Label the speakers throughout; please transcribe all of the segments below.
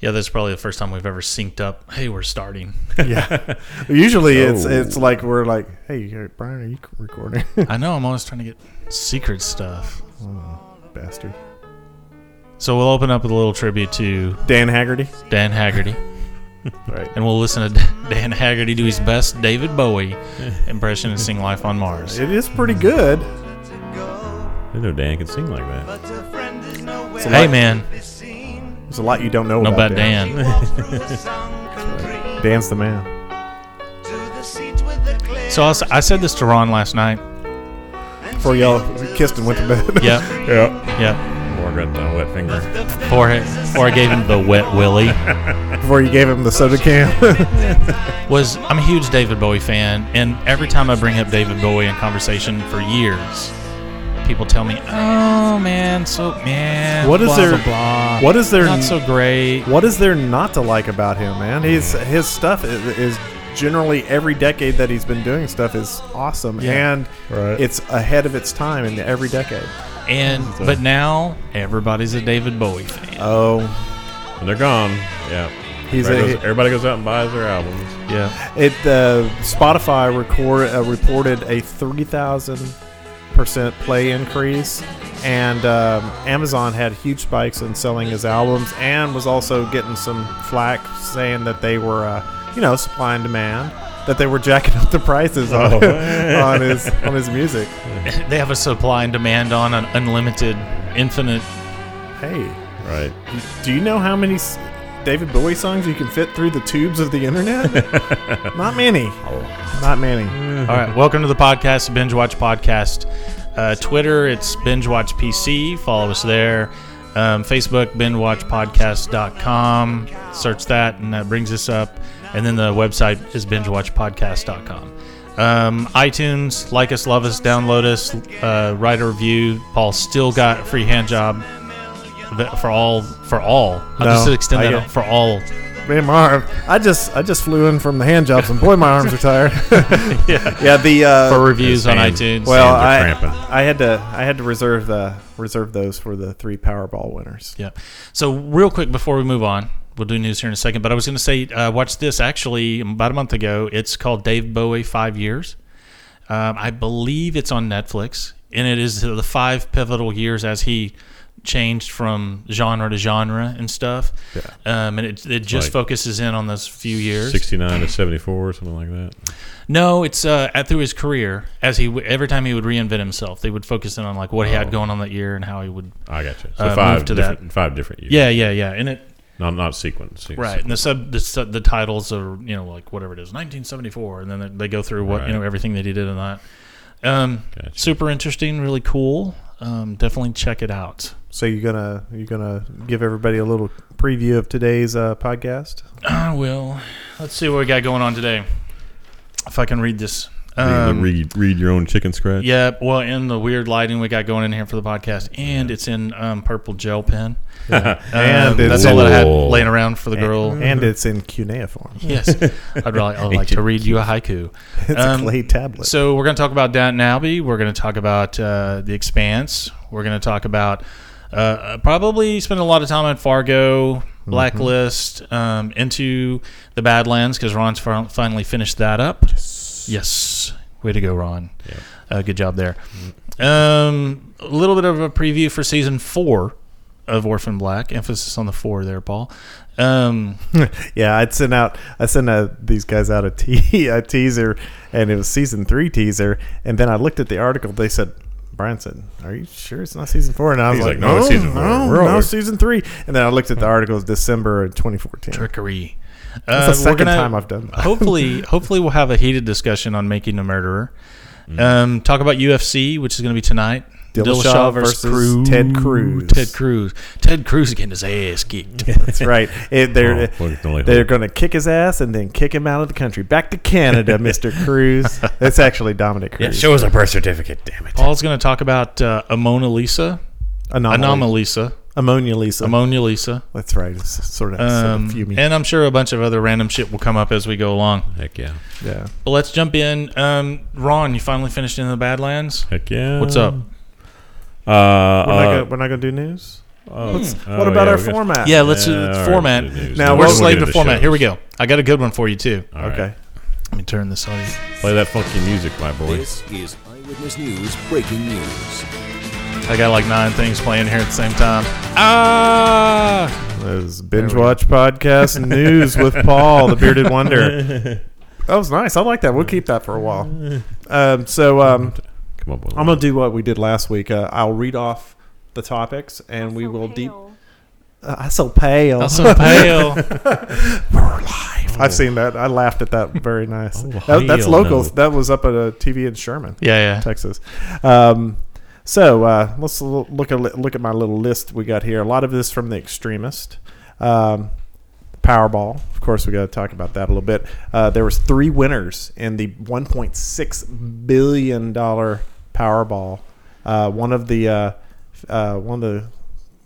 Speaker 1: yeah, that's probably the first time we've ever synced up. Hey, we're starting.
Speaker 2: yeah. Usually it's
Speaker 3: So-
Speaker 2: it's like we're like, hey, uh, Brian, are you c- recording?
Speaker 1: I know. I'm always trying to get secret stuff.
Speaker 2: Bastard.
Speaker 1: So we'll open up with a little tribute to
Speaker 2: Dan Haggerty.
Speaker 1: Dan Haggerty,
Speaker 2: Right.
Speaker 1: and we'll listen to Dan Haggerty do his best David Bowie impression and sing "Life on Mars."
Speaker 2: It is pretty good.
Speaker 3: I didn't know Dan could sing like that.
Speaker 1: Hey, man,
Speaker 2: There's a lot you don't know,
Speaker 1: know
Speaker 2: about,
Speaker 1: about Dan?
Speaker 2: Dan's the man.
Speaker 1: So I, s- I said this to Ron last night.
Speaker 2: Before y'all kissed and went to bed.
Speaker 1: Yep,
Speaker 3: Yeah.
Speaker 1: yep.
Speaker 3: Or got the wet finger.
Speaker 1: Or or I gave him the wet willy.
Speaker 2: Before you gave him the soda can.
Speaker 1: was I'm a huge David Bowie fan, and every time I bring up David Bowie in conversation for years, people tell me, "Oh man, so man,
Speaker 2: What is
Speaker 1: blah,
Speaker 2: there-
Speaker 1: blah, blah.
Speaker 2: what is there-
Speaker 1: not so great?"
Speaker 2: what is there not to like about him, man? He's his stuff is, is generally every decade that he's been doing stuff is awesome
Speaker 1: Yeah.
Speaker 2: and
Speaker 3: Right.
Speaker 2: it's ahead of its time in every decade.
Speaker 1: And but now everybody's a David Bowie fan.
Speaker 2: Oh,
Speaker 3: And they're gone. Yeah.
Speaker 2: He's
Speaker 3: everybody,
Speaker 2: a-
Speaker 3: goes, everybody goes out and buys their albums.
Speaker 1: yeah,
Speaker 2: It uh, Spotify record uh, reported a three thousand percent play increase, and um, Amazon had huge spikes in selling his albums, and was also getting some flack saying that they were, uh, you know, supply and demand, that they were jacking up the prices on,
Speaker 3: Oh.
Speaker 2: on his on his music.
Speaker 1: they have a supply and demand on an unlimited, infinite.
Speaker 2: Hey,
Speaker 3: Right.
Speaker 2: do you know how many s- David Bowie songs you can fit through the tubes of the internet? Not many. Not many.
Speaker 1: All right, welcome to the podcast, Binge Watch Podcast. Uh, Twitter, it's Binge Watch PC. Follow us there. Um, Facebook, BingeWatchPodcast.com. Search that, and that brings us up. And then the website is BingeWatchPodcast.com. Um, iTunes, like us, love us, download us, uh, write a review. Paul still got a free hand job th- for all. For all, I'll
Speaker 2: No,
Speaker 1: just extend
Speaker 2: I
Speaker 1: that
Speaker 2: get-
Speaker 1: out for all.
Speaker 2: Man, my arm. I just I just flew in from the hand jobs, and boy, my arms are tired. yeah. yeah, the uh,
Speaker 1: For reviews on
Speaker 3: Same.
Speaker 1: iTunes.
Speaker 2: well,
Speaker 3: Hands are
Speaker 2: I
Speaker 3: cramping.
Speaker 2: I had to I had to reserve the reserve those for the three Powerball winners.
Speaker 1: Yeah. So real quick before we move on, we'll do news here in a second. But I was going to say, uh, watch this. Actually, about a month ago, it's called Dave Bowie Five Years. Um, I believe it's on Netflix, and it is the five pivotal years as he changed from genre to genre and stuff. Yeah. Um, and it, it just
Speaker 3: Like-
Speaker 1: focuses in on those few years.
Speaker 3: 69 to 74 or something like that.
Speaker 1: No, it's uh, at, through his career as he w- every time he would reinvent himself, they would focus in on like what he had
Speaker 3: Oh.
Speaker 1: going on that year and how he would.
Speaker 3: I got you. So
Speaker 1: Uh,
Speaker 3: five
Speaker 1: move to
Speaker 3: different five different years.
Speaker 1: Yeah, yeah, yeah. And it
Speaker 3: Not not sequence. Se-
Speaker 1: right and the sub the, sub, the titles are you know like whatever it is 1974 and then they- they go through what you know
Speaker 3: Right.
Speaker 1: everything that he did in that um
Speaker 3: Gotcha.
Speaker 1: super interesting really cool um definitely check it out
Speaker 2: So you gonna you gonna give everybody a little preview of today's uh, podcast?
Speaker 1: i will let's see what we got going on today if i can read this
Speaker 3: You can
Speaker 1: um,
Speaker 3: read read your own chicken scratch.
Speaker 1: yeah well and the weird lighting we got going in here for the podcast and it's in um, purple gel pen
Speaker 2: And
Speaker 1: Um,
Speaker 2: it's
Speaker 1: that's all that i had
Speaker 3: Whoa.
Speaker 1: laying around for the girl
Speaker 2: And, and it's in cuneiform.
Speaker 1: yes i'd really I'd like to read you a haiku
Speaker 2: It's
Speaker 1: Um,
Speaker 2: a clay tablet.
Speaker 1: So we're going to talk about Downton Abbey. We're going to talk about uh, The Expanse. We're going to talk about uh, probably spend a lot of time on Fargo, Blacklist, um, into the Badlands because Ron's fin- finally finished that up. Yes. Way to go, Ron. Uh, good job there. Um, a little bit of a preview for season four of Orphan Black. Emphasis on the four there, Paul. Um,
Speaker 2: yeah, I'd send out I sent uh these guys out a, te- a teaser, and it was season three teaser. And then I looked at the article. They said, Brian said, "Are you sure it's not season four? And I was
Speaker 3: He's
Speaker 2: like,
Speaker 3: like, "No,
Speaker 2: No,
Speaker 3: it's season four.
Speaker 2: no,
Speaker 3: We're
Speaker 2: no,
Speaker 3: over."
Speaker 2: season three. And then I looked at the article. It's December of 2014.
Speaker 1: trickery. Uh,
Speaker 2: That's the
Speaker 1: we're
Speaker 2: 2nd
Speaker 1: gonna-
Speaker 2: time I've done that.
Speaker 1: hopefully, hopefully we'll have a heated discussion on making a murderer. Um, talk about UFC, which is going to be tonight.
Speaker 2: Mm. Dillashaw versus Ted Cruz.
Speaker 1: Ted Cruz. Ted Cruz getting his ass kicked.
Speaker 2: That's right. It, they're
Speaker 3: Oh, look, only
Speaker 2: they're
Speaker 3: hope.
Speaker 2: going to kick his ass and then kick him out of the country, back to Canada, Mister Cruz. That's actually Dominic Cruz.
Speaker 3: us a birth certificate, damn it.
Speaker 1: Paul's going to talk about uh, Amona Lisa.
Speaker 2: Anomaly.
Speaker 1: Anomalisa. Lisa.
Speaker 2: Ammonia Lisa.
Speaker 1: Ammonia Lisa.
Speaker 2: That's right. It's sort of,
Speaker 1: Um,
Speaker 2: sort of fuming.
Speaker 1: and I'm sure a bunch of other random shit will come up as we go along.
Speaker 3: Heck yeah.
Speaker 2: yeah.
Speaker 1: But let's jump in. Um, Ron, you finally finished in the Badlands.
Speaker 3: Heck yeah.
Speaker 1: What's up?
Speaker 3: Uh, oh, uh,
Speaker 2: We're not gonna, we're not gonna do news. Hmm. What about our format?
Speaker 1: Yeah, let's do
Speaker 3: all right,
Speaker 1: format.
Speaker 3: we'll do this.
Speaker 2: Now,
Speaker 1: We're
Speaker 2: what-
Speaker 1: slated to
Speaker 3: we'll do the
Speaker 1: format.
Speaker 3: shows.
Speaker 1: Here we go. I got a good one for you too.
Speaker 3: All right.
Speaker 2: Okay.
Speaker 1: Let me turn this on.
Speaker 3: Play that funky music, my boy.
Speaker 4: This is Eyewitness News breaking news.
Speaker 1: I got like nine things playing here at the same time. Ah!
Speaker 2: There's binge watch podcast news with Paul, the bearded wonder. That was nice. I like that. We'll keep that for a while. Um, so um,
Speaker 3: Come on, boy.
Speaker 2: I'm gonna do what we did last week. Uh, I'll read off the topics, and we will deep. Uh, I so pale.
Speaker 1: That's so pale.
Speaker 2: I've seen that. I laughed at that. Very nice.
Speaker 3: Oh,
Speaker 2: That- that's
Speaker 3: hell
Speaker 2: local.
Speaker 3: no.
Speaker 2: That was up at a TV in Sherman,
Speaker 1: Yeah, yeah.
Speaker 2: Texas. Um, so uh, let's l- look at look at my little list we got here. A lot of this from the extremist. Um, Powerball, of course, we got to talk about that a little bit. Uh, there was three winners in the 1.6 billion dollar Powerball. Uh, one of the uh, f- uh, one of the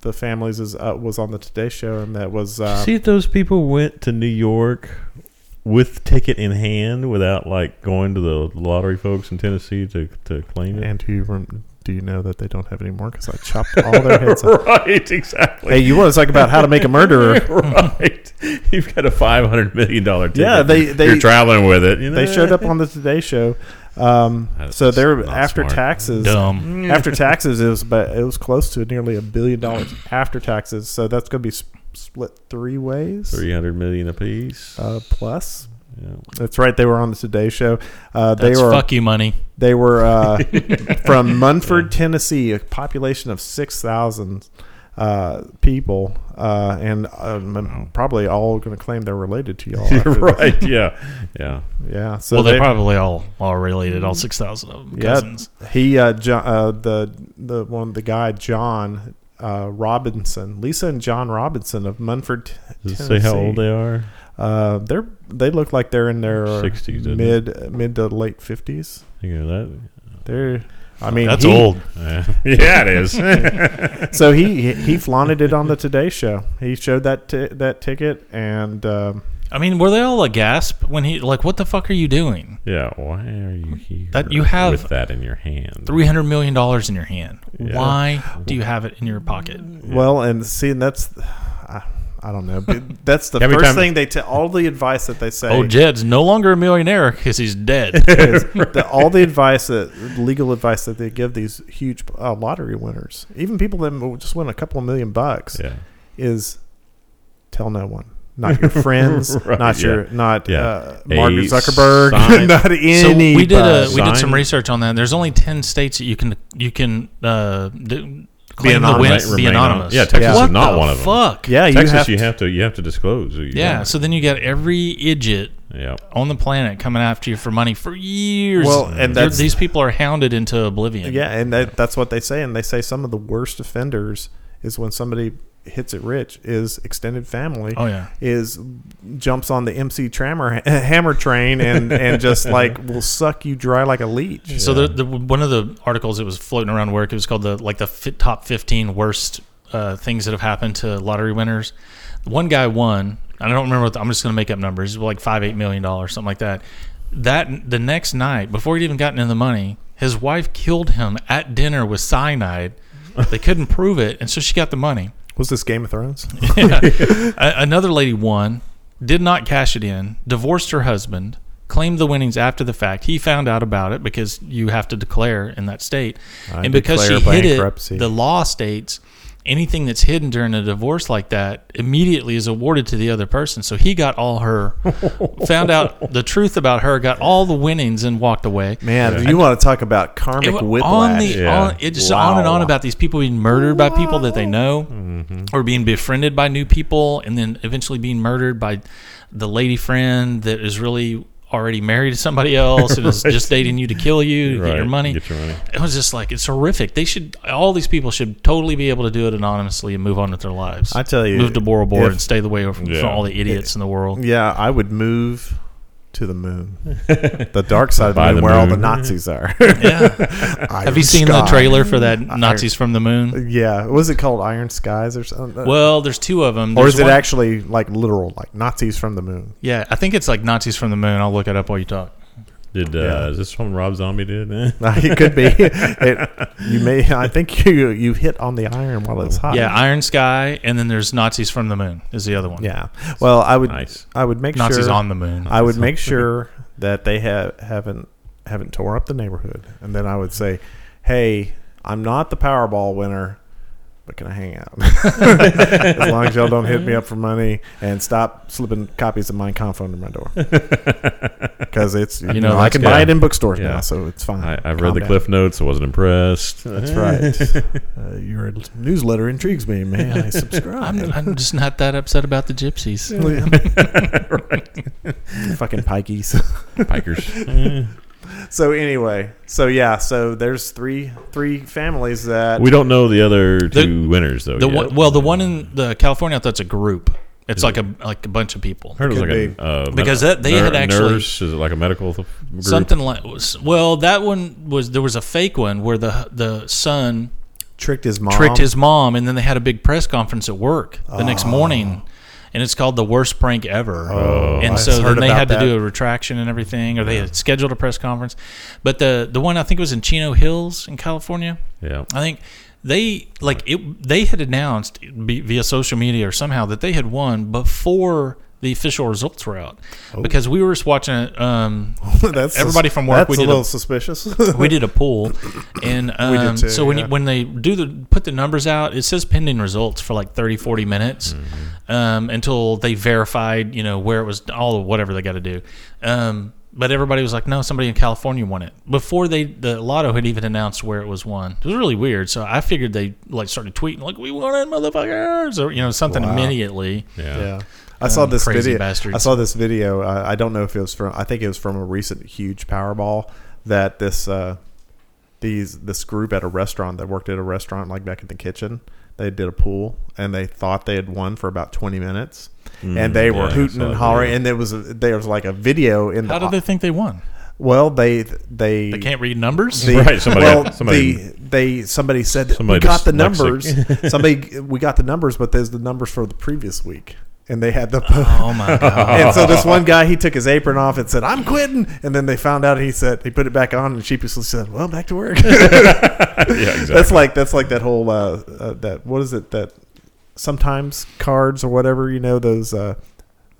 Speaker 2: the families is uh, was on the Today Show, and that was uh,
Speaker 3: See if those people went to New York with ticket in hand without like going to the lottery folks in Tennessee to, to claim it.
Speaker 2: And do you rem- do you know that they don't have any more because I chopped all their heads off?
Speaker 3: right, exactly.
Speaker 2: Hey, you want to talk about how to make a murderer?
Speaker 3: right. You've got a five hundred million dollar ticket.
Speaker 2: Yeah, they- they-
Speaker 3: you're traveling with it. You know?
Speaker 2: They showed up on the Today Show. Um,
Speaker 3: That's
Speaker 2: so they're
Speaker 3: not
Speaker 2: after
Speaker 3: smart.
Speaker 2: taxes.
Speaker 1: Dumb.
Speaker 2: After taxes, it was but it was close to nearly a billion dollars after taxes. So that's going to be sp- split three ways.
Speaker 3: three hundred million apiece.
Speaker 2: Uh, plus,
Speaker 3: yeah.
Speaker 2: that's right. They were on the Today Show. Uh, they
Speaker 1: That's
Speaker 2: were
Speaker 1: fuck you money.
Speaker 2: They were uh, from Munford, Tennessee, a population of 6,000 uh, people, uh, and um, I'm probably all going to claim they're related to y'all. after
Speaker 3: You're
Speaker 2: this.
Speaker 3: right. Yeah, yeah.
Speaker 2: Yeah. So
Speaker 1: well,
Speaker 2: they,
Speaker 1: they're probably all, all related, all 6,000 of them.
Speaker 2: yeah,
Speaker 1: Cousins.
Speaker 2: He, uh, John, uh, the, the one, the guy, John uh, Robinson, Lisa and John Robinson of Munford, T-
Speaker 3: Does it
Speaker 2: Tennessee.
Speaker 3: say how old they are?
Speaker 2: Uh, they're, they look like they're in their
Speaker 3: 60s, isn't
Speaker 2: mid, mid to late 50s.
Speaker 3: You know that?
Speaker 2: They're, I mean,
Speaker 1: That's
Speaker 2: he-
Speaker 1: old.
Speaker 3: Yeah, yeah it is.
Speaker 2: so he he flaunted it on the Today Show. He showed that ti that ticket, and um,
Speaker 1: I mean, were they all agasp when he, like, what the fuck are you doing?
Speaker 3: yeah. Why are you here?
Speaker 1: That you have
Speaker 3: with that in your hand.
Speaker 1: $300 million in your hand.
Speaker 3: Yeah.
Speaker 1: Why do you have it in your pocket?
Speaker 2: well, and seeing that's. I, I don't know. But that's the
Speaker 3: Every
Speaker 2: first
Speaker 3: time-
Speaker 2: thing they tell. All the advice that they say.
Speaker 1: Oh, Jed's no longer a millionaire because he's dead.
Speaker 2: is the, all the advice that legal advice that they give these huge uh, lottery winners, even people that will just win a couple of million bucks,
Speaker 3: Yeah.
Speaker 2: is tell no one. Not your friends,
Speaker 3: Right,
Speaker 2: not your,
Speaker 3: yeah.
Speaker 2: not
Speaker 3: Yeah.
Speaker 2: uh,
Speaker 3: A
Speaker 2: Mark Zuckerberg,
Speaker 3: sign-
Speaker 2: not any.
Speaker 1: So we did a, we did
Speaker 3: Sign-
Speaker 1: some research on that. There's only ten states that you can you can uh, do, claim the
Speaker 2: anonymous.
Speaker 1: wins,
Speaker 3: Remain
Speaker 1: be
Speaker 3: on-
Speaker 1: anonymous.
Speaker 3: yeah, Texas
Speaker 1: What
Speaker 3: is not
Speaker 1: the
Speaker 3: one of them.
Speaker 1: Fuck
Speaker 2: yeah, you
Speaker 3: Texas,
Speaker 2: have
Speaker 3: you
Speaker 2: to-
Speaker 3: have to you have to disclose. Who you
Speaker 1: yeah.
Speaker 3: are.
Speaker 1: So then you got every idiot
Speaker 3: yeah.
Speaker 1: on the planet coming after you for money for years.
Speaker 2: Well, and
Speaker 1: They're-
Speaker 2: that's-
Speaker 1: these people are hounded into oblivion.
Speaker 2: Yeah, and that, that's what they say. And they say some of the worst offenders is when somebody hits it rich is extended family.
Speaker 1: Oh, yeah.
Speaker 2: is jumps on the MC Trammer Hammer train and and just like will suck you dry like a leech.
Speaker 1: So the, the one of the articles that was floating around work, it was called the like the fit, top fifteen worst uh, things that have happened to lottery winners. One guy won. and I don't remember. What the, I'm just going to make up numbers. It was like five eight million dollars, something like that. That the next night, before he'd even gotten in the money, his wife killed him at dinner with cyanide. They couldn't prove it, and so she got the money.
Speaker 2: Was this Game of Thrones?
Speaker 1: A- another lady won, did not cash it in, divorced her husband, claimed the winnings after the fact. He found out about it because you have to declare in that state.
Speaker 2: I
Speaker 1: and because she
Speaker 2: declare
Speaker 1: hid
Speaker 2: bankruptcy.
Speaker 1: it, the law states anything that's hidden during a divorce like that immediately is awarded to the other person. So he got all her, found out the truth about her, got all the winnings, and walked away.
Speaker 2: Man, you want to talk about karmic
Speaker 1: It wa-
Speaker 2: whiplash?
Speaker 1: On the,
Speaker 3: Yeah.
Speaker 1: on, it's just on and
Speaker 2: Wow. Mm-hmm.
Speaker 1: on about these people being murdered by people that they know, or being befriended by new people, and then eventually being murdered by the lady friend that is really already married to somebody else and is just dating you to kill you, to get your
Speaker 3: Right,
Speaker 1: money.
Speaker 3: get your money.
Speaker 1: It was just like it's horrific. They should all these people should totally be able to do it anonymously and move on with their lives.
Speaker 2: I tell you,
Speaker 1: move to Bora Bora
Speaker 2: if-
Speaker 1: and stay away from,
Speaker 3: Yeah.
Speaker 1: from all the idiots in the world.
Speaker 2: yeah, I would move to the moon, the dark side of the
Speaker 3: By
Speaker 2: moon,
Speaker 3: the
Speaker 2: where all the
Speaker 3: moon.
Speaker 2: Nazis are.
Speaker 1: Yeah. Have you seen the trailer for that Nazis from the Moon?
Speaker 2: Yeah, was it called Iron Skies or something?
Speaker 1: Well, there's two of them.
Speaker 2: Uh, or
Speaker 1: There's
Speaker 2: is it
Speaker 1: one-
Speaker 2: actually like literal, like Nazis from the moon?
Speaker 1: Yeah, I think it's like Nazis from the Moon. I'll look it up while you talk.
Speaker 3: Did uh,
Speaker 2: Yeah.
Speaker 3: is this something Rob Zombie did? Eh.
Speaker 2: it could be. It, you may. I think you you hit on the iron while it's hot.
Speaker 1: Oh. Yeah, Iron Sky, and then there's Nazis from the Moon is the other one.
Speaker 2: Yeah. Well, I would.
Speaker 3: Nice.
Speaker 2: I would make
Speaker 1: Nazis
Speaker 2: sure.
Speaker 1: on the Moon.
Speaker 2: I would make sure that they have haven't haven't tore up the neighborhood, and then I would say, "Hey, I'm not the Powerball winner, but can I hang out? as long as y'all don't hit me up for money and stop slipping copies of Mein Kampf under my door, because it's you,
Speaker 1: You
Speaker 2: know,
Speaker 1: know,
Speaker 2: I
Speaker 1: that's
Speaker 2: can
Speaker 1: good.
Speaker 2: buy it in bookstores
Speaker 3: Yeah.
Speaker 2: now, so it's fine.
Speaker 3: I, I've
Speaker 2: Calm
Speaker 3: read the
Speaker 2: down.
Speaker 3: cliff notes. I wasn't impressed.
Speaker 2: Oh, That's right. uh, your newsletter intrigues me, man. I subscribe.
Speaker 1: I'm, I'm just not that upset about the gypsies.
Speaker 2: Oh, Fucking pikeys.
Speaker 3: Pikers.
Speaker 2: So anyway, so yeah, so there's three three families that
Speaker 3: we don't know the other two winners though.
Speaker 1: The
Speaker 3: yet.
Speaker 1: one, well, the one in the California, that's a group. It's like a like a bunch of people.
Speaker 3: heard it was
Speaker 2: Could
Speaker 3: like a uh,
Speaker 1: Because that- they had actually-
Speaker 3: nurse. Is it like a medical th- group?
Speaker 1: Something like well, that one was there was a fake one where the the son
Speaker 2: tricked his mom.
Speaker 1: tricked his mom, and then they had a big press conference at work the next morning, and it's called the worst prank ever.
Speaker 2: Ah. Oh,
Speaker 1: and
Speaker 2: I
Speaker 1: so
Speaker 2: heard
Speaker 1: then they
Speaker 2: about
Speaker 1: had
Speaker 2: that.
Speaker 1: to do a retraction and everything, or they had scheduled a press conference. But the the one I think was in Chino Hills in California,
Speaker 3: Yeah.
Speaker 1: I think they like it. They had announced be- via social media or somehow that they had won before. The official results were out
Speaker 2: Oh.
Speaker 1: because we were just watching it. Um,
Speaker 2: that's
Speaker 1: everybody from work,
Speaker 2: That's
Speaker 1: we
Speaker 2: a
Speaker 1: did a-
Speaker 2: little suspicious.
Speaker 1: we did a poll, and um,
Speaker 2: too,
Speaker 1: so when
Speaker 2: yeah.
Speaker 1: you, when they do the put the numbers out, it says pending results for like 30, 40 minutes
Speaker 2: Mm-hmm.
Speaker 1: um, until they verified, you know, where it was all of whatever they got to do. Um, but everybody was like, no, somebody in California won it before they the lotto had even announced where it was won. It was really weird. So I figured they like started tweeting like, we won it, motherfuckers, or you know something
Speaker 2: Wow.
Speaker 1: immediately.
Speaker 3: Yeah.
Speaker 2: yeah. I saw this
Speaker 1: crazy
Speaker 2: video.
Speaker 1: bastards.
Speaker 2: I saw this video. uh, I, I don't know if it was from. I think it was from a recent huge Powerball that this uh, these this group at a restaurant that worked at a restaurant like back in the kitchen. They did a pool and they thought they had won for about twenty minutes,
Speaker 1: Mm,
Speaker 2: and they
Speaker 3: yeah,
Speaker 2: were
Speaker 3: I
Speaker 2: hooting
Speaker 3: saw
Speaker 2: and
Speaker 3: that
Speaker 2: hollering.
Speaker 3: video.
Speaker 2: And there was a, there was like a video in
Speaker 1: How
Speaker 2: the
Speaker 1: do they think they won?
Speaker 2: well they they
Speaker 1: They can't read numbers.
Speaker 2: The-
Speaker 3: Right, somebody-
Speaker 2: well,
Speaker 3: somebody-
Speaker 2: the, they somebody said that
Speaker 3: Somebody
Speaker 2: we got the numbers.
Speaker 3: dyslexic.
Speaker 2: somebody we got the numbers, but there's the numbers for the previous week, and they had the.
Speaker 1: oh my god!
Speaker 2: and so this one guy, he took his apron off and said, "I'm quitting," and then they found out. He said he put it back on and sheepishly said, "Well, back to work."
Speaker 3: yeah, exactly.
Speaker 2: that's like that's like that whole uh, uh, that what is it that sometimes cards or whatever you know those uh,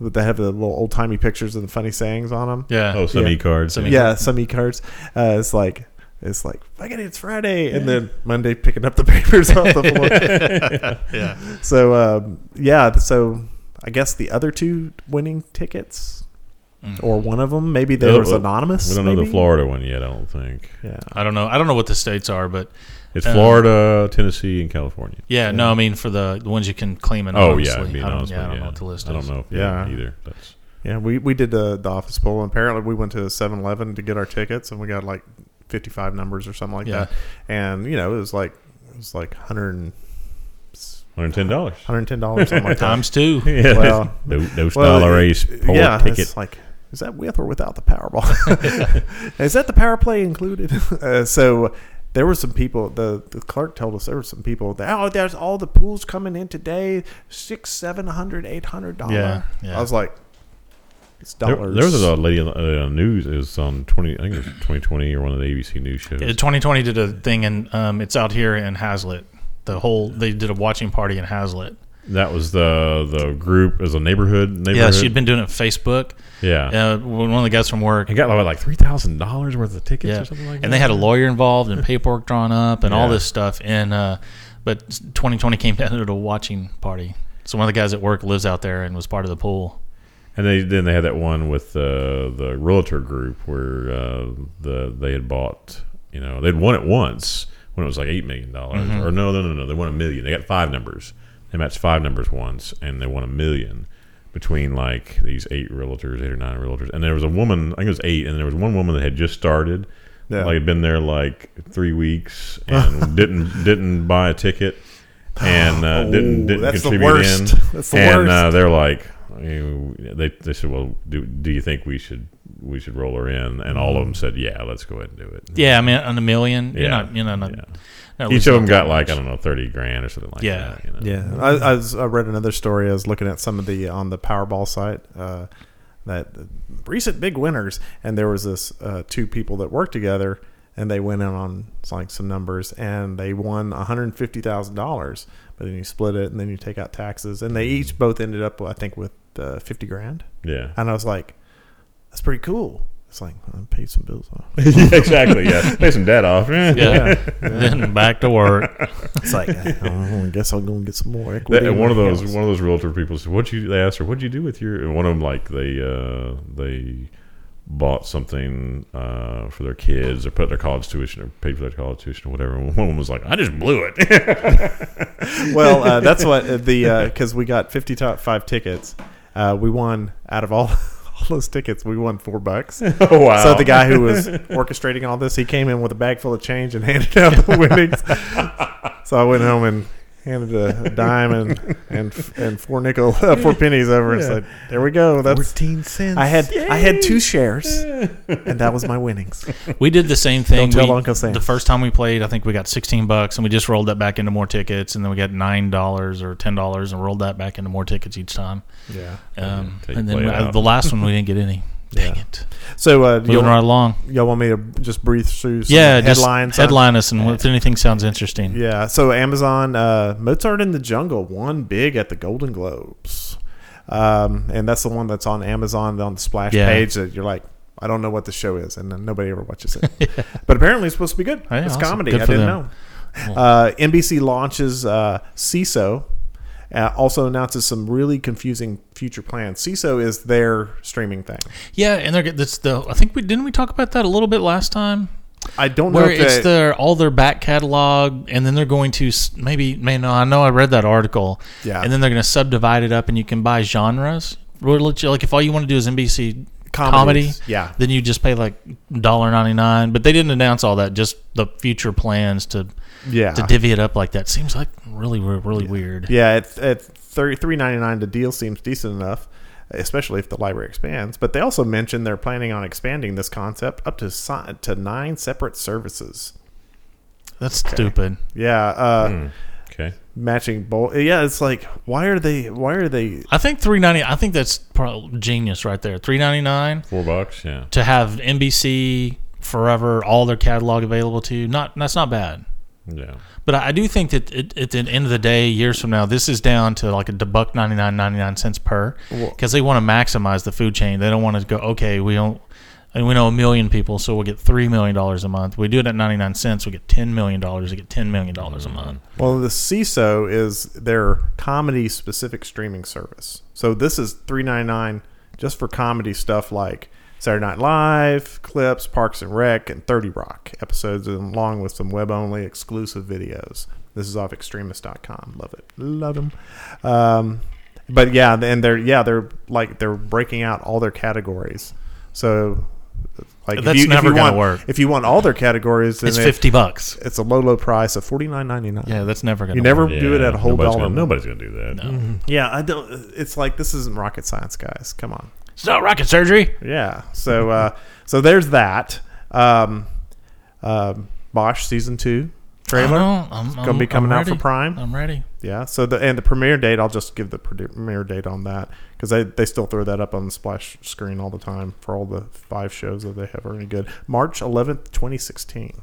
Speaker 2: that have the little old timey pictures and the funny sayings on them.
Speaker 1: Yeah.
Speaker 3: oh, some
Speaker 2: yeah.
Speaker 3: e cards.
Speaker 1: Some
Speaker 2: Yeah, some e cards. Uh, it's like it's like fucking it's Friday, and then Monday picking up the papers off the floor.
Speaker 1: yeah.
Speaker 2: so um, yeah, so I guess the other two winning tickets,
Speaker 1: Mm.
Speaker 2: or one of them, maybe they
Speaker 3: Oh,
Speaker 2: was
Speaker 3: oh,
Speaker 2: anonymous.
Speaker 3: We don't know the
Speaker 2: maybe?
Speaker 3: Florida one yet. I don't think
Speaker 2: Yeah,
Speaker 1: I don't know. I don't know what the states are, but
Speaker 3: it's
Speaker 1: Um,
Speaker 3: Florida, Tennessee, and California.
Speaker 1: Yeah, no, I mean for the, the ones you can claim and
Speaker 3: Oh
Speaker 1: honestly.
Speaker 3: yeah, it'd be
Speaker 1: I don't,
Speaker 3: honest,
Speaker 1: yeah, I
Speaker 3: but
Speaker 1: don't know what the list is.
Speaker 3: I don't know.
Speaker 2: Yeah.
Speaker 3: Yeah, either. That's
Speaker 2: yeah. We we did the the office poll. And apparently, we went to 7-Eleven to get our tickets, and we got like fifty five numbers or something like
Speaker 1: Yeah.
Speaker 2: that. And you know, it was like it was like hundred
Speaker 3: one hundred ten dollars.
Speaker 2: hundred ten dollars something like that.
Speaker 1: Times two.
Speaker 3: Yeah,
Speaker 2: Well-
Speaker 3: those, those
Speaker 2: Well,
Speaker 3: dollar
Speaker 2: it-
Speaker 3: race poor
Speaker 2: yeah,
Speaker 3: ticket.
Speaker 2: It's like, is that with or without the Powerball? is that the power play included? Uh, so there were some people. The, the clerk told us there were some people that oh, there's all the pools coming in today, six, seven hundred, eight hundred dollar.
Speaker 1: Yeah, yeah.
Speaker 2: I was like, it's
Speaker 3: There,
Speaker 2: dollars.
Speaker 3: there was a lady on uh, news. It was on twenty. I think it was twenty twenty or one of the ABC news shows.
Speaker 1: Twenty twenty did a thing and um, it's out here in Hazlitt. The whole they did a watching party in Hazlitt.
Speaker 3: that was the the group as a neighborhood. neighborhood.
Speaker 1: Yeah, she'd been doing it on Facebook.
Speaker 3: Yeah,
Speaker 1: Uh, one of the guys from work.
Speaker 3: and got like, what, like three thousand dollars worth of tickets
Speaker 1: Yeah.
Speaker 3: or something like that.
Speaker 1: and they had a lawyer involved and paperwork drawn up and all
Speaker 3: Yeah.
Speaker 1: this stuff. And uh, but twenty twenty came down to a watching party. So one of the guys at work lives out there and was part of the pool.
Speaker 3: And they then they had that one with uh, the realtor group where uh, the they had bought, you know, they'd won it once when it was like eight million dollars, or no, no, no, no, they won a million. They got five numbers. They matched five numbers once, and they won a million between like these eight realtors, eight or nine realtors. And there was a woman, I think it was eight, and there was one woman that had just started.
Speaker 2: Yeah.
Speaker 3: Like had been there like three weeks and didn't didn't buy a ticket and uh, didn't
Speaker 2: Oh,
Speaker 3: didn't
Speaker 2: that's the
Speaker 3: contribute
Speaker 2: worst.
Speaker 3: in.
Speaker 2: That's the
Speaker 3: and,
Speaker 2: worst.
Speaker 3: Uh, they're like, you- they, they said, well, do, do you think we should we should roll her in? And all of them said, yeah, let's go ahead and do it.
Speaker 1: Yeah, I mean on a million. You're
Speaker 3: Yeah.
Speaker 1: not you know not,
Speaker 3: Yeah.
Speaker 1: not
Speaker 3: Each
Speaker 1: losing
Speaker 3: of them
Speaker 1: that
Speaker 3: got like I
Speaker 1: much.
Speaker 3: don't know thirty grand or something like
Speaker 1: Yeah.
Speaker 3: that. you know.
Speaker 2: Yeah, I, I, was, I read another story. I was looking at some of the on the Powerball site. Uh, that the recent big winners. And there was this uh, two people that worked together, and they went in on like some numbers, and they won one hundred fifty thousand dollars. But then you split it, and then you take out taxes, and they each both ended up, I think, with uh, fifty grand.
Speaker 3: Yeah.
Speaker 2: And I was like, that's pretty cool. It's like I paid some bills off.
Speaker 3: Yeah, exactly. Yeah. Pay some debt off. eh?
Speaker 1: Yeah. then back to work.
Speaker 2: It's like I, don't know, I guess I'm gonna get some more
Speaker 3: That,
Speaker 2: equity.
Speaker 3: and one of
Speaker 2: in my
Speaker 3: those
Speaker 2: house.
Speaker 3: one of those realtor people said, "What you?" They asked her, "What'd you do with your?" And one of them like they uh, they bought something uh, for their kids or put their college tuition or paid for their college tuition or whatever. And one of them was like, "I just blew it."
Speaker 2: well, uh, that's what uh, the because we got fifty top five tickets. Uh, we won out of all all those tickets. We won four bucks.
Speaker 3: oh wow!
Speaker 2: So the guy who was orchestrating all this, he came in with a bag full of change and handed out the winnings. so I went home and handed a, a dime and and and four nickel, uh, four pennies over, and said, "There we go. That's
Speaker 3: fourteen cents.
Speaker 2: I had I had two shares, and that was my winnings."
Speaker 1: We did the same thing.
Speaker 2: Don't tell
Speaker 1: We-
Speaker 2: Uncle Sam.
Speaker 1: The first time we played, I think we got 16 bucks and we just rolled that back into more tickets. And then we got $9 or $10 and rolled that back into more tickets each time.
Speaker 2: Yeah.
Speaker 1: Um,
Speaker 3: Take
Speaker 1: and then
Speaker 3: play
Speaker 1: uh,
Speaker 3: out.
Speaker 1: the last one, we didn't get any. Dang
Speaker 2: Yeah.
Speaker 1: it.
Speaker 2: So uh, do
Speaker 1: Moving
Speaker 2: y'all,
Speaker 1: right along.
Speaker 2: y'all want me to just breathe through? Some
Speaker 1: Yeah, just
Speaker 2: headlines. on-
Speaker 1: headline us, and if anything sounds interesting.
Speaker 2: Yeah. So Amazon, uh, Mozart in the Jungle won big at the Golden Globes, um, and that's the one that's on Amazon on the splash
Speaker 1: Yeah.
Speaker 2: page that you're like, I don't know what the show is, and then nobody ever watches it. But apparently, it's supposed to be good.
Speaker 1: Hey,
Speaker 2: it's
Speaker 1: Oh, awesome.
Speaker 2: comedy.
Speaker 1: Good
Speaker 2: I
Speaker 1: for
Speaker 2: didn't
Speaker 1: them.
Speaker 2: know. Uh, NBC launches uh, CISO. Uh, also announces some really confusing future plans. CISO is their streaming thing.
Speaker 1: Yeah, and they're get- that's the. I think we didn't we talk about that a little bit last time.
Speaker 2: I don't know
Speaker 1: Where
Speaker 2: if
Speaker 1: it's
Speaker 2: they-
Speaker 1: their all their back catalog, and then they're going to s- maybe man. No, I know I read that article.
Speaker 2: Yeah.
Speaker 1: and then they're going to subdivide it up, and you can buy genres. We're lit- Like if all you want to do is NBC comedy,
Speaker 2: Comedies, yeah.
Speaker 1: then you just pay like dollar ninety nine. But they didn't announce all that. Just the future plans to
Speaker 2: yeah.
Speaker 1: to divvy it up like that seems like really re- really weird.
Speaker 2: Yeah, at, at thirty three ninety nine, the deal seems decent enough, especially if the library expands. But they also mentioned they're planning on expanding this concept up to si- to nine separate services.
Speaker 1: That's stupid.
Speaker 2: Yeah, uh,
Speaker 3: Okay.
Speaker 2: matching bowl. Yeah, it's like why are they? Why are they?
Speaker 1: I think three ninety. I think that's probably genius right there. Three ninety nine
Speaker 3: Four bucks. Yeah.
Speaker 1: to have NBC forever, all their catalog available to you. Not that's not bad.
Speaker 3: Yeah.
Speaker 1: But I I do think that it, at the end of the day, years from now, this is down to like a buck ninety nine ninety nine cents per, because they want to maximize the food chain. They don't want to go okay. We don't. And we know a million people, so we'll get three million dollars a month. We do it at ninety nine cents, we get ten million dollars. We get ten million dollars a
Speaker 2: Mm.
Speaker 1: month.
Speaker 2: Well, the CISO is their comedy specific streaming service. So this is three ninety nine just for comedy stuff like. Saturday Night Live, clips, Parks and Rec, and 30 Rock episodes, and along with some web only exclusive videos. This is off extremist.com. Love it. Love them. Um, but yeah, and they're, yeah, they're like, they're breaking out all their categories. So, like,
Speaker 1: That's never gonna
Speaker 2: want-
Speaker 1: work.
Speaker 2: If you want all their categories, then
Speaker 1: It's
Speaker 2: it-
Speaker 1: fifty bucks.
Speaker 2: it's a low, low price of forty nine ninety nine.
Speaker 1: Yeah, that's never gonna.
Speaker 2: You never
Speaker 1: work.
Speaker 2: do it
Speaker 3: Yeah.
Speaker 2: at a whole
Speaker 3: nobody's
Speaker 2: dollar.
Speaker 3: Gonna, nobody's gonna do that.
Speaker 2: Yeah, I don't. It's like this isn't rocket science, guys. Come on.
Speaker 1: It's not rocket surgery.
Speaker 2: Yeah. So, uh, so there's that. Um, um, Bosch season two
Speaker 1: I
Speaker 2: trailer.
Speaker 1: know. I'm,
Speaker 2: gonna be coming out for Prime.
Speaker 1: I'm ready.
Speaker 2: Yeah. So the and the premiere date. I'll just give the premiere date on that because they they still throw that up on the splash screen all the time for all the five shows that they have are any good. March eleventh, twenty sixteen.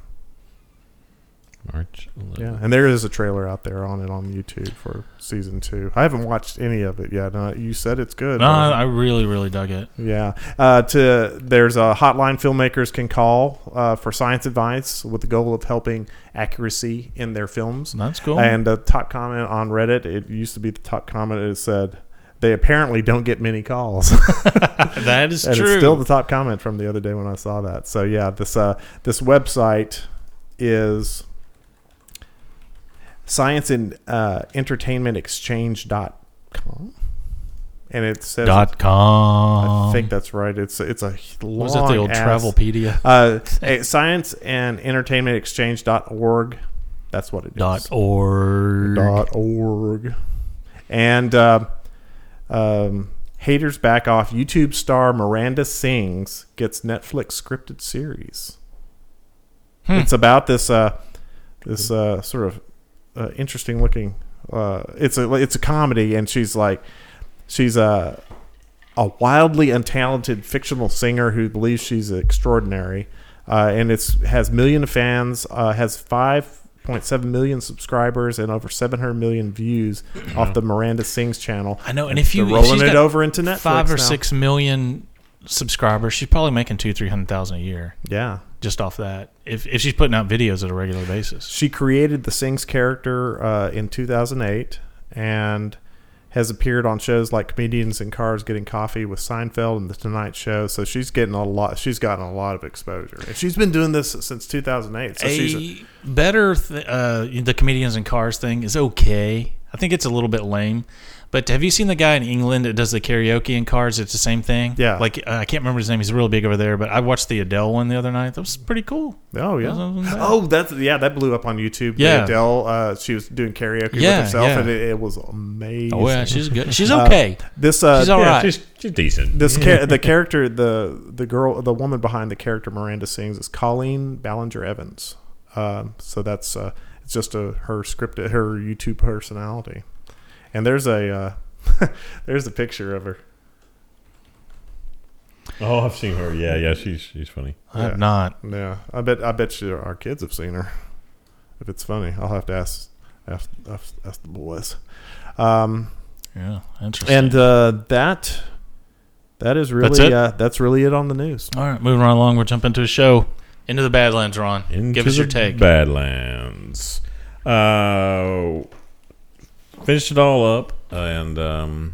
Speaker 3: March. 11th.
Speaker 2: Yeah, and there is a trailer out there on it on YouTube for season two. I haven't watched any of it yet. Uh, you said it's good.
Speaker 1: No, I I really, really dug it.
Speaker 2: yeah. Uh, to there's a hotline filmmakers can call uh, for science advice with the goal of helping accuracy in their films.
Speaker 1: That's cool.
Speaker 2: And the top comment on Reddit, it used to be the top comment. It said they apparently don't get many calls.
Speaker 1: that is
Speaker 2: and
Speaker 1: true.
Speaker 2: it's still the top comment from the other day when I saw that. So yeah, this uh, this website is science and uh, entertainment exchange.com and it says
Speaker 1: dot com.
Speaker 2: I think that's right. It's it's a long
Speaker 1: Um, was it the old
Speaker 2: ass-
Speaker 1: Travelpedia
Speaker 2: uh, eh, science and entertainment exchange.org. That's what it is
Speaker 1: dot org?
Speaker 2: dot org. And uh, um, haters back off. YouTube star Miranda Sings gets Netflix scripted series.
Speaker 1: Hmm.
Speaker 2: It's about this uh, this uh, sort of uh, interesting looking. Uh, it's a it's a comedy, and she's like she's uh, a wildly untalented fictional singer who believes she's extraordinary, uh, and it's has million fans, uh, has five point seven million subscribers and over seven hundred million views off the Miranda Sings channel.
Speaker 1: I know, and if you
Speaker 2: They're
Speaker 1: if she's
Speaker 2: rolling it
Speaker 1: got
Speaker 2: over into Netflix
Speaker 1: five or
Speaker 2: now.
Speaker 1: six million subscribers, she's probably making two three hundred thousand a year
Speaker 2: Yeah,
Speaker 1: just off that. If if she's putting out videos at a regular basis,
Speaker 2: She created the Sings character uh, in 2008 and has appeared on shows like Comedians in Cars Getting Coffee with Seinfeld and The Tonight Show. So she's getting a lot. She's gotten a lot of exposure. And she's been doing this since 2008. So she's a,
Speaker 1: a better th- uh, the comedians and cars thing is okay. I think it's a little bit lame. But have you seen the guy in England that does the karaoke and cars? It's the same thing.
Speaker 2: Yeah.
Speaker 1: Like uh, I can't remember his name. He's real big over there. But I watched the Adele one the other night. That was pretty cool.
Speaker 2: oh yeah.
Speaker 1: That wasn't bad.
Speaker 2: Oh, that's yeah. That blew up on YouTube. The
Speaker 1: Yeah.
Speaker 2: Adele. Uh, she was doing karaoke
Speaker 1: Yeah,
Speaker 2: with herself,
Speaker 1: yeah.
Speaker 2: and it, it was amazing.
Speaker 1: Oh yeah, she's good. She's okay.
Speaker 2: this uh,
Speaker 1: she's all
Speaker 3: yeah,
Speaker 1: right.
Speaker 3: she's, she's decent.
Speaker 2: This char- the character, the the girl, the woman behind the character Miranda sings is Colleen Ballinger Evans. Um, so that's uh, it's just a her script, her YouTube personality, and there's a uh, there's a picture of her.
Speaker 3: Oh, I've seen her. Yeah, yeah, she's she's funny.
Speaker 1: I have
Speaker 2: yeah.
Speaker 1: not.
Speaker 2: Yeah, I bet I bet you our kids have seen her. If it's funny, I'll have to ask ask, ask, ask the boys. Um,
Speaker 1: Yeah, interesting.
Speaker 2: and uh, that that is really
Speaker 1: it?
Speaker 2: Uh, that's really it on the news.
Speaker 1: all right, moving right along. We're jumping to a show. Into the Badlands, Ron.
Speaker 3: Into
Speaker 1: Give us your
Speaker 3: the
Speaker 1: take.
Speaker 3: Badlands. Uh, finished it all up, and um,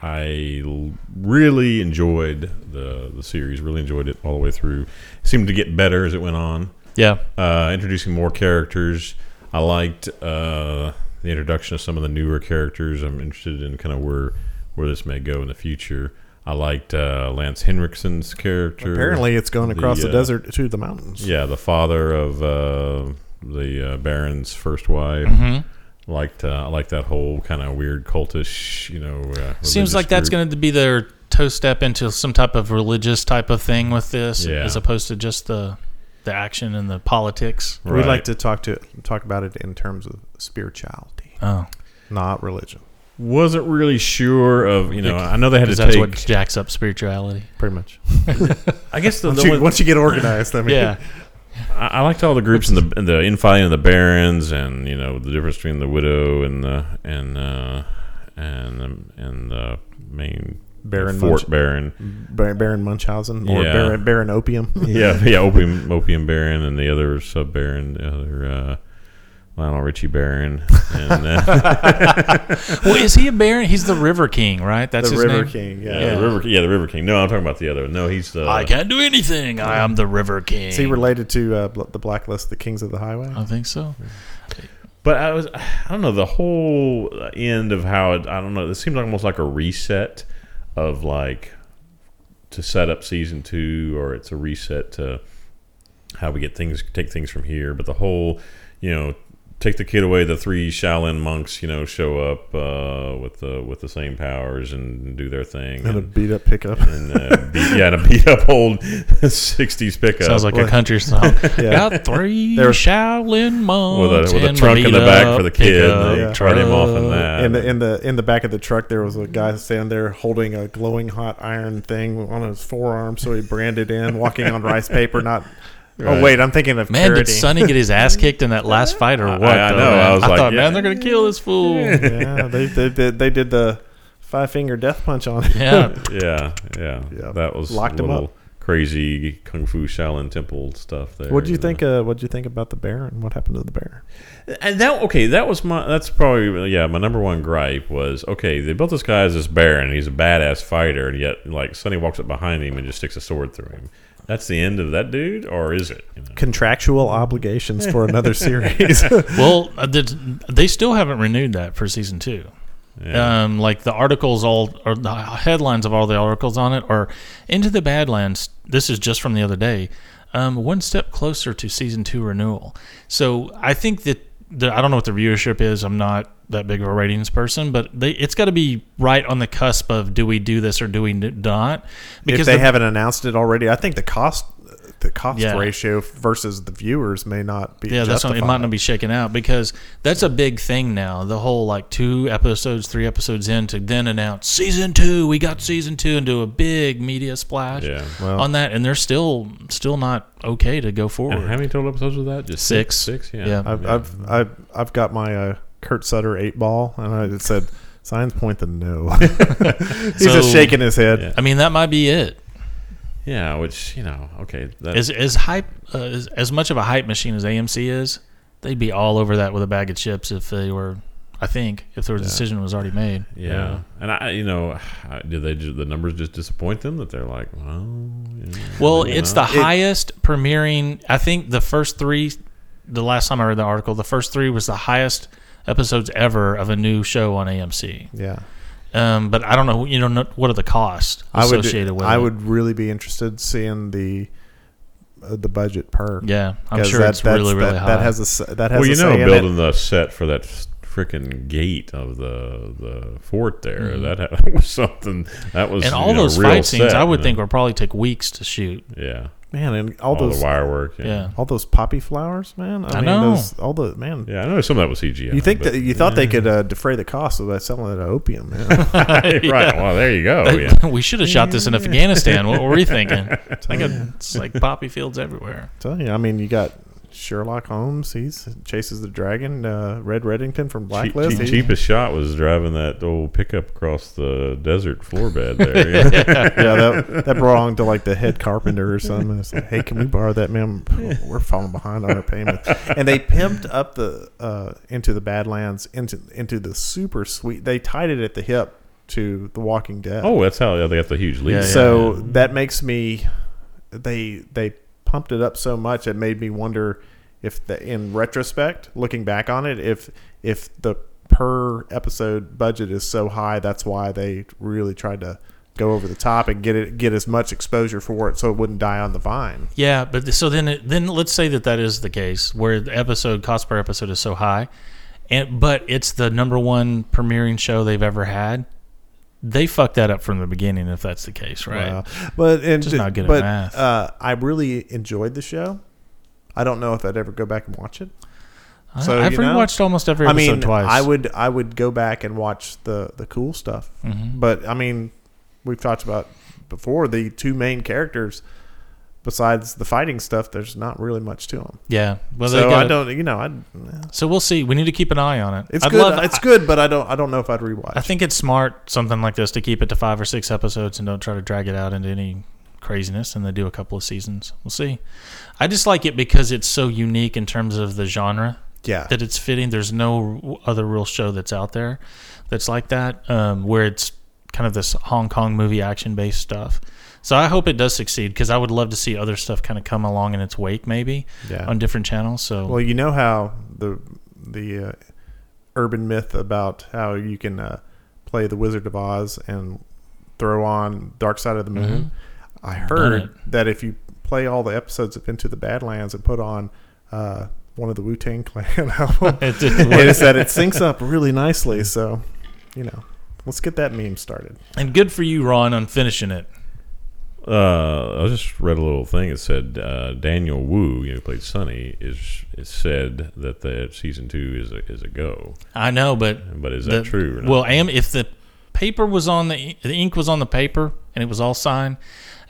Speaker 3: I l- really enjoyed the the series. Really enjoyed it all the way through. It seemed to get better as it went on.
Speaker 1: yeah.
Speaker 3: Uh, introducing more characters. I liked uh, the introduction of some of the newer characters. I'm interested in kind of where where this may go in the future. I liked uh, Lance Henriksen's character.
Speaker 2: Apparently, it's going across the,
Speaker 3: uh,
Speaker 2: desert to the mountains.
Speaker 3: Yeah, the father of uh, the uh, Baron's first wife.
Speaker 1: Mm-hmm.
Speaker 3: Liked uh, I like that whole kind of weird cultish, you know. Uh,
Speaker 1: Seems like that's going to be their toe step into some type of religious type of thing with this,
Speaker 3: Yeah.
Speaker 1: as opposed to just the the action and the politics.
Speaker 3: to.
Speaker 2: We'd like to talk to talk about it in terms of spirituality,
Speaker 1: Oh,
Speaker 2: not religion.
Speaker 3: Wasn't really sure of you know. I know they had to
Speaker 1: because that's what
Speaker 3: take.
Speaker 1: jacks up spirituality.
Speaker 2: Pretty much.
Speaker 3: I guess the,
Speaker 2: Once
Speaker 3: the
Speaker 2: you,
Speaker 3: one,
Speaker 2: once you get organized, I mean,
Speaker 1: Yeah,
Speaker 3: I, I liked all the groups and the and the infighting of the barons and you know the difference between the widow and the and uh, and um, and the main
Speaker 2: Baron
Speaker 3: fort
Speaker 2: Munch-
Speaker 3: baron.
Speaker 2: Bar- Baron Munchausen or
Speaker 3: Yeah.
Speaker 2: Baron, Baron Opium.
Speaker 3: yeah, yeah, opium, opium baron, and the other sub baron, the other uh, Lionel Richie baron, and uh,
Speaker 1: well, is he a baron? He's the River King, right? That's
Speaker 2: the
Speaker 1: his
Speaker 2: River
Speaker 1: name?
Speaker 2: King. Yeah.
Speaker 3: yeah, the river, yeah, the river king. No, I'm talking about the other. No, he's the.
Speaker 1: I can't do anything. I am the River King.
Speaker 2: Is he related to uh, Bl- the Blacklist, the Kings of the Highway?
Speaker 1: I think so.
Speaker 3: But I was, I don't know, the whole end of how it. I don't know. It seemed like almost like a reset of like to set up season two, or it's a reset to how we get things, take things from here. But the whole, you know, take the kid away. The three Shaolin monks, you know, show up uh, with the with the same powers and do their thing.
Speaker 2: And a
Speaker 3: And,
Speaker 2: beat up pickup.
Speaker 3: and, uh, beat, yeah, and a beat up old '60s pickup.
Speaker 1: Sounds like a
Speaker 2: well-
Speaker 1: country song.
Speaker 2: Yeah.
Speaker 1: Got three
Speaker 2: There was-
Speaker 1: Shaolin monks
Speaker 3: with a, with a
Speaker 1: and
Speaker 3: trunk in the back
Speaker 1: lead-up
Speaker 3: for the kid.
Speaker 1: pickup
Speaker 3: and They
Speaker 2: Yeah.
Speaker 3: tried him off in
Speaker 1: truck.
Speaker 3: that.
Speaker 2: In the in the in the back of the truck, there was a guy standing there holding a glowing hot iron thing on his forearm, so he branded in, walking on rice paper. Not. Oh
Speaker 3: Right.
Speaker 2: wait, I'm thinking of
Speaker 1: Man,
Speaker 2: parody.
Speaker 1: did Sonny get his ass kicked in that last fight or
Speaker 3: I-
Speaker 1: what?
Speaker 3: I
Speaker 1: though,
Speaker 3: know.
Speaker 1: man?
Speaker 3: I was like,
Speaker 1: thought,
Speaker 3: yeah.
Speaker 1: man, they're gonna kill this fool. yeah,
Speaker 2: yeah, they, they, they, they did the five finger death punch on him.
Speaker 3: yeah, yeah,
Speaker 2: Yeah.
Speaker 3: That was
Speaker 2: Locked him
Speaker 3: little Crazy kung fu Shaolin temple stuff there.
Speaker 2: What do you
Speaker 3: know.
Speaker 2: think? Uh, what do you think about the Baron? What happened to the Baron?
Speaker 3: And that okay, that was my. That's probably yeah. My number one gripe was okay. They built this guy as this baron. He's a badass fighter, and yet like Sonny walks up behind him and just sticks a sword through him. That's the end of that dude, or is it? You know?
Speaker 2: Contractual obligations for another series.
Speaker 1: Well, uh, did- they still haven't renewed that for season two. Um, like the articles, all or the headlines of all the articles on it are "Into the Badlands." This is just from the other day. Um, one step closer to season two renewal. So I think that the, I don't know what the viewership is. I'm not that big of a ratings person, but they, it's got to be right on the cusp of do we do this or do we n- not?
Speaker 2: if they
Speaker 1: the-
Speaker 2: haven't announced it already, I think the cost the cost
Speaker 1: Yeah.
Speaker 2: ratio versus the viewers may not be.
Speaker 1: Yeah, that's not, it might not be shaken out because that's a big thing now. The whole like two episodes, three episodes in to then announce season two. We got season two and do a big media splash
Speaker 3: Yeah.
Speaker 2: Well-
Speaker 1: on that, and they're still still not okay to go forward.
Speaker 3: And how many total episodes was that? Just
Speaker 1: Six.
Speaker 3: Six. Yeah.
Speaker 1: Yeah.
Speaker 2: I've, I've I've I've got my uh, Kurt Sutter eight ball, and I, it said signs point the no. He's
Speaker 1: So-
Speaker 2: just shaking his head.
Speaker 3: Yeah.
Speaker 1: I mean, that might be it.
Speaker 3: Yeah, Which you know, okay. That,
Speaker 1: As as hype uh, as, as much of a hype machine as AMC is, they'd be all over that with a bag of chips if they were. I think if their decision was already made.
Speaker 3: yeah. And I, you know, I, do they ju- the numbers just disappoint them that they're like, well, you know,
Speaker 1: Well,
Speaker 3: maybe
Speaker 1: it's the
Speaker 3: not.
Speaker 1: highest premiering. I think the first three, the last time I read the article, the first three was the highest episodes ever of a new show on AMC.
Speaker 2: Yeah.
Speaker 1: Um, but I don't know, you know, no- what are the costs
Speaker 2: I would
Speaker 1: associated with
Speaker 2: I
Speaker 1: it?
Speaker 2: would really be interested seeing the uh, the budget per.
Speaker 1: Yeah, I'm
Speaker 2: 'Cause
Speaker 1: sure
Speaker 2: that-
Speaker 1: it's really,
Speaker 2: that's-
Speaker 1: really
Speaker 2: that,
Speaker 1: high.
Speaker 2: That has a s- that has
Speaker 3: well, you
Speaker 2: a
Speaker 3: know,
Speaker 2: say in it.
Speaker 3: building the set for that freaking gate of the the fort there. That, that was something. That was
Speaker 1: Mm-hmm. and
Speaker 3: you
Speaker 1: all
Speaker 3: know,
Speaker 1: those
Speaker 3: real
Speaker 1: fight scenes,
Speaker 3: set,
Speaker 1: I would
Speaker 3: and-
Speaker 1: think, would probably take weeks to shoot.
Speaker 3: Yeah.
Speaker 2: man, and all,
Speaker 3: All,
Speaker 2: those
Speaker 3: the wire work.
Speaker 1: Yeah.
Speaker 3: Yeah.
Speaker 2: all those poppy flowers, man. I,
Speaker 1: I
Speaker 2: mean,
Speaker 1: know.
Speaker 2: those, all the man.
Speaker 3: Yeah, I know some of that was CGI.
Speaker 2: You think
Speaker 3: but-
Speaker 2: that you thought they could uh, defray the cost of that selling that opium? Man.
Speaker 3: right? Well, there you go.
Speaker 2: Oh,
Speaker 3: Yeah.
Speaker 1: we should have shot this in Afghanistan. What were we thinking? It's like, a, it's like poppy fields everywhere.
Speaker 2: Tell you, I mean, you got Sherlock Holmes. He's chases the dragon. Uh, Red Reddington from
Speaker 3: Che- che-
Speaker 2: Blacklist. he,
Speaker 3: cheapest shot was driving that old pickup across the desert floor bed there. Yeah.
Speaker 2: yeah, that, that belonged to like the head carpenter or something. It's like, hey, can we borrow that, man? We're falling behind on our payments. And they pimped up the uh, into the Badlands into into the super sweet. They tied it at the hip to The Walking Dead.
Speaker 3: Oh, that's how yeah, they got the huge lead.
Speaker 1: Yeah,
Speaker 2: so that makes me they they pumped it up so much it made me wonder if the, in retrospect looking back on it if if the per episode budget is so high that's why they really tried to go over the top and get it get as much exposure for it so it wouldn't die on the vine
Speaker 1: Yeah, but th- so then it, then let's say that that is the case where the episode cost per episode is so high, and but it's the number one premiering show they've ever had. They fucked that up from the beginning if that's the case, right?
Speaker 2: Wow. But and
Speaker 1: Just not good at
Speaker 2: but,
Speaker 1: math.
Speaker 2: Uh, I really enjoyed the show. I don't know if I'd ever go back and watch it.
Speaker 1: I,
Speaker 2: So,
Speaker 1: I've
Speaker 2: you know,
Speaker 1: rewatched almost every
Speaker 2: I
Speaker 1: episode
Speaker 2: mean,
Speaker 1: twice.
Speaker 2: I would I would go back and watch the the cool stuff.
Speaker 1: Mm-hmm.
Speaker 2: But I mean, we've talked about before the two main characters. Besides the fighting stuff, there's not really much to them.
Speaker 1: yeah. Well, they
Speaker 2: so I
Speaker 1: gotta-
Speaker 2: don't, you know, I.
Speaker 1: So we'll see. We need to keep an eye on it.
Speaker 2: It's
Speaker 1: I'd
Speaker 2: good.
Speaker 1: love-
Speaker 2: it's
Speaker 1: I-
Speaker 2: good, but I don't. I don't know if I'd rewatch.
Speaker 1: I think it's smart something like this to keep it to five or six episodes and don't try to drag it out into any craziness. And they do a couple of seasons. We'll see. I just like it because it's so unique in terms of the genre.
Speaker 2: yeah.
Speaker 1: that it's fitting. There's no other real show that's out there that's like that, um, where it's kind of this Hong Kong movie action based stuff. So I hope it does succeed because I would love to see other stuff kind of come along in its wake, maybe
Speaker 2: Yeah.
Speaker 1: on different channels. So
Speaker 2: Well, you know how the the uh, urban myth about how you can uh, play the Wizard of Oz and throw on Dark Side of the Moon. I
Speaker 1: Mm-hmm. it.
Speaker 2: heard that if you play all the episodes of Into the Badlands and put on uh, one of the Wu Tang Clan album,
Speaker 1: It did work.
Speaker 2: it's that it syncs up really nicely. So, you know, let's get that meme started.
Speaker 1: and good for you, Ron, on finishing it.
Speaker 3: Uh, I just read a little thing. It said uh, Daniel Wu, you know, who played Sonny, is, is said that the season two is a, is a go.
Speaker 1: I know, but
Speaker 3: But is that
Speaker 1: the-
Speaker 3: true? Or not?
Speaker 1: Well, AM, if the paper was on the the ink was on the paper and it was all signed,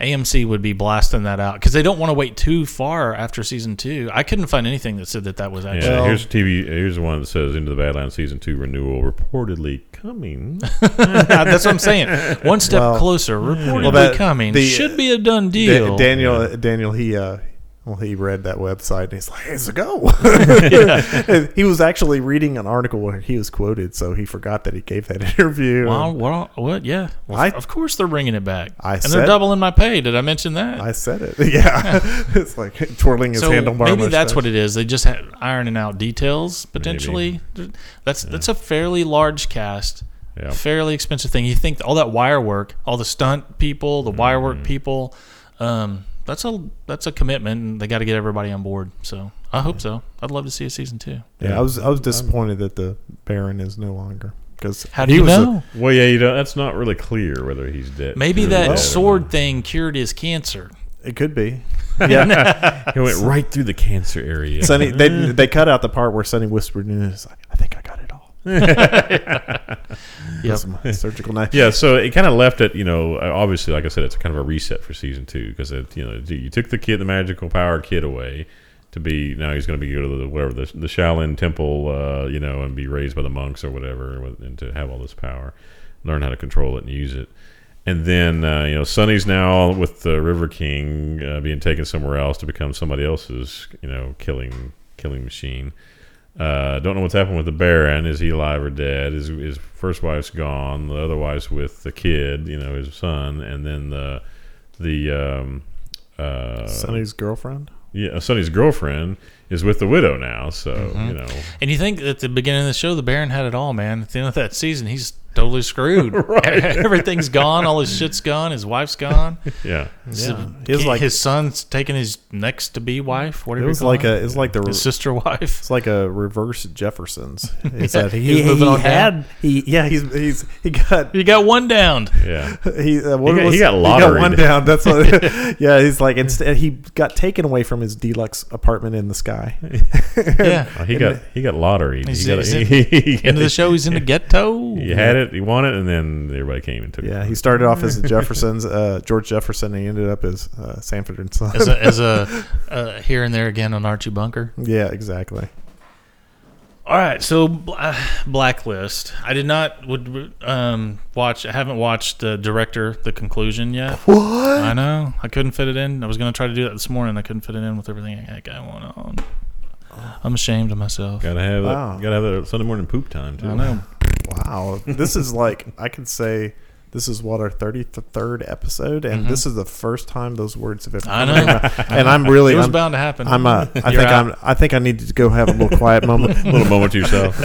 Speaker 1: AMC would be blasting that out because they don't want to wait too far after season two. I couldn't find anything that said that that was actually.
Speaker 3: yeah.
Speaker 2: Well-
Speaker 3: here's TV. Here's the one that says Into the Badlands season two renewal reportedly coming.
Speaker 1: That's what I'm saying. One step
Speaker 2: Well,
Speaker 1: closer, reportedly
Speaker 2: Well, that-
Speaker 1: coming.
Speaker 2: the-
Speaker 1: Should be a done
Speaker 2: Da-
Speaker 1: deal.
Speaker 2: Daniel, Daniel, he uh, well, he read that website and he's like, "It's a go." he was actually reading an article where he was quoted, so he forgot that he gave that interview.
Speaker 1: Well, well, what? Yeah. Well,
Speaker 2: I-
Speaker 1: of course they're bringing it back.
Speaker 2: I
Speaker 1: and
Speaker 2: said-
Speaker 1: they're doubling my pay. Did I mention that?
Speaker 2: I said it. Yeah, it's like twirling his
Speaker 1: so
Speaker 2: handlebar.
Speaker 1: maybe that's
Speaker 2: mustache.
Speaker 1: what it is. They just had ironing out details potentially. That's that's a fairly large cast.
Speaker 3: Yeah.
Speaker 1: Fairly expensive thing. You think all that wire work, all the stunt people, the wire
Speaker 2: Mm-hmm.
Speaker 1: work people, um, that's a that's a commitment, and they got to get everybody on board. So I hope so. I'd love to see a season two.
Speaker 2: Yeah, I was I was disappointed that the Baron is no longer because
Speaker 1: Um, How do you know?
Speaker 3: well, yeah, you know, that's not really clear whether he's dead.
Speaker 1: Maybe
Speaker 3: truly
Speaker 1: that
Speaker 3: dead or
Speaker 1: sword
Speaker 3: not.
Speaker 1: thing cured his cancer.
Speaker 2: It could be. Yeah.
Speaker 3: It went right through the cancer area.
Speaker 2: Sunny, they, they cut out the part where Sunny whispered, and it's like, I think I got it all.
Speaker 1: Yep.
Speaker 2: That's my surgical knife.
Speaker 3: yeah, so it kind of left it. You know, uh, obviously, like I said, it's kind of a reset for season two because it, you know you took the kid, the magical power kid, away to be now he's going to be go to the whatever the, the Shaolin temple, uh, you know, and be raised by the monks or whatever, with- and to have all this power, learn how to control it and use it. And then uh, you know, Sonny's now with the River King uh, being taken somewhere else to become somebody else's, you know, killing killing machine. Uh, don't know what's happened with the Baron. Is he alive or dead? His, his first wife's gone. The other wife's with the kid, you know, his son, and then the the um, uh,
Speaker 2: Sunny's girlfriend?
Speaker 3: yeah, Sonny's girlfriend is with the widow now. So
Speaker 2: Mm-hmm.
Speaker 3: you know,
Speaker 1: And you think at the beginning of the show, the Baron had it all, man. At the end of that season, he's totally screwed. Everything's gone. All his shit's gone. His wife's gone.
Speaker 3: yeah,
Speaker 1: Yeah.
Speaker 2: It was
Speaker 1: His,
Speaker 2: like-
Speaker 1: son's taking his next to be wife.
Speaker 2: It
Speaker 1: Whatever. you
Speaker 2: was
Speaker 1: call
Speaker 2: like
Speaker 1: it.
Speaker 2: a, it's like the,
Speaker 1: his sister wife.
Speaker 2: it's like a reverse Jeffersons. It's that he,
Speaker 1: He's moving on down.
Speaker 2: he, yeah, he's, he's, he got,
Speaker 1: You got one down.
Speaker 3: yeah.
Speaker 2: he, uh, what
Speaker 3: He got-
Speaker 2: was,
Speaker 3: he got lotteried.
Speaker 2: one down. That's what, yeah, he's like, instead, he got taken away from his deluxe apartment in the sky.
Speaker 1: Yeah.
Speaker 3: Uh, he got he got lottery.
Speaker 1: Is
Speaker 3: He
Speaker 1: it-
Speaker 3: got,
Speaker 1: is
Speaker 3: he,
Speaker 1: it End of the show, he's in the ghetto.
Speaker 3: He had it. He won it, and then everybody came and took
Speaker 2: Yeah,
Speaker 3: it.
Speaker 2: he started off as the Jeffersons, uh, George Jefferson, and he ended up as uh, Sanford and Son.
Speaker 1: As a, as a uh, here and there again on Archie Bunker.
Speaker 2: yeah, exactly.
Speaker 1: All right, so Bl- uh, Blacklist. I did not would um watch. I haven't watched the director, the conclusion yet. What? I know. I couldn't fit it in. I was gonna try to do that this morning. I couldn't fit it in with everything I got going on.
Speaker 2: Oh.
Speaker 1: I'm ashamed of myself.
Speaker 3: Gotta have that.
Speaker 2: Wow.
Speaker 3: Gotta have that Sunday morning poop time too.
Speaker 1: I know.
Speaker 2: Wow, this is like I can say this is what our thirty third episode, and this is the first time those words have ever.
Speaker 1: I know.
Speaker 2: And I'm really,
Speaker 1: It was
Speaker 2: I'm,
Speaker 1: bound to happen.
Speaker 2: I'm, uh, I think
Speaker 1: You're out.
Speaker 2: I'm, I think I need to go have a little quiet moment.
Speaker 3: Little moment to yourself.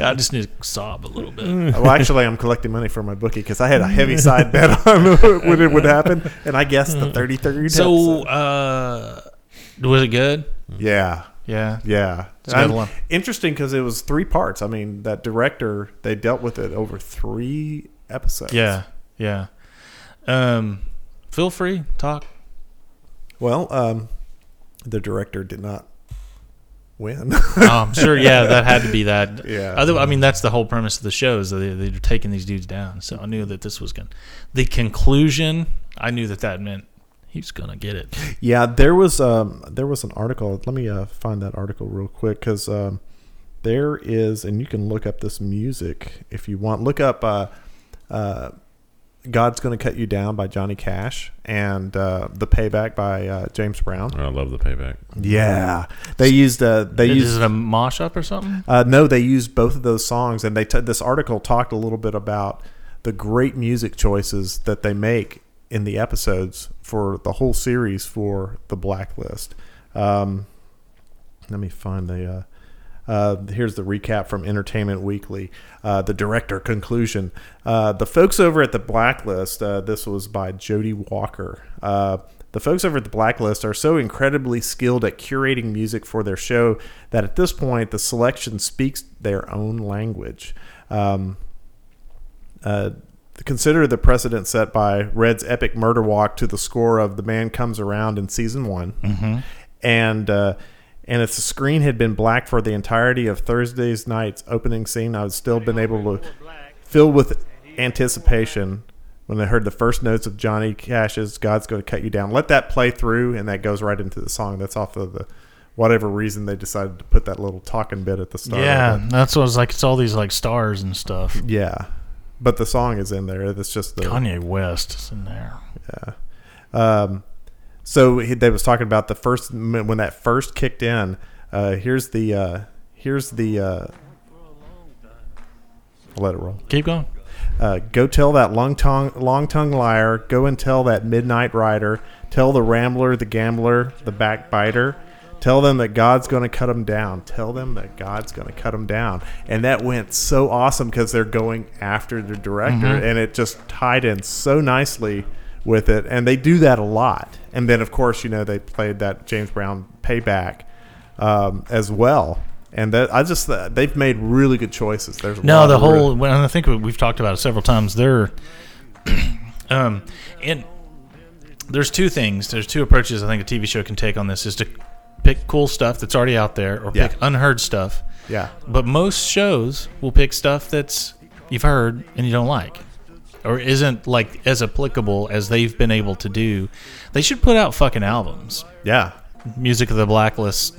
Speaker 1: I just need to sob a little bit.
Speaker 2: well, actually, I'm collecting money for my bookie because I had a heavy side bet on when it would happen, and I guessed the thirty third.
Speaker 1: Hmm. So, uh, was it good?
Speaker 2: yeah,
Speaker 1: Yeah.
Speaker 2: Yeah,
Speaker 1: It's another
Speaker 2: Um,
Speaker 1: one.
Speaker 2: interesting because it was three parts. I mean, that director they dealt with it over three episodes.
Speaker 1: Yeah. Yeah. Um, feel free talk.
Speaker 2: Well, um, the director did not win.
Speaker 1: um, sure, yeah, that had to be that.
Speaker 2: Yeah.
Speaker 1: Other, I mean, that's the whole premise of the show is that they, they're taking these dudes down. So I knew that this was going. to The conclusion, I knew that that meant he's going to get it.
Speaker 2: yeah, there was um, there was an article. Let me uh, find that article real quick because um, there is, and you can look up this music if you want. Look up. Uh, uh, God's going to cut you down by Johnny Cash and uh, the payback by uh, James Brown.
Speaker 3: I love the payback.
Speaker 2: Yeah, they used uh, they used
Speaker 1: Is it a mosh up or something?
Speaker 2: Uh, no, they used both of those songs, and they t- this article talked a little bit about the great music choices that they make in the episodes for the whole series for the Blacklist. Um, let me find the. Uh, uh, here's the recap from Entertainment Weekly. Uh, the director conclusion. Uh, the folks over at the Blacklist, uh, this was by Jody Walker. Uh, the folks over at the Blacklist are so incredibly skilled at curating music for their show that at this point the selection speaks their own language. Um, uh, consider the precedent set by Red's epic murder walk to the score of "The Man Comes Around" in season one, and uh, and if the screen had been black for the entirety of Thursday's night's opening scene, I would still been able to fill with anticipation when I heard the first notes of Johnny Cash's "God's Going to Cut You Down." Let that play through, and that goes right into the song. That's off of the whatever reason they decided to put that little talking bit at the start. of it.
Speaker 1: Yeah, that's what I was like. It's all these like stars and stuff.
Speaker 2: Yeah. But the song is in there. It's just the
Speaker 1: Kanye West is in there.
Speaker 2: Um, so he, they was talking about the first when that first kicked in. Uh, here's the uh, here's the uh, I'll let it roll.
Speaker 1: Keep going.
Speaker 2: Uh, go tell that long tongue long tongue liar. Go and tell that midnight rider. Tell the rambler, the gambler, the backbiter. Tell them that God's going to cut them down. Tell them that God's going to cut them down. And that went so awesome because they're going after the director,
Speaker 1: Mm-hmm.
Speaker 2: and it just tied in so nicely with it. And they do that a lot. And then, of course, you know they played that James Brown payback um, as well. And that I just uh, they've made really good choices. There's a lot
Speaker 1: No, the
Speaker 2: of really-
Speaker 1: whole. Well, and I think we- we've talked about it several times. They're, um, and there's two things. There's two approaches I think a TV show can take on this is to pick cool stuff that's already out there or
Speaker 2: Yeah.
Speaker 1: pick unheard stuff.
Speaker 2: Yeah.
Speaker 1: But most shows will pick stuff that's you've heard and you don't like or isn't like as applicable as they've been able to do. They should put out fucking albums.
Speaker 2: Yeah.
Speaker 1: Music of the Blacklist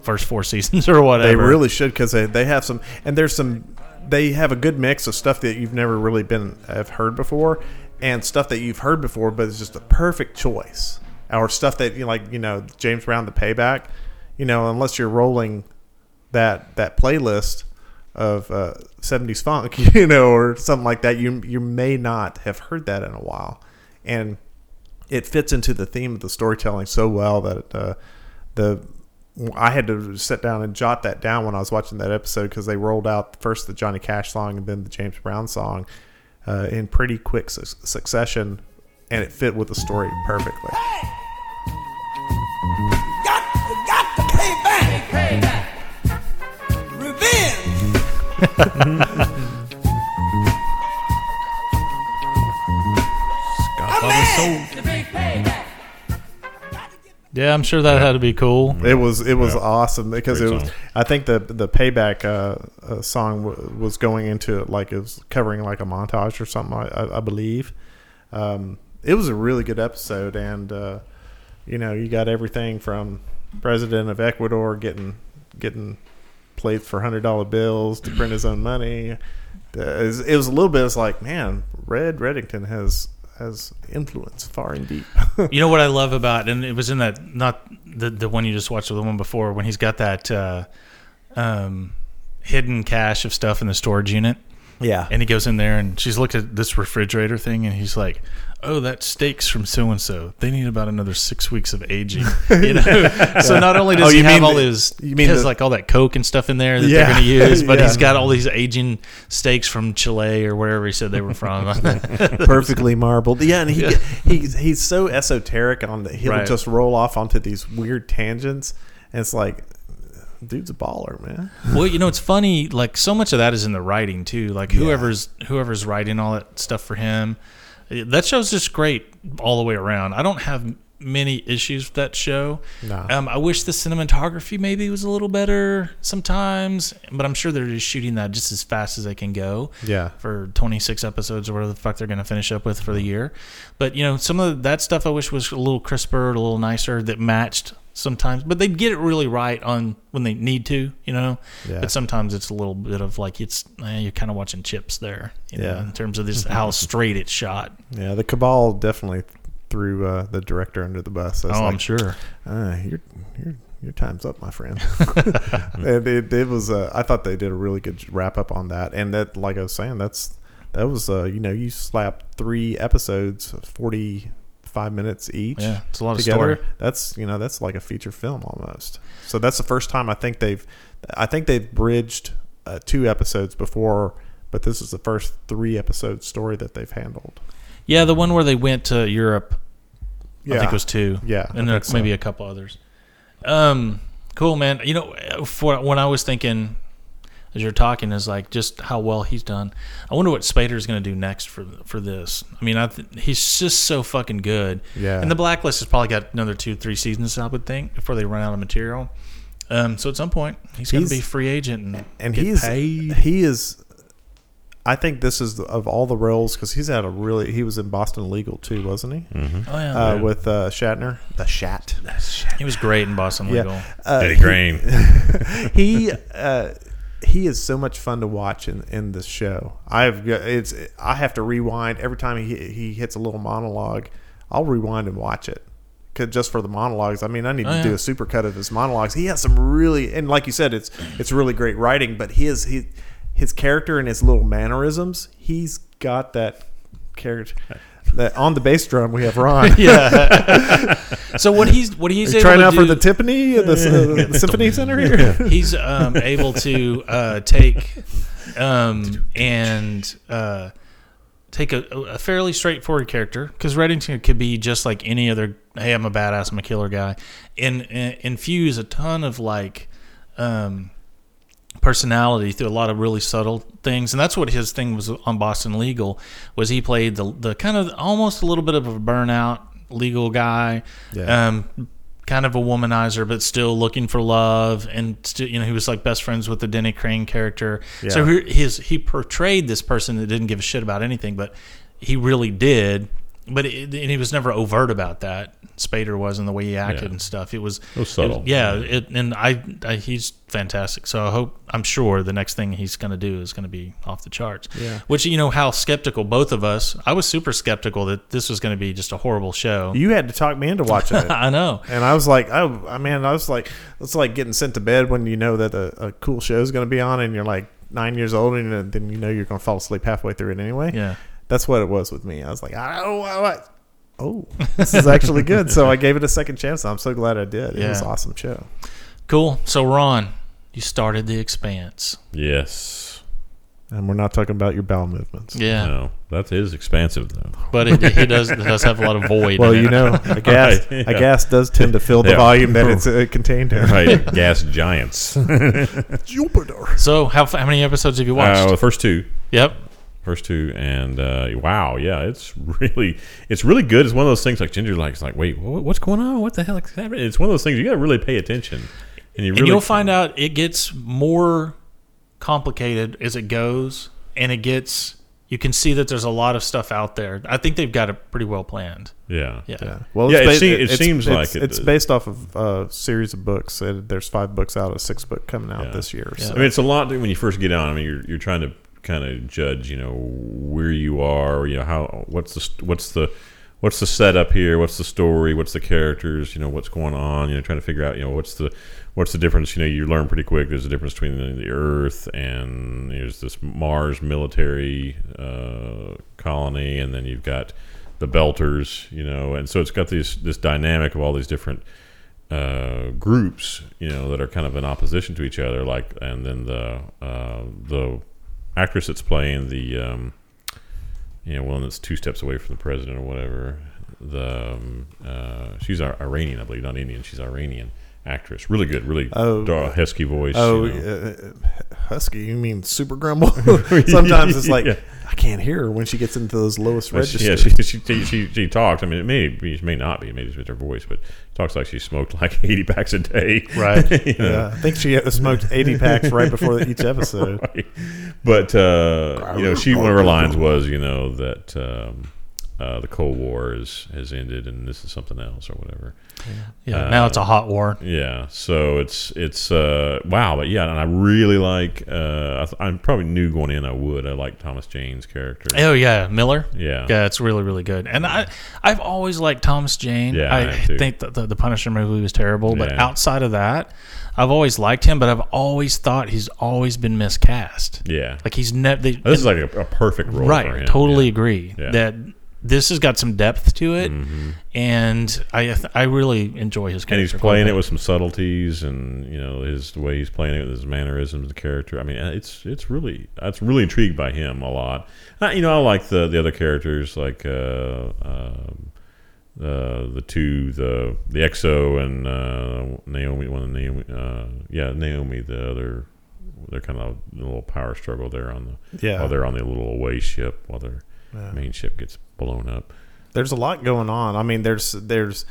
Speaker 1: first four seasons or whatever.
Speaker 2: They really should because they, they have some, and there's some, they have a good mix of stuff that you've never really been have heard before, and stuff that you've heard before, but it's just a perfect choice, or stuff that you know, like, you know, James Brown, The Payback, you know, unless you're rolling that that playlist of uh, 70s funk, you know, or something like that, you you may not have heard that in a while, and it fits into the theme of the storytelling so well that uh, the I had to sit down and jot that down when I was watching that episode because they rolled out first the Johnny Cash song and then the James Brown song uh, in pretty quick su- succession, and it fit with the story perfectly.
Speaker 5: got, you got to pay back. Revenge.
Speaker 1: Yeah, I'm sure that had to be cool.
Speaker 2: It was it was
Speaker 3: Yeah.
Speaker 2: awesome because
Speaker 3: Great
Speaker 2: it was.
Speaker 3: song.
Speaker 2: I think the the payback uh, uh, song w- was going into it like it was covering like a montage or something. I, I, I believe. Um, it was a really good episode, and uh, you know you got everything from president of Ecuador getting getting played for hundred dollar bills to print his own money. Uh, It was, it was a little bit. It's like man, Red Reddington has has influence far and deep.
Speaker 1: You know what I love about, and it was in that not the the one you just watched, the one before when he's got that uh, um, hidden cache of stuff in the storage unit,
Speaker 2: yeah,
Speaker 1: and he goes in there and she's looked at this refrigerator thing, and he's like, "Oh, that steaks from so and so. They need about another six weeks of aging." You know, so not only does
Speaker 2: Oh,
Speaker 1: he
Speaker 2: you
Speaker 1: have
Speaker 2: mean
Speaker 1: all
Speaker 2: the-
Speaker 1: his,
Speaker 2: you
Speaker 1: he
Speaker 2: mean
Speaker 1: has
Speaker 2: the-
Speaker 1: like all that coke and stuff in there that
Speaker 2: Yeah.
Speaker 1: they're going to use, but
Speaker 2: Yeah.
Speaker 1: he's got all these aging steaks from Chile or wherever he said they were from.
Speaker 2: perfectly marbled. Yeah, and he he's he's so esoteric on that he'll
Speaker 1: Right.
Speaker 2: just roll off onto these weird tangents, and it's like, dude's a baller, man.
Speaker 1: well, you know, it's funny. Like so much of that is in the writing too. Like whoever's whoever's writing all that stuff for him, eh, that show's just great all the way around. I don't have many issues with that show.
Speaker 2: Nah.
Speaker 1: Um, I wish the cinematography maybe was a little better sometimes, but I'm sure they're just shooting that just as fast as they can go
Speaker 2: Yeah.
Speaker 1: for 26 episodes or whatever the fuck they're going to finish up with for the year. But you know, some of that stuff I wish was a little crisper, a little nicer that matched sometimes. But they get it really right on when they need to, you know.
Speaker 2: Yeah.
Speaker 1: But sometimes it's a little bit of like it's eh, you're kind of watching chips there, you know,
Speaker 2: Yeah.
Speaker 1: in terms of this how straight it's shot.
Speaker 2: Yeah, the cabal definitely threw uh, the director under the bus. I was
Speaker 1: oh,
Speaker 2: like,
Speaker 1: I'm sure.
Speaker 2: Uh, your your your time's up, my friend. and it, it was. Uh, I thought they did a really good wrap up on that, and that, like I was saying, that's that was. Uh, you know, you slap three episodes, forty five minutes each.
Speaker 1: Yeah, it's a lot of
Speaker 2: together.
Speaker 1: story.
Speaker 2: That's you know that's like a feature film almost. So that's the first time I think they've, I think they've bridged uh, two episodes before, but this is the first three episode story that they've handled.
Speaker 1: Yeah, the one where they went to Europe, I think it was two.
Speaker 2: Yeah, I
Speaker 1: and there,
Speaker 2: think so.
Speaker 1: maybe a couple others. Um, cool, man. You know, for when I was thinking as you're talking is like just how well he's done. I wonder what Spader's going to do next for for this. I mean, I th- he's just so fucking good.
Speaker 2: Yeah.
Speaker 1: And the Blacklist has probably got another two, three seasons, I would think, before they run out of material. Um, so at some point, he's going to
Speaker 2: He's-
Speaker 1: be free agent and,
Speaker 2: and
Speaker 1: get
Speaker 2: he's
Speaker 1: paid.
Speaker 2: he is i think this is the, of all the roles because he's had a really he was in boston legal too wasn't he
Speaker 1: Oh yeah,
Speaker 2: uh, with uh, shatner the shat
Speaker 1: he was great in Boston Legal.
Speaker 2: yeah Uh,
Speaker 3: Eddie Crane.
Speaker 2: he uh, he is so much fun to watch in, in this show. I've got- it's I have to rewind every time he he hits a little monologue. I'll rewind and watch it. 'Cause just for the monologues. I mean, I need
Speaker 1: Oh,
Speaker 2: to do
Speaker 1: yeah.
Speaker 2: a supercut of his monologues. He has some really and like you said, it's it's really great writing. But his his his character and his little mannerisms. He's got that character. That on the bass drum we have Ron.
Speaker 1: Yeah. so what he's what he's able
Speaker 2: Trying
Speaker 1: to
Speaker 2: out
Speaker 1: do,
Speaker 2: for the Tiffany, the, the, the Symphony Center here.
Speaker 1: he's um, able to uh, take um, and uh, take a, a fairly straightforward character because Reddington could be just like any other. Hey, I'm a badass. I'm a killer guy, and, and infuse a ton of like. Um, personality through a lot of really subtle things and that's what his thing was on Boston Legal was he played the the kind of almost a little bit of a burnout legal guy,
Speaker 2: Yeah.
Speaker 1: um, kind of a womanizer, but still looking for love, and still, you know, he was like best friends with the Denny Crane character. So
Speaker 2: Yeah.
Speaker 1: he, his he portrayed this person that didn't give a shit about anything, but he really did. But it, and he was never overt about that. Spader was in the way he acted
Speaker 3: Yeah.
Speaker 1: and stuff. It was,
Speaker 3: was subtle.
Speaker 1: yeah, it, and I, I he's fantastic. So I hope I'm sure the next thing he's going to do is going to be off the charts.
Speaker 2: Yeah.
Speaker 1: Which you know how skeptical both of us. I was super skeptical that this was going to be just a horrible show.
Speaker 2: You had to talk me into watching it.
Speaker 1: I know.
Speaker 2: And I was like, oh, I mean, I was like, it's like getting sent to bed when you know that a, a cool show is going to be on, and you're like nine years old, and then you know you're going to fall asleep halfway through it anyway.
Speaker 1: Yeah.
Speaker 2: that's what it was with me. I was like, I don't want. to- Oh, this is actually good. So I gave it a second chance. and I'm so glad I did. It was an
Speaker 1: Yeah.
Speaker 2: awesome show.
Speaker 1: Cool. So Ron, you started The Expanse.
Speaker 3: Yes.
Speaker 2: And we're not talking about your bowel movements.
Speaker 1: Yeah.
Speaker 3: No, that is expansive though.
Speaker 1: But it, it does it does have a lot of void.
Speaker 2: Well,
Speaker 1: in
Speaker 2: you
Speaker 1: it.
Speaker 2: know, a gas,
Speaker 3: Right,
Speaker 2: a
Speaker 3: yeah.
Speaker 2: gas does tend to fill the
Speaker 3: Yeah.
Speaker 2: volume that it's uh, contained in.
Speaker 3: Right, gas giants. Uh,
Speaker 2: Jupiter.
Speaker 1: So how f- how many episodes have you watched?
Speaker 3: the first two,
Speaker 1: yep.
Speaker 3: first two, and uh, wow, yeah, it's really, it's really good. It's one of those things like Ginger likes, like, wait, wha- what's going on? What the hell is happening? It's one of those things you got to really pay attention, and you
Speaker 1: And
Speaker 3: really
Speaker 1: you'll find out it gets more complicated as it goes, and it gets. You can see that there's a lot of stuff out there. I think they've got it pretty well planned.
Speaker 3: yeah,
Speaker 1: Yeah.
Speaker 2: Yeah. Well,
Speaker 3: Yeah, it
Speaker 2: ba-
Speaker 3: se- it
Speaker 2: it's-
Speaker 3: seems
Speaker 2: it's-
Speaker 3: like it
Speaker 2: it's
Speaker 3: does.
Speaker 2: based off of a series of books. Uh, There's five books out, a six book coming out
Speaker 3: Yeah.
Speaker 2: this year.
Speaker 1: Yeah.
Speaker 2: So.
Speaker 3: I mean, it's a lot when you first get on. I mean, you're you're trying to kind of judge, you know, where you are, you know, how what's the st- what's the what's the setup here, what's the story, what's the characters, you know, what's going on, you know, trying to figure out, you know, what's the what's the difference. You know, you learn pretty quick. There's a difference between the, the Earth and there's this Mars military uh, colony, and then you've got the Belters, you know, and so it's got these this dynamic of all these different uh, groups, you know, that are kind of in opposition to each other. Like, and then the uh, the actress that's playing the um, you know one that's two steps away from the president or whatever. The um, uh, she's Ar- Iranian, I believe, not Indian. She's Iranian actress. Really good, really
Speaker 2: Oh.
Speaker 3: dark, husky voice.
Speaker 2: Oh,
Speaker 3: you know.
Speaker 2: uh, husky! You mean super grumble? Sometimes it's like
Speaker 3: Yeah.
Speaker 2: I can't hear her when she gets into those lowest
Speaker 3: But she- yeah,
Speaker 2: registers.
Speaker 3: she, she, she, she, she talks. I mean, it may be, it may not be, maybe it's with her voice, but talks like she smoked like eighty packs a day.
Speaker 1: Right.
Speaker 3: You know?
Speaker 2: Yeah, I think she smoked eighty packs right before each episode.
Speaker 3: Right. But uh, you know, she one of her lines was, you know, that um, uh, the Cold War is, has ended and this is something else or whatever.
Speaker 1: Yeah. now it's a hot war.
Speaker 3: Yeah. So it's it's uh, wow, but yeah, and I really like. Uh, I, th- I probably knew going in I would. I like Thomas Jane's character.
Speaker 1: Oh yeah, Miller.
Speaker 3: Yeah.
Speaker 1: yeah, it's really really good. And I, I've always liked Thomas Jane.
Speaker 3: Yeah, I
Speaker 1: I,
Speaker 3: have too.
Speaker 1: think the, the the Punisher movie was terrible, but
Speaker 3: Yeah.
Speaker 1: outside of that, I've always liked him. But I've always thought he's always been miscast.
Speaker 3: Yeah.
Speaker 1: like he's never.
Speaker 3: This is like a, a perfect role.
Speaker 1: right
Speaker 3: for him.
Speaker 1: totally
Speaker 3: Yeah.
Speaker 1: agree
Speaker 3: Yeah. Mm-hmm.
Speaker 1: that this has got some depth to it and i i really enjoy his character
Speaker 3: And he's playing
Speaker 1: quite a
Speaker 3: it
Speaker 1: bit.
Speaker 3: with some subtleties, and you know his the way he's playing it, his mannerisms, the character. I mean, uh, it's it's really it's really intrigued by him a lot. I, you know, I like the the other characters, like uh, um uh, the two, the the EXO and uh, Naomi. One of Naomi, uh, yeah, Naomi. The other, they're kind of in a little power struggle there on the
Speaker 2: Yeah.
Speaker 3: while they're on the little away ship while their main ship gets blown up.
Speaker 2: There's a lot going on. I mean, there's there's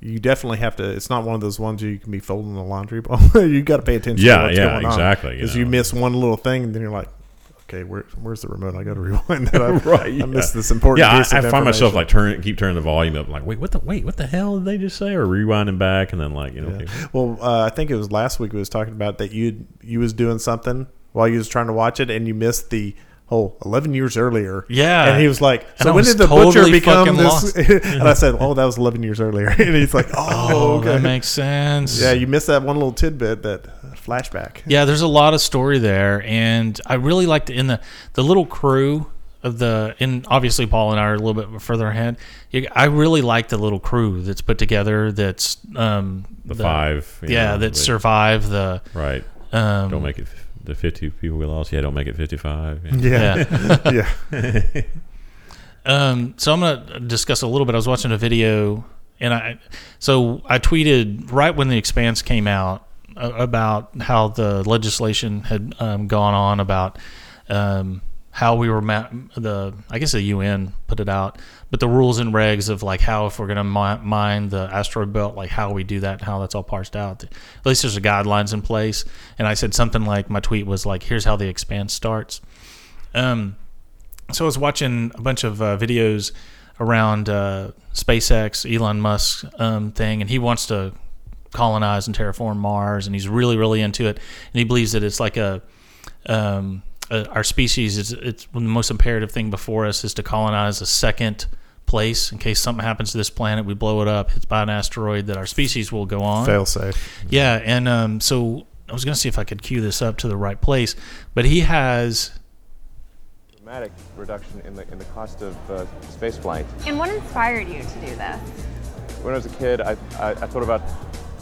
Speaker 2: you definitely have to. It's not one of those ones you can be folding the laundry ball. you got to pay attention.
Speaker 3: Yeah,
Speaker 2: to what's
Speaker 3: yeah,
Speaker 2: going on.
Speaker 3: exactly, you
Speaker 2: Because
Speaker 3: know.
Speaker 2: you, miss one little thing, and then you're like, okay, where, where's the remote? I got to rewind that. I,
Speaker 3: right.
Speaker 2: I missed this important.
Speaker 3: Yeah,
Speaker 2: piece
Speaker 3: I, I
Speaker 2: of
Speaker 3: find myself
Speaker 2: information.
Speaker 3: like turn keep turning the volume up. Like, wait, what the wait, what the hell did they just say? Or rewinding back and then like you know, okay.
Speaker 2: Well, uh, I think it was last week we was talking about that you you was doing something while you was trying to watch it and you missed the whole eleven years earlier.
Speaker 1: Yeah.
Speaker 2: and he was like,
Speaker 1: And I
Speaker 2: "So when
Speaker 1: was
Speaker 2: did the butcher
Speaker 1: totally
Speaker 2: become
Speaker 1: fucking
Speaker 2: this?"
Speaker 1: lost.
Speaker 2: and I said, "Oh, that was eleven years earlier." and he's like, "Oh,
Speaker 1: oh
Speaker 2: okay."
Speaker 1: that makes sense
Speaker 2: yeah, you missed that one little tidbit, that uh, flashback.
Speaker 1: yeah there's a lot of story there and i really liked in the the little crew of the and obviously paul and i are a little bit further ahead You- i really like the little crew that's put together that's um
Speaker 3: the, five. you
Speaker 1: yeah
Speaker 3: know,
Speaker 1: that
Speaker 3: they-
Speaker 1: survive the
Speaker 3: Right.
Speaker 1: um
Speaker 3: Don't make it f- the fifty people we lost. Yeah, don't make it fifty-five. Yeah.
Speaker 2: Yeah,
Speaker 1: yeah
Speaker 2: yeah.
Speaker 1: Um, so I'm going to discuss a little bit. I was watching a video, and I so I tweeted right when the Expanse came out uh, about how the legislation had um, gone on about um, how we were ma- the I guess the UN put it out, but the rules and regs of like how if we're gonna mi- mine the asteroid belt, like how we do that, and how that's all parsed out. At least there's a guidelines in place. And I said something like my tweet was like, "Here's how the expanse starts." Um, so I was watching a bunch of uh, videos around uh, SpaceX, Elon Musk um, thing, and he wants to colonize and terraform Mars, and he's really, really into it, and he believes that it's like a um, uh, our species is it's one of the most imperative thing before us is to colonize a second place in case something happens to this planet, we blow it up, hits by an asteroid, that our species will go on.
Speaker 2: Fail safe.
Speaker 1: Yeah, and um, so I was going to see if I could cue this up to the right place, but he has
Speaker 6: dramatic reduction in the, in the cost of uh, space flight.
Speaker 7: And what inspired you to do this?
Speaker 6: When I was a kid, I, I, I thought about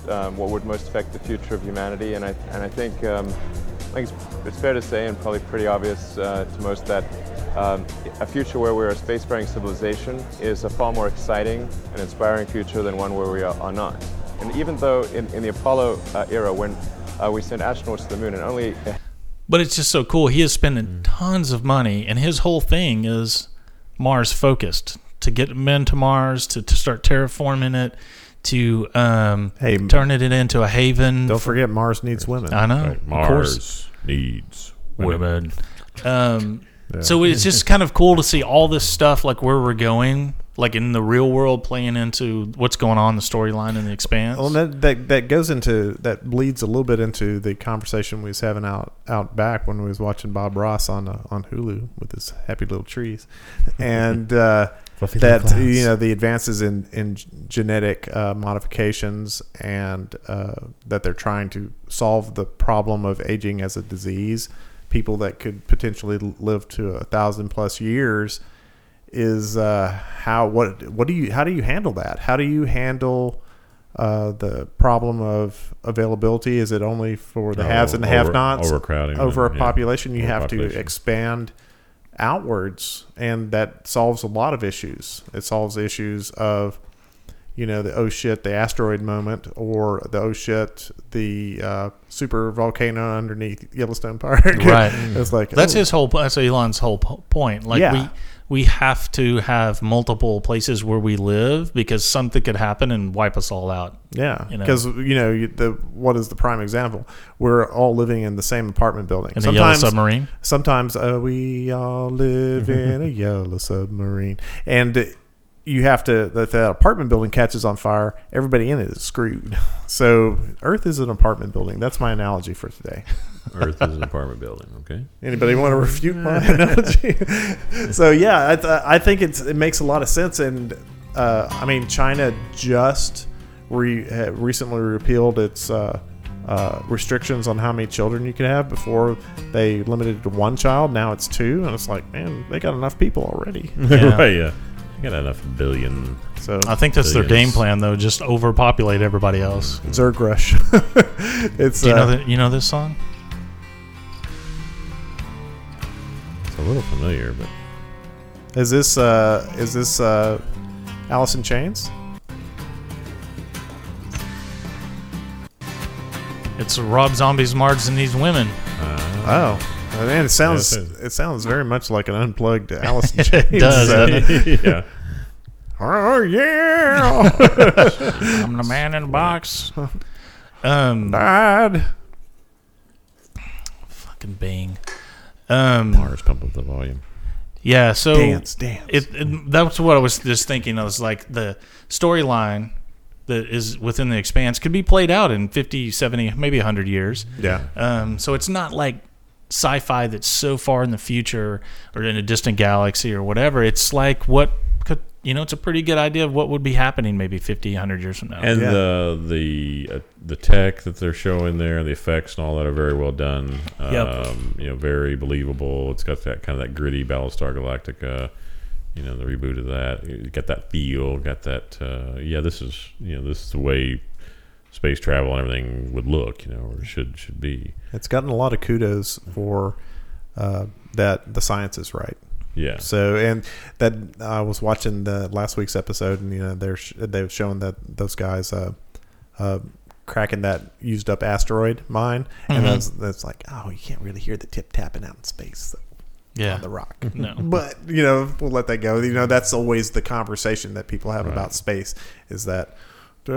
Speaker 6: um, what would most affect the future of humanity, and I, and I think, um, I think it's, it's fair to say, and probably pretty obvious uh, to most, that um, a future where we're a spacefaring civilization is a far more exciting and inspiring future than one where we are, are not. And even though in, in the Apollo uh, era, when uh, we sent astronauts to the moon, and only
Speaker 1: But it's just so cool. He is
Speaker 2: Mm.
Speaker 1: spending tons of money, and his whole thing is Mars focused to get men to Mars, to, to start terraforming it, to um,
Speaker 2: Hey,
Speaker 1: turn it into a haven.
Speaker 2: Don't forget, Mars needs women.
Speaker 1: I know.
Speaker 3: Like
Speaker 1: of course.
Speaker 3: Mars needs
Speaker 1: Women. Um, So it's just kind of cool to see all this stuff, like where we're going, like in the real world, playing into what's going on, the storyline and the expanse.
Speaker 2: Well, that, that that goes into that bleeds a little bit into the conversation we was having out out back when we was watching Bob Ross on uh, on Hulu with his happy little trees, and uh,
Speaker 3: Fluffy little
Speaker 2: that
Speaker 3: clouds.
Speaker 2: you know the advances in in g- genetic uh, modifications and uh, that they're trying to solve the problem of aging as a disease. People that could potentially l- live to a thousand plus years is uh, how what what do you how do you handle that? How do you handle uh, the problem of availability? Is it only for the
Speaker 3: Oh,
Speaker 2: haves and the
Speaker 3: over-
Speaker 2: have-nots?
Speaker 3: overcrowding
Speaker 2: over
Speaker 3: and-
Speaker 2: a
Speaker 3: yeah,
Speaker 2: population, you have to
Speaker 3: overpopulation.
Speaker 2: expand outwards, and that solves a lot of issues. It solves issues of you know the oh shit the asteroid moment or the oh shit the uh, super volcano underneath Yellowstone Park.
Speaker 1: Right.
Speaker 2: it's like
Speaker 1: That's
Speaker 2: oh,
Speaker 1: his whole. That's Elon's whole po- point. Like
Speaker 2: Yeah.
Speaker 1: we we have to have multiple places where we live because something could happen and wipe us all out.
Speaker 2: Yeah,
Speaker 1: you know.
Speaker 2: because you know, you the what is the prime example? We're all living in the same apartment building.
Speaker 1: In a yellow submarine.
Speaker 2: Sometimes uh, we all live in a yellow submarine, and you have to that that apartment building catches on fire. Everybody in it is screwed. So Earth is an apartment building. That's my analogy for today.
Speaker 3: Earth is an apartment building. Okay.
Speaker 2: Anybody want to refute my analogy? so yeah, I, th- I think it's it makes a lot of sense, and uh, I mean China just re- ha- recently repealed its uh, uh, restrictions on how many children you could have. Before they limited it to one child, now it's two, and it's like man, they got enough people already.
Speaker 1: Yeah.
Speaker 3: right. Yeah. I got enough billion.
Speaker 2: So
Speaker 1: I think that's their
Speaker 3: Billions.
Speaker 1: game plan, though. Just overpopulate everybody else.
Speaker 2: Zerg rush. it's
Speaker 1: Do you know
Speaker 2: uh,
Speaker 1: that? You know this song?
Speaker 3: It's a little familiar, but
Speaker 2: is this uh, is this uh, Alice in Chains?
Speaker 1: It's Rob Zombie's Margs and These Women.
Speaker 2: Oh, Uh, man, it sounds
Speaker 3: it is.
Speaker 2: it sounds very much like an unplugged Alice in Chains.
Speaker 1: does,
Speaker 2: uh,
Speaker 1: doesn't it?
Speaker 3: yeah.
Speaker 2: Oh yeah,
Speaker 1: I'm the man in the box. Um,
Speaker 2: Dad.
Speaker 1: fucking Bing. Um,
Speaker 3: Mars pump up the volume.
Speaker 1: yeah. So
Speaker 2: Dance, dance.
Speaker 1: it, it that's what I was just thinking. I was like the storyline that is within the expanse could be played out in 50, 70, maybe 100 years.
Speaker 2: yeah,
Speaker 1: Um, so it's not like sci-fi that's so far in the future or in a distant galaxy or whatever. It's like what could you know, it's a pretty good idea of what would be happening maybe 50, 100 years from now.
Speaker 3: And
Speaker 2: Yeah.
Speaker 3: the the uh, the tech that they're showing there, the effects and all that are very well done. Um,
Speaker 1: Yep.
Speaker 3: You know, very believable. It's got that kind of that gritty Battlestar Galactica. You know, the reboot of that. You got that feel. Got that. Uh, yeah, this is you know this is the way space travel and everything would look. You know, or should should be.
Speaker 2: it's gotten a lot of kudos for uh, that. The science is right.
Speaker 3: Yeah.
Speaker 2: So, and that I was watching the last week's episode, and you know they're sh- they've shown that those guys uh, uh, cracking that used
Speaker 1: Mm-hmm.
Speaker 2: up asteroid mine, and that's, that's like, oh, you can't really hear the tip tapping out in space. So
Speaker 1: Yeah. Mm-hmm.
Speaker 2: on the rock.
Speaker 1: No.
Speaker 2: But, you know, we'll let that go. You know, that's always the conversation that people have about space is that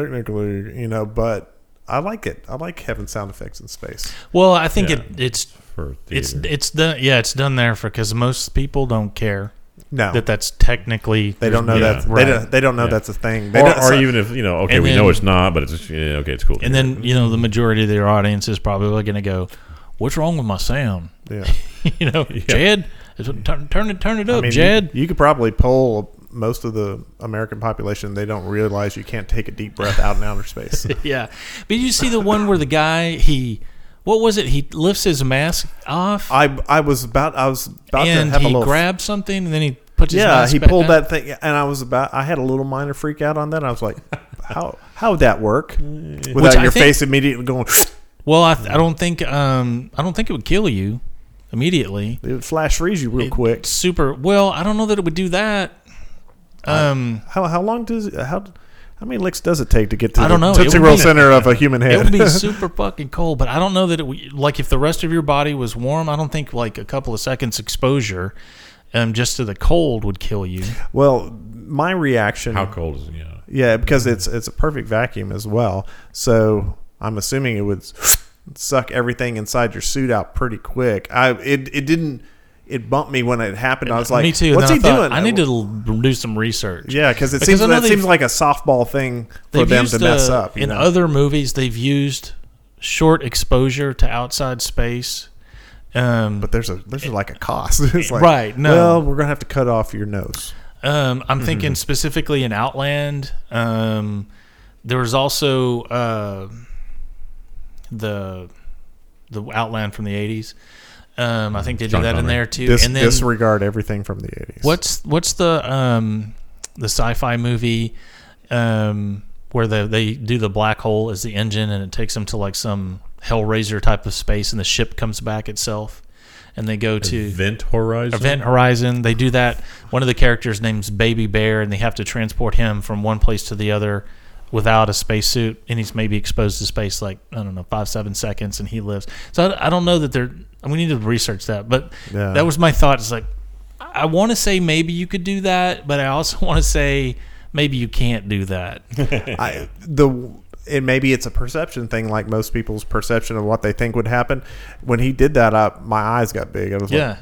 Speaker 2: technically, you know, but I like it. I like having sound effects in space.
Speaker 1: Well, I think
Speaker 3: Yeah.
Speaker 1: it, it's
Speaker 3: for
Speaker 1: it's
Speaker 3: theater.
Speaker 1: it's done. Yeah, it's done there for because most people don't care
Speaker 2: No.
Speaker 1: that that's technically
Speaker 2: they don't know
Speaker 3: Yeah.
Speaker 2: that.
Speaker 1: Right.
Speaker 2: They don't, they don't know
Speaker 3: Yeah.
Speaker 2: that's a thing. They
Speaker 3: or,
Speaker 2: don't,
Speaker 3: or
Speaker 2: so-
Speaker 3: even if you know, okay,
Speaker 1: And
Speaker 3: we know
Speaker 1: then-
Speaker 3: it's not, but it's just, yeah, okay, it's cool. to
Speaker 1: And
Speaker 3: hear.
Speaker 1: then you know the majority of their audience is probably going to go, "What's wrong with my sound?"
Speaker 2: yeah.
Speaker 1: you know, Jed, is it- turn turn it turn it up,
Speaker 2: I mean,
Speaker 1: Jed.
Speaker 2: You, you could probably poll most of the American population. They don't realize you can't take a deep breath out in outer space.
Speaker 1: yeah, but you see the one where the guy he, what was it? He lifts his mask off
Speaker 2: I I was about I was about
Speaker 1: and
Speaker 2: to Uh, have
Speaker 1: he
Speaker 2: a little
Speaker 1: grabs something and then he puts his
Speaker 2: yeah
Speaker 1: mask
Speaker 2: he
Speaker 1: back
Speaker 2: pulled
Speaker 1: on.
Speaker 2: that thing and I was about I had a little minor freak out on that. I was like, how how would that work without
Speaker 1: Uh, I
Speaker 2: your
Speaker 1: think-
Speaker 2: face immediately going?
Speaker 1: Well, I, I don't think um I don't think it would kill you immediately.
Speaker 2: it would flash freeze you real quick.
Speaker 1: Super well, I don't know that it would do that. Um,
Speaker 2: How how long does how how many licks does it take to get to
Speaker 1: I don't
Speaker 2: the
Speaker 1: know. It
Speaker 2: tootsie
Speaker 1: would
Speaker 2: roll
Speaker 1: be-
Speaker 2: center of a human
Speaker 1: it
Speaker 2: head?
Speaker 1: would be super fucking cold, but I don't know that it would, like if the rest of your body was warm, I don't think like a couple of seconds exposure um just to the cold would kill you.
Speaker 2: well, my reaction
Speaker 3: how cold is it? Yeah,
Speaker 2: Yeah, because it's it's a perfect vacuum as well. So I'm assuming it would suck everything inside your suit out pretty quick. I it it didn't it bumped me when it happened. I was like,
Speaker 1: Me too. and
Speaker 2: What's
Speaker 1: then
Speaker 2: he
Speaker 1: I thought, I
Speaker 2: doing?
Speaker 1: need to l- do some research.
Speaker 2: Yeah, because it
Speaker 1: Because
Speaker 2: seems
Speaker 1: I know
Speaker 2: that
Speaker 1: they've-
Speaker 2: seems like a softball thing for
Speaker 1: They've
Speaker 2: them
Speaker 1: used,
Speaker 2: to mess
Speaker 1: uh,
Speaker 2: up. you
Speaker 1: in
Speaker 2: know?
Speaker 1: other movies, they've used short exposure to outside space. Um,
Speaker 2: but there's a there's like a cost. it's like,
Speaker 1: Right, no.
Speaker 2: Well, we're gonna have to cut off your nose.
Speaker 1: Um,
Speaker 2: Mm-hmm.
Speaker 1: I'm thinking specifically in Outland. Um, there was also uh, the the Outland from the '80s. Um,
Speaker 2: Mm-hmm.
Speaker 1: I think they did
Speaker 3: Sean
Speaker 1: that in
Speaker 3: Connery.
Speaker 1: there too.
Speaker 2: Dis-
Speaker 1: and then
Speaker 2: disregard everything from the 80s.
Speaker 1: what's what's the um, the sci-fi movie um, where the, they do the black hole as the engine and it takes them to like some Hellraiser type of space and the ship comes back itself and they go to
Speaker 3: Event Horizon.
Speaker 1: Event Horizon. They do that. One of the characters' name's Baby Bear, and they have to transport him from one place to the other without a spacesuit, and he's maybe exposed to space like I don't know five seven seconds, and he lives. So I, I don't know that they're. We need to research that, but
Speaker 2: Yeah.
Speaker 1: that was my thought. It's like I want to say maybe you could do that, but I also want to say maybe you can't do that.
Speaker 2: I the and maybe it's a perception thing, like most people's perception of what they think would happen. When he did that, I, my eyes got big. I was like,
Speaker 1: yeah,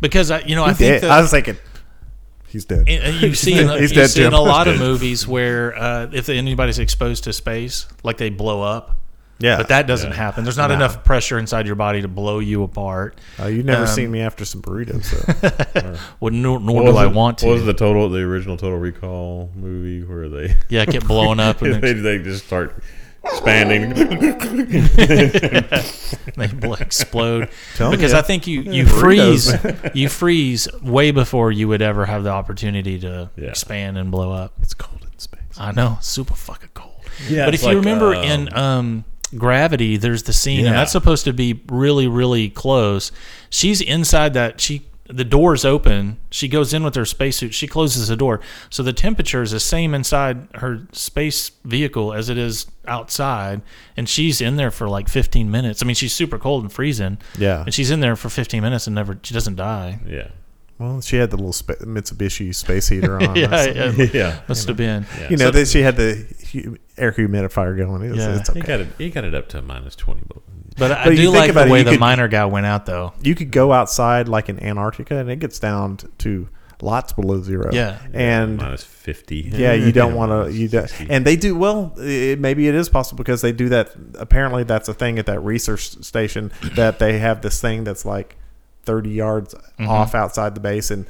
Speaker 1: because I, you know, I
Speaker 2: "He
Speaker 1: think
Speaker 2: dead."
Speaker 1: that,
Speaker 2: I was thinking, he's dead.
Speaker 1: And- and you've seen
Speaker 2: dead.
Speaker 1: you've
Speaker 2: He's dead,
Speaker 1: seen
Speaker 2: Jim.
Speaker 1: a lot of
Speaker 3: He's dead.
Speaker 1: movies where uh, if anybody's exposed to space, like they blow up.
Speaker 2: Yeah.
Speaker 1: but that doesn't happen. There's not enough pressure inside your body to blow you apart.
Speaker 2: Uh, you've never
Speaker 1: Um,
Speaker 2: seen me after some burritos. So.
Speaker 1: Well, nor, nor
Speaker 3: What
Speaker 1: do
Speaker 3: was
Speaker 1: I
Speaker 3: it-
Speaker 1: want
Speaker 3: What was
Speaker 1: to.
Speaker 3: the total? The original Total Recall movie where they
Speaker 1: Yeah, get blown up and
Speaker 3: they,
Speaker 1: then
Speaker 3: they just start expanding.
Speaker 1: they bl- explode.
Speaker 2: Tell
Speaker 1: because
Speaker 2: ya.
Speaker 1: I think you, you freeze
Speaker 2: burritos,
Speaker 1: you freeze way before you would ever have the opportunity to
Speaker 3: Yeah.
Speaker 1: expand and blow up.
Speaker 2: it's cold in space.
Speaker 1: I know, super fucking cold.
Speaker 3: Yeah,
Speaker 1: but
Speaker 3: it's
Speaker 1: if you
Speaker 3: like,
Speaker 1: remember
Speaker 3: um,
Speaker 1: in um, Gravity, there's the scene, and
Speaker 3: Yeah.
Speaker 1: that's supposed to be really, really close. She's inside that. She the door's open. She goes in with her spacesuit. She closes the door, so the temperature is the same inside her space vehicle as it is outside, and she's in there for like 15 minutes. I mean, she's super cold and freezing.
Speaker 2: Yeah.
Speaker 1: and she's in there for 15 minutes and never. She doesn't die.
Speaker 3: yeah,
Speaker 2: Well, she had the little spa- Mitsubishi space heater on.
Speaker 1: Yeah,
Speaker 2: That's-
Speaker 1: yeah,
Speaker 3: yeah.
Speaker 1: must have been.
Speaker 2: You know, that she had the hu- air humidifier going. It was-
Speaker 1: Yeah.
Speaker 2: it's okay.
Speaker 3: He got it. He got it up to minus twenty. But
Speaker 1: But I
Speaker 2: But you
Speaker 1: do
Speaker 2: think
Speaker 1: like
Speaker 2: about
Speaker 1: the
Speaker 2: it,
Speaker 1: way
Speaker 2: you
Speaker 1: the
Speaker 2: could-
Speaker 1: miner guy went out though.
Speaker 2: you could go outside like in Antarctica and it gets down t- to lots below zero.
Speaker 1: Yeah.
Speaker 2: And
Speaker 3: minus fifty.
Speaker 2: Yeah, you don't want to.
Speaker 3: minus
Speaker 2: You don't,
Speaker 3: 60.
Speaker 2: and they do well. It, maybe it is possible because they do that. Apparently, that's a thing at that research station that they have this thing that's like thirty yards
Speaker 1: Mm-hmm.
Speaker 2: off outside the base, and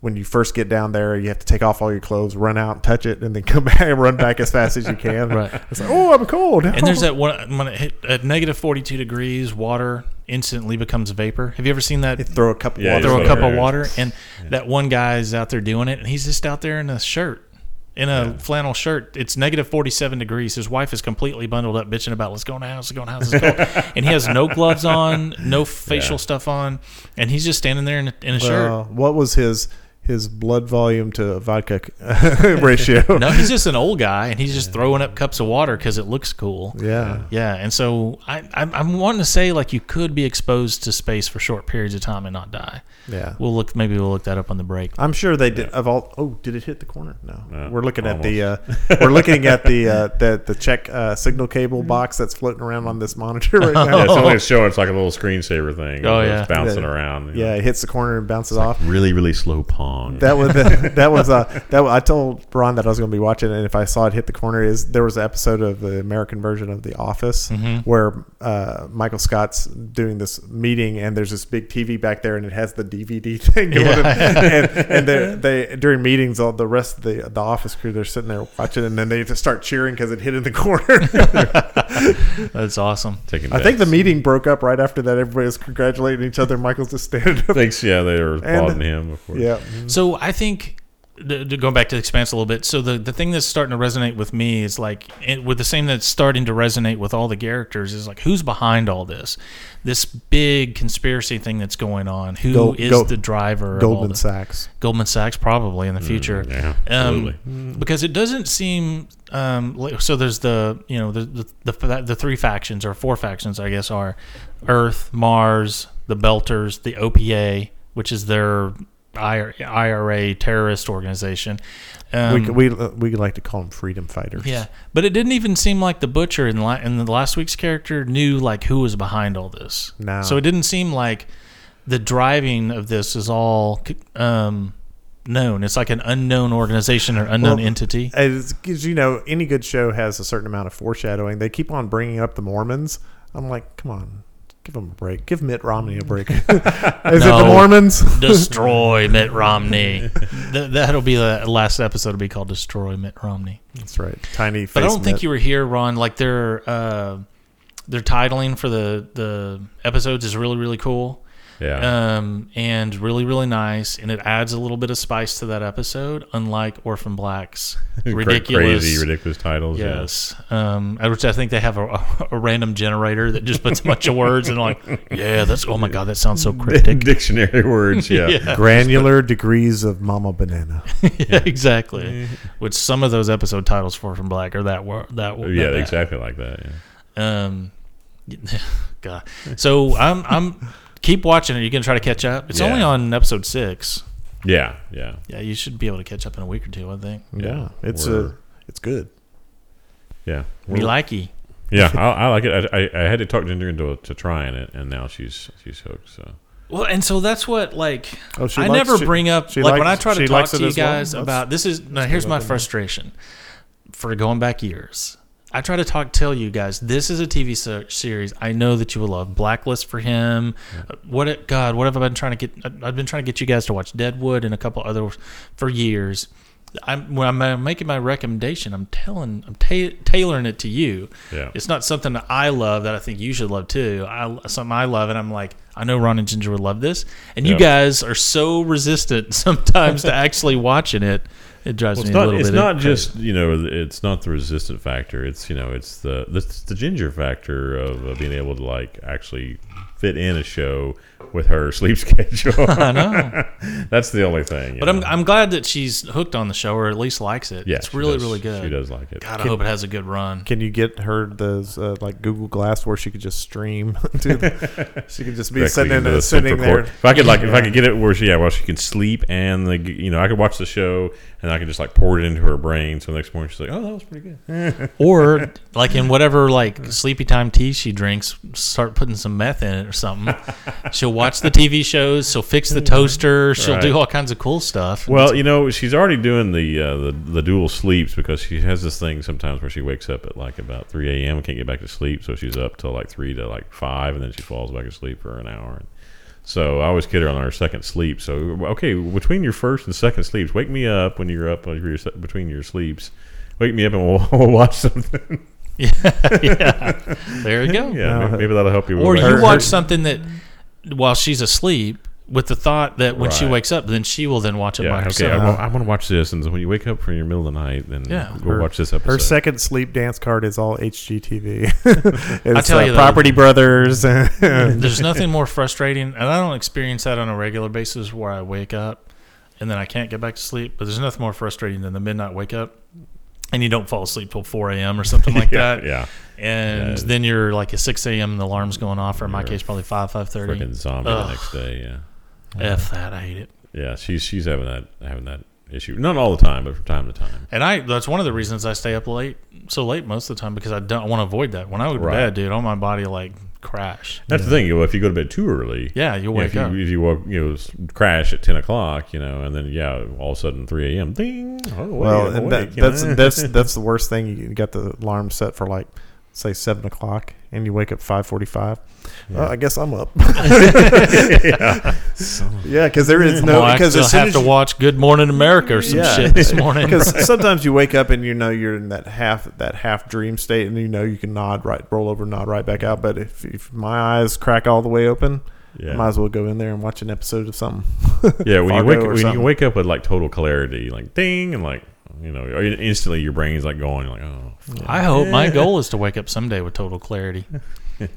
Speaker 2: when you first get down there, you have to take off all your clothes, run out, and touch it, and then come back and run back as fast as you can.
Speaker 1: Right.
Speaker 2: It's like, oh, I'm cold.
Speaker 1: And there's that one when it hit at negative 42 degrees, water instantly becomes vapor. Have you ever seen that?
Speaker 2: You throw a cup of
Speaker 3: Yeah,
Speaker 2: water.
Speaker 1: throw a
Speaker 3: it's
Speaker 1: cup of
Speaker 3: hilarious.
Speaker 1: water, and that one guy's out there doing it, and he's just out there in a shirt, in a flannel shirt. It's negative 47 degrees. His wife is completely bundled up, bitching about, let's go in the house, let's go in the house, let's go. and he has no gloves on, no facial
Speaker 3: Yeah.
Speaker 1: stuff on, and he's just standing there in a, in a
Speaker 2: Well,
Speaker 1: shirt.
Speaker 2: What was his? his blood volume to vodka ratio.
Speaker 1: No, he's just an old guy, and he's just throwing up cups of water because it looks cool.
Speaker 2: Yeah.
Speaker 1: Yeah, and so I, I'm, I'm wanting to say like you could be exposed to space for short periods of time and not die.
Speaker 2: Yeah.
Speaker 1: We'll look. Maybe we'll look that up on the break.
Speaker 2: I'm sure they did. Of all, oh, did it hit the corner? No,
Speaker 3: No,
Speaker 2: we're looking at the uh, we're looking at the uh, the the check uh, signal cable box that's floating around on this monitor right
Speaker 3: Yeah,
Speaker 2: now.
Speaker 3: it's only a show. It's like a little screensaver thing.
Speaker 1: Oh,
Speaker 3: it's
Speaker 1: yeah.
Speaker 3: bouncing
Speaker 2: Yeah.
Speaker 3: around. you
Speaker 2: yeah,
Speaker 3: know.
Speaker 2: it hits the corner and bounces off.
Speaker 3: really, really slow pong.
Speaker 2: That was that was uh, that was, I told Ron that I was going to be watching, it, and if I saw it hit the corner, is there was an episode of the American version of The Office
Speaker 1: Mm-hmm.
Speaker 2: where uh, Michael Scott's doing this meeting, and there's this big TV back there, and it has the DVD thing, going, and, and they're- they during meetings, all the rest of the the office crew they're sitting there watching, and then they just start cheering because it hit in the corner.
Speaker 1: That's awesome.
Speaker 3: Taking
Speaker 2: I think the
Speaker 3: bets.
Speaker 2: meeting broke up right after that. Everybody was congratulating each other. Michael's just standing up.
Speaker 3: Thanks. Yeah, they were applauding him. Of course.
Speaker 2: Yeah,
Speaker 1: So I think th- th- going back to the expanse a little bit. So the the thing that's starting to resonate with me is like it, with the same that's starting to resonate with all the characters is like who's behind all this, this big conspiracy thing that's going on. Who is
Speaker 2: Go- go-
Speaker 1: the driver? of all
Speaker 2: Goldman
Speaker 1: this?
Speaker 2: Sachs.
Speaker 1: Goldman Sachs probably in the future.
Speaker 3: yeah, absolutely.
Speaker 1: um, because it doesn't seem um, like, so. There's the you know the the, the the three factions or four factions I guess are Earth, Mars, the Belters, the OPA, which is their IR- IRA terrorist organization. Um,
Speaker 2: we, c- we we like to call them freedom fighters.
Speaker 1: yeah, but it didn't even seem like the butcher in, la- in the last week's character knew like who was behind all this.
Speaker 2: No.
Speaker 1: So it didn't seem like the driving of this is all um, known. It's like an unknown organization or unknown
Speaker 2: Well,
Speaker 1: entity.
Speaker 2: as 'cause, you know, any good show has a certain amount of foreshadowing. They keep on bringing up the Mormons. I'm like, come on, give them a break. Give Mitt Romney a break. Is it the
Speaker 1: No.
Speaker 2: Mormons?
Speaker 1: Destroy Mitt Romney. Th- that'll be the last episode. Will be called "Destroy Mitt Romney."
Speaker 2: That's right. Tiny. Face
Speaker 1: But I don't think
Speaker 2: Mitt.
Speaker 1: you were here, Ron. Like their uh, their titling for the the episodes is really really cool.
Speaker 3: Yeah.
Speaker 2: Uh,
Speaker 1: um, and really, really nice. And it adds a little bit of spice to that episode, unlike Orphan Black's
Speaker 3: Cra-
Speaker 1: ridiculous.
Speaker 3: crazy, ridiculous titles.
Speaker 1: Yes, um, I- which I think they have a, a, random generator that just puts a bunch of words and like, yeah, that's oh my god, that sounds so
Speaker 3: Yeah.
Speaker 1: cryptic.
Speaker 3: Dictionary words. Yeah.
Speaker 1: Yeah.
Speaker 2: granular degrees of Mama Banana.
Speaker 1: yeah, exactly. Which some of those episode titles for Orphan Black are that wor- that wor-
Speaker 3: Yeah,
Speaker 1: that bad.
Speaker 3: exactly like that. Yeah.
Speaker 1: Um, God, so I'm I'm keep watching it. You're gonna try to catch up. It's
Speaker 3: Yeah.
Speaker 1: only on episode six.
Speaker 3: Yeah. Yeah.
Speaker 1: Yeah, you should be able to catch up in a week or two. I think.
Speaker 2: Yeah, it's
Speaker 3: We're-
Speaker 2: a, it's good.
Speaker 3: Yeah.
Speaker 1: Me
Speaker 3: We're-
Speaker 1: likey.
Speaker 3: yeah, I, I like it. I, I, I had to talk Ginger into to trying it, and now she's she's hooked. So
Speaker 1: Well, and so that's what like
Speaker 2: Oh, she
Speaker 1: I
Speaker 2: likes-
Speaker 1: never
Speaker 2: she-
Speaker 1: bring up
Speaker 2: she
Speaker 1: like when I
Speaker 2: likes-
Speaker 1: try to
Speaker 2: she
Speaker 1: talk
Speaker 2: likes
Speaker 1: to
Speaker 2: it
Speaker 1: you
Speaker 2: as well?
Speaker 1: guys
Speaker 2: That's-
Speaker 1: about this is now here's my frustration for going back years. I try to talk tell you guys this is a TV so- series I know that you will love. Blacklist for him. Uh, What it, God? What have I been trying to get? I- I've been trying to get you guys to watch Deadwood and a couple other for years. I'm when I'm uh, making my recommendation, I'm telling, I'm ta- tailoring it to you.
Speaker 3: Yeah.
Speaker 1: It's not something that I love that I think you should love too. I something I love, and I'm like, I know Ron and Ginger would love this, and you
Speaker 3: Yeah.
Speaker 1: guys are so resistant sometimes to actually watching it. It drives
Speaker 3: Well,
Speaker 1: me
Speaker 3: it's
Speaker 1: a
Speaker 3: not.
Speaker 1: little
Speaker 3: It's
Speaker 1: bit.
Speaker 3: not
Speaker 1: crazy.
Speaker 3: just you know. It's not the resistant factor. It's you know. It's the it's the ginger factor of uh, being able to like actually fit in a show with her sleep schedule. I know. That's the only thing. you
Speaker 1: But I'm,
Speaker 3: know.
Speaker 1: I'm glad that she's hooked on the show or at least likes it.
Speaker 3: Yeah,
Speaker 1: it's
Speaker 3: she
Speaker 1: really
Speaker 3: does-
Speaker 1: really good.
Speaker 3: She does like it.
Speaker 1: God, I hope it has a good run.
Speaker 2: Can you get her those uh, like Google Glass where she could just stream? to, she could just be
Speaker 3: Directly
Speaker 2: sitting,
Speaker 3: into
Speaker 2: in,
Speaker 3: the
Speaker 2: sitting
Speaker 3: central
Speaker 2: there.
Speaker 3: court. If I could like, if I could get it where she, yeah, well, she can sleep and the, you know, I could watch the show and I could just like pour it into her brain. So the next morning she's like, oh, that was pretty good.
Speaker 1: Or like in whatever like sleepy time tea she drinks, start putting some meth in it or something. she'll watch the TV shows. She'll fix the toaster. She'll do
Speaker 3: Mm-hmm. Right.
Speaker 1: all kinds of cool stuff.
Speaker 3: Well, you know, she's already doing the, uh, the the dual sleeps because she has this thing sometimes where she wakes up at like about three a.m. and can't get back to sleep, so she's up till like three to like five, and then she falls back asleep for an hour. And so I always kid her on her second sleep. So okay, between your first and second sleeps, wake me up when you're up uh, your se- between your sleeps. Wake me up and we'll, we'll watch something.
Speaker 1: yeah, there you go.
Speaker 3: yeah, maybe, maybe that'll help you.
Speaker 1: Or
Speaker 3: wake
Speaker 1: you
Speaker 3: up.
Speaker 1: watch something that while she's asleep, with the thought that when she
Speaker 3: Right.
Speaker 1: wakes up, then she will then watch it by
Speaker 3: Yeah, okay.
Speaker 1: herself.
Speaker 3: I want, I want to watch this, and so when you wake up from your middle of the night, then
Speaker 1: uh, Yeah.
Speaker 3: we'll watch this episode.
Speaker 2: Her second sleep dance card is all HGTV. it's, uh,
Speaker 1: tell you though-
Speaker 2: Property Brothers. and
Speaker 1: There's nothing more frustrating, and I don't experience that on a regular basis where I wake up and then I can't get back to sleep. But there's nothing more frustrating than the midnight wake up and you don't fall asleep till 4 a.m. or something like
Speaker 3: Yeah,
Speaker 1: that.
Speaker 3: yeah.
Speaker 1: And
Speaker 3: Yeah.
Speaker 1: then you're like at 6 a.m. and the alarm's going off, or in my
Speaker 3: You're
Speaker 1: case, probably 5, 5.30.
Speaker 3: Freaking zombie the next day. Yeah.
Speaker 1: F that. I hate it.
Speaker 3: Yeah. She's she's having that having that issue. Not all the time, but from time to time.
Speaker 1: And I that's one of the reasons I stay up late so late most of the time because I don't want to avoid that. When I go to
Speaker 3: Right.
Speaker 1: bed, dude, all my body like crash.
Speaker 3: That's the thing. you know, If you go to bed too early,
Speaker 1: Yeah, you'll
Speaker 3: you know,
Speaker 1: wake
Speaker 3: if you,
Speaker 1: up.
Speaker 3: If you woke, you know, s- crash at ten o'clock, you know, and then yeah, all of a sudden three a.m. Ding. Oh, wait,
Speaker 2: Well,
Speaker 3: I'm
Speaker 2: and
Speaker 3: awake,
Speaker 2: that,
Speaker 3: you know.
Speaker 2: that's that's that's the worst thing. You got the alarm set for like say seven o'clock, and you wake up five forty-five. Well, I guess I'm up. yeah, because there is
Speaker 1: No,
Speaker 2: no
Speaker 1: I
Speaker 2: because
Speaker 1: still
Speaker 2: as soon
Speaker 1: have
Speaker 2: as
Speaker 1: to
Speaker 2: you-
Speaker 1: watch Good Morning America or some
Speaker 2: Yeah.
Speaker 1: shit this morning.
Speaker 2: Because sometimes you wake up and you know you're in that half that half dream state, and you know you can nod right, roll over, nod right back out. But if, if my eyes crack all the way open,
Speaker 3: Yeah.
Speaker 2: I might as well go in there and watch an episode of something.
Speaker 3: yeah. When you
Speaker 2: Fargo
Speaker 3: wake
Speaker 2: or
Speaker 3: when you
Speaker 2: something.
Speaker 3: wake up with like total clarity, like ding, and like you know, or instantly your brain's like going, like oh, fuck.
Speaker 1: I hope my goal is to wake up someday with total clarity.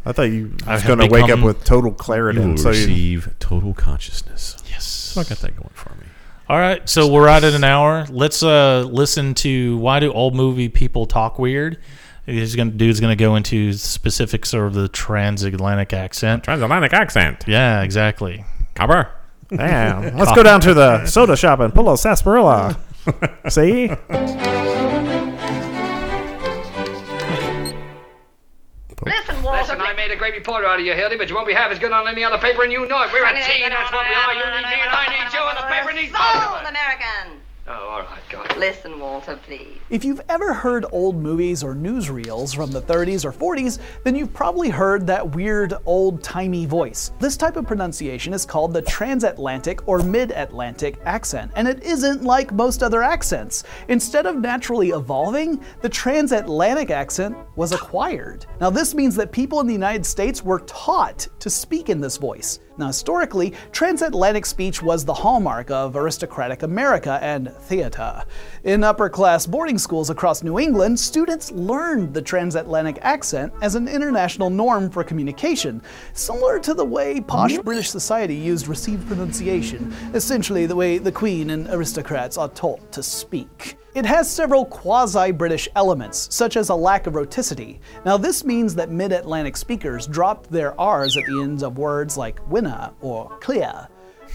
Speaker 2: I thought you
Speaker 1: I
Speaker 2: was
Speaker 1: have
Speaker 2: going to wake up
Speaker 1: become-
Speaker 2: with total
Speaker 3: you will
Speaker 2: clarity. So you,
Speaker 3: receive total consciousness.
Speaker 1: Yes.
Speaker 3: So I got that going for me.
Speaker 1: All right, so we're out at an hour. Let's uh, listen to why do old movie people talk weird? He's gonna dude's gonna go into specifics of the transatlantic accent.
Speaker 3: Transatlantic accent.
Speaker 1: Yeah, exactly.
Speaker 3: Copper.
Speaker 2: damn, let's go down to the soda shop and pull a sarsaparilla. See,
Speaker 8: Listen, Listen, I made a great reporter out of you, Hildy, but you won't be half as good on any other paper, and you know it. We're a team. That's what we are. You need me, and I need you, and the paper needs both
Speaker 7: Sold
Speaker 8: of us.
Speaker 7: American.
Speaker 8: Oh, all right, God.
Speaker 7: Listen, Walter, please.
Speaker 9: If you've ever heard old movies or newsreels from the 30s or 40s, then you've probably heard that weird old timey voice. This type of pronunciation is called the transatlantic or mid Atlantic accent, and it isn't like most other accents. Instead of naturally evolving, the transatlantic accent was acquired. Now, this means that people in the United States were taught to speak in this voice. Now, historically, transatlantic speech was the hallmark of aristocratic America and theater. In upper class boarding schools across New England, students learned the transatlantic accent as an international norm for communication, similar to the way posh British society used received pronunciation, essentially the way the Queen and aristocrats are taught to speak. It has several quasi British elements, such as a lack of roticity. Now, this means that mid Atlantic speakers drop their R's at the ends of words like winner or clear.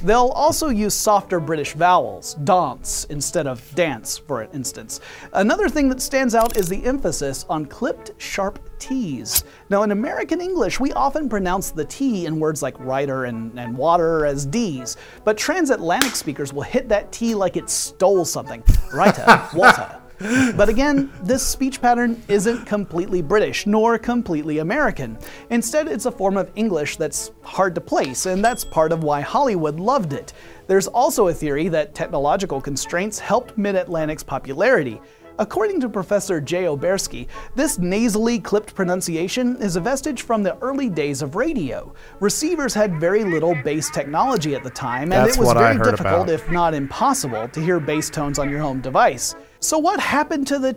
Speaker 9: They'll also use softer British vowels, dance instead of dance, for instance. Another thing that stands out is the emphasis on clipped, sharp T's. Now, in American English, we often pronounce the T in words like rider and, and water as D's, but transatlantic speakers will hit that T like it stole something. Righter, water. But again, this speech pattern isn't completely British nor completely American. Instead, it's a form of English that's hard to place, and that's part of why Hollywood loved it. There's also a theory that technological constraints helped Mid Atlantic's popularity. According to Professor Jay Oberski, this nasally clipped pronunciation is a vestige from the early days of radio. Receivers had very little bass technology at the time, and
Speaker 2: That's
Speaker 9: it was
Speaker 2: what I
Speaker 9: very
Speaker 2: heard
Speaker 9: difficult,
Speaker 2: about.
Speaker 9: if not impossible, to hear bass tones on your home device. So, what happened to the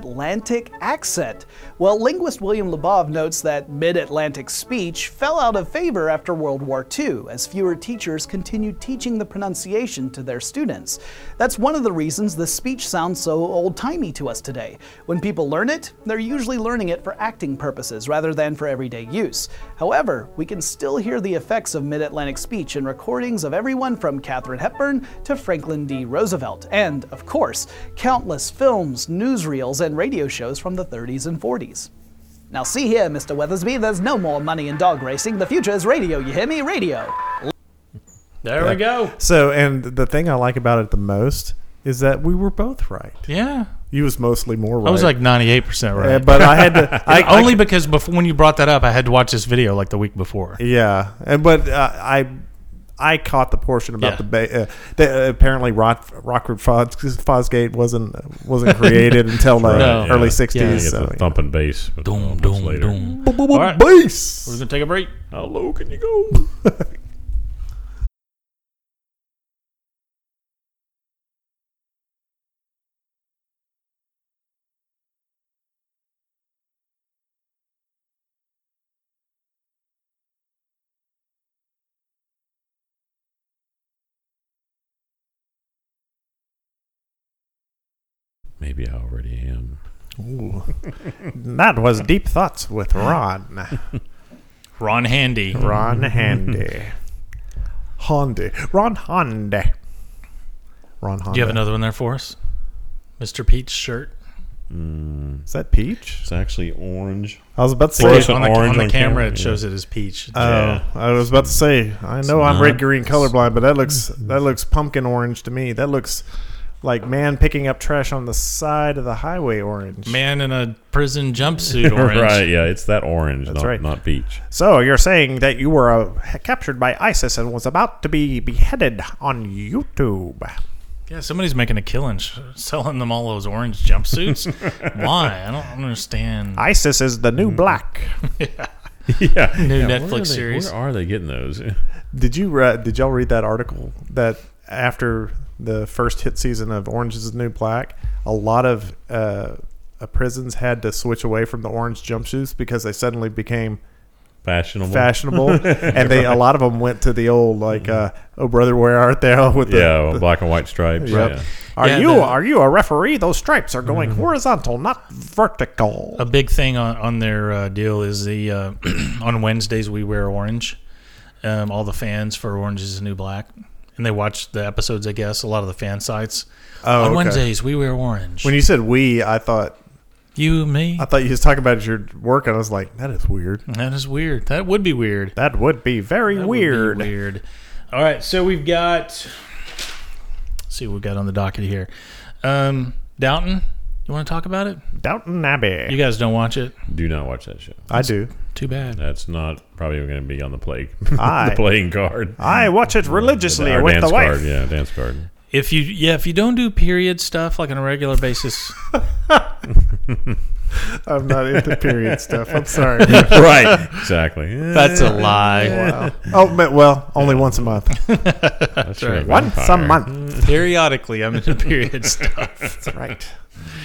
Speaker 9: transatlantic accent? Well, linguist William Labov notes that mid Atlantic speech fell out of favor after World War II as fewer teachers continued teaching the pronunciation to their students. That's one of the reasons the speech sounds so old timey to us today. When people learn it, they're usually learning it for acting purposes rather than for everyday use. However, we can still hear the effects of mid Atlantic speech in recordings of everyone from Katharine Hepburn to Franklin D. Roosevelt, and, of course, countless films, newsreels, and radio shows from the 30s and 40s. Now, see here, Mr. Weathersby, there's no more money in dog racing. The future is radio, you hear me? Radio.
Speaker 1: There we go.
Speaker 2: so and the thing I like about it the most is that we were both right.
Speaker 1: Yeah,
Speaker 2: You was mostly more right.
Speaker 1: I was like ninety eight percent right.
Speaker 2: Uh, but I had to. I, I
Speaker 1: only because before when you brought that up, I had to watch this video like the week before.
Speaker 2: Yeah, and but uh, I I caught the portion about
Speaker 1: Yeah.
Speaker 2: the ba- uh, that uh, apparently Rock, Rockford Fos- Fosgate wasn't wasn't created until the
Speaker 1: No.
Speaker 2: early
Speaker 3: Yeah.
Speaker 2: '60s.
Speaker 1: Yeah.
Speaker 3: You get
Speaker 2: so,
Speaker 3: the thumping bass. but
Speaker 1: Doom,
Speaker 3: months
Speaker 1: doom,
Speaker 3: later.
Speaker 1: doom.
Speaker 2: All right.
Speaker 1: We're
Speaker 2: Bass.
Speaker 1: gonna take a break.
Speaker 3: How low can you go? Maybe I already am.
Speaker 2: That was Deep Thoughts with Ron.
Speaker 1: Ron Handy.
Speaker 2: Ron Handy. Handy. Ron Handy. Ron Handy.
Speaker 1: Do you have another one there for us? Mr. Pete's shirt.
Speaker 2: Is that Peach?
Speaker 3: It's actually orange.
Speaker 2: I was about to
Speaker 3: Or
Speaker 2: say.
Speaker 3: it's an
Speaker 1: on the,
Speaker 3: orange
Speaker 1: on the
Speaker 3: on
Speaker 1: camera,
Speaker 3: camera,
Speaker 1: it
Speaker 3: yeah.
Speaker 1: shows it as peach.
Speaker 2: Oh,
Speaker 3: Yeah.
Speaker 2: I was about to say. I know I'm
Speaker 3: not-
Speaker 2: red green colorblind, but that looks that looks pumpkin orange to me. That looks like man picking up trash on the side of the highway orange.
Speaker 1: Man in a prison jumpsuit orange.
Speaker 3: right, yeah, it's that orange,
Speaker 2: That's
Speaker 3: not,
Speaker 2: right.
Speaker 3: not peach.
Speaker 2: So you're saying that you were uh, captured by ISIS and was about to be beheaded on YouTube?
Speaker 1: Yeah, somebody's making a killing, sh- selling them all those orange jumpsuits. Why? I don't understand.
Speaker 2: ISIS is the
Speaker 1: Mm-hmm.
Speaker 2: new black.
Speaker 3: Yeah.
Speaker 1: New
Speaker 3: Yeah, where
Speaker 1: Netflix
Speaker 3: are they-
Speaker 1: series.
Speaker 3: Where are they getting those?
Speaker 2: Did you re- did y'all read that article that after the first hit season of Orange Is the New Black, a lot of uh, uh, prisons had to switch away from the orange jumpsuits because they suddenly became
Speaker 3: Fashionable.
Speaker 2: fashionable, and they a lot of them went to the old like, uh, "Oh brother, where art thou?" With the,
Speaker 3: Yeah, well, black and white stripes.
Speaker 2: Yep.
Speaker 3: Yeah. Mm-hmm.
Speaker 2: Are
Speaker 1: Yeah,
Speaker 2: you
Speaker 1: the-
Speaker 2: are you a referee? Those stripes are going horizontal, not vertical.
Speaker 1: a big thing on, on their uh, deal is the uh, on Wednesdays we wear orange. Um, all the fans for Orange is the New Black, and they watch the episodes. I guess a lot of the fan sites.
Speaker 2: Oh,
Speaker 1: on
Speaker 2: okay.
Speaker 1: Wednesdays we wear orange.
Speaker 2: When you said "we," I thought
Speaker 1: you and me.
Speaker 2: I thought you Uh, was talking about your work, and I was like, "That is weird.
Speaker 3: Mm-hmm.
Speaker 1: that is weird. That would be weird.
Speaker 2: That would be very
Speaker 1: That would be
Speaker 2: weird."
Speaker 1: weird. All right, so we've got. let's see what we've got on the docket here. Um, Downton, you want to talk about it?
Speaker 2: Downton Abbey.
Speaker 1: You guys don't watch it.
Speaker 3: Do not watch that show.
Speaker 2: I do.
Speaker 1: Too bad.
Speaker 3: That's not probably going to be on the play,
Speaker 2: Aye.
Speaker 3: the playing card.
Speaker 2: I watch it religiously
Speaker 3: Our
Speaker 2: with
Speaker 3: dance
Speaker 2: the wife.
Speaker 3: card, yeah, dance card.
Speaker 1: If you yeah, if you don't do period stuff like on a regular basis,
Speaker 2: I'm not into period stuff. I'm sorry.
Speaker 3: right, exactly. Yeah,
Speaker 1: that's a lie.
Speaker 2: wow. Oh, but, well, only once a month.
Speaker 3: that's right.
Speaker 2: Once a month.
Speaker 1: Periodically, I'm into period stuff.
Speaker 2: That's right.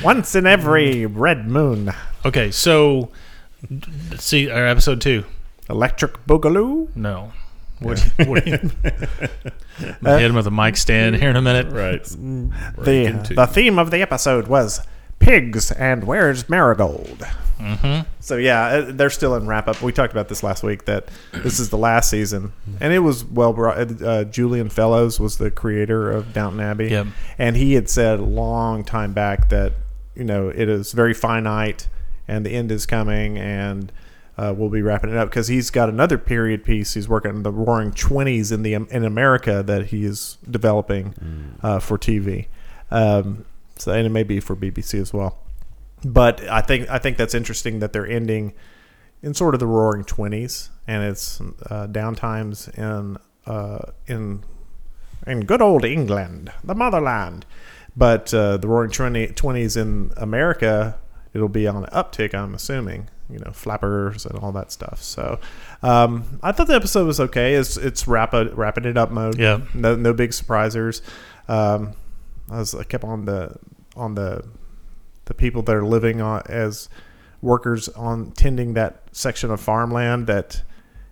Speaker 2: Once in every red moon.
Speaker 1: Okay, so let's see our episode two.
Speaker 2: Electric Boogaloo.
Speaker 1: No, what? what do you, I'm gonna hit him with a mic stand here in a minute.
Speaker 3: Right.
Speaker 2: The, the theme of the episode was pigs and where's Marigold. Mm-hmm. So yeah, uh, they're still in wrap up. We talked about this last week that this is the last season, and it was well brought. Uh, Julian Fellows was the creator of Downton Abbey,
Speaker 1: Yep.
Speaker 2: and he had said a long time back that you know it is very finite, and the end is coming, and. Uh, we'll be wrapping it up because he's got another period piece. He's working on the Roaring Twenties in the um, in America that he is developing uh, for TV. Um, so and it may be for BBC as well. But I think I think that's interesting that they're ending in sort of the Roaring Twenties, and it's uh, downtimes in uh, in in good old England, the motherland. But uh, the Roaring Twenties in America, it'll be on an uptick, I'm assuming. You know, flappers and all that stuff. So, um, I thought the episode was okay. It's it's rapid wrapping it up mode.
Speaker 1: Yeah.
Speaker 2: no no big surprisers. Um, I was I kept on the on the the people that are living on as workers on tending that section of farmland that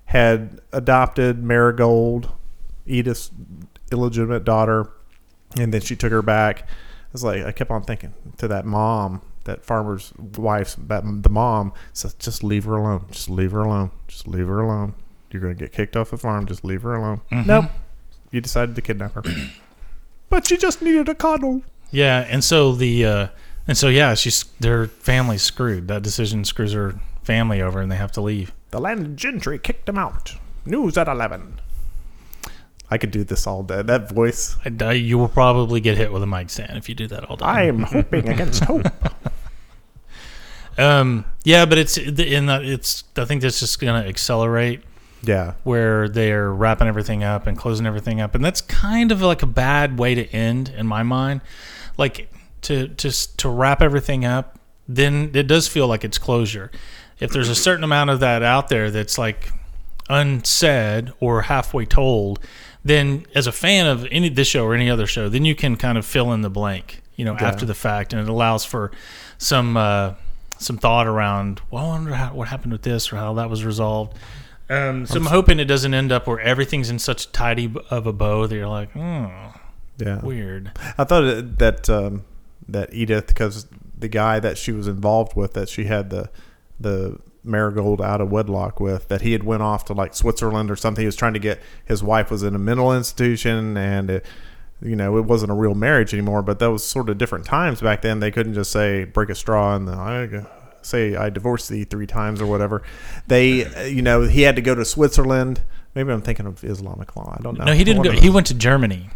Speaker 2: had adopted Marigold, Edith's illegitimate daughter, and then she took her back. I was like, I kept on thinking to that mom, that farmer's wife's, that the mom says, just leave her alone, just leave her alone, just leave her alone. You're gonna get kicked off the farm. Just leave her alone. Nope, you decided to kidnap her, but she just needed a coddle.
Speaker 1: Yeah, and so the uh, and so yeah, she's their family's screwed. That decision screws her family over, and they have to leave.
Speaker 2: The landed gentry kicked him out. News at 11. I could do this all day. That voice.
Speaker 1: I, I- you will probably get hit with a mic stand if you do that all day.
Speaker 2: I'm hoping against hope.
Speaker 1: Um, yeah, but it's in the, it's. I think that's just gonna accelerate
Speaker 2: Yeah.
Speaker 1: where they're wrapping everything up and closing everything up, and that's kind of like a bad way to end in my mind. Like to just to wrap everything up, then it does feel like it's closure. If there's a certain amount of that out there that's like unsaid or halfway told, then as a fan of any this show or any other show, then you can kind of fill in the blank, you know, after the fact, and it allows for some uh, some thought around. Well, I wonder how, what happened with this or how that was resolved. Um, so I'm hoping it doesn't end up where everything's in such tidy b- of a bow that you're like, hmm,
Speaker 2: Yeah.
Speaker 1: weird.
Speaker 2: I thought it- that um, that Edith because the guy that she was involved with that she had the the marigold out of wedlock with that he had went off to like Switzerland or something. He was trying to get his wife was in a mental institution and it, you know it wasn't a real marriage anymore. But that was sort of different times back then. They couldn't just say break a straw and I go- say I divorced thee three times or whatever. They uh, you know he had to go to Switzerland. Maybe I'm thinking of Islamic law. I don't know.
Speaker 1: No, he didn't
Speaker 2: One
Speaker 1: go.
Speaker 2: of
Speaker 1: He went to Germany,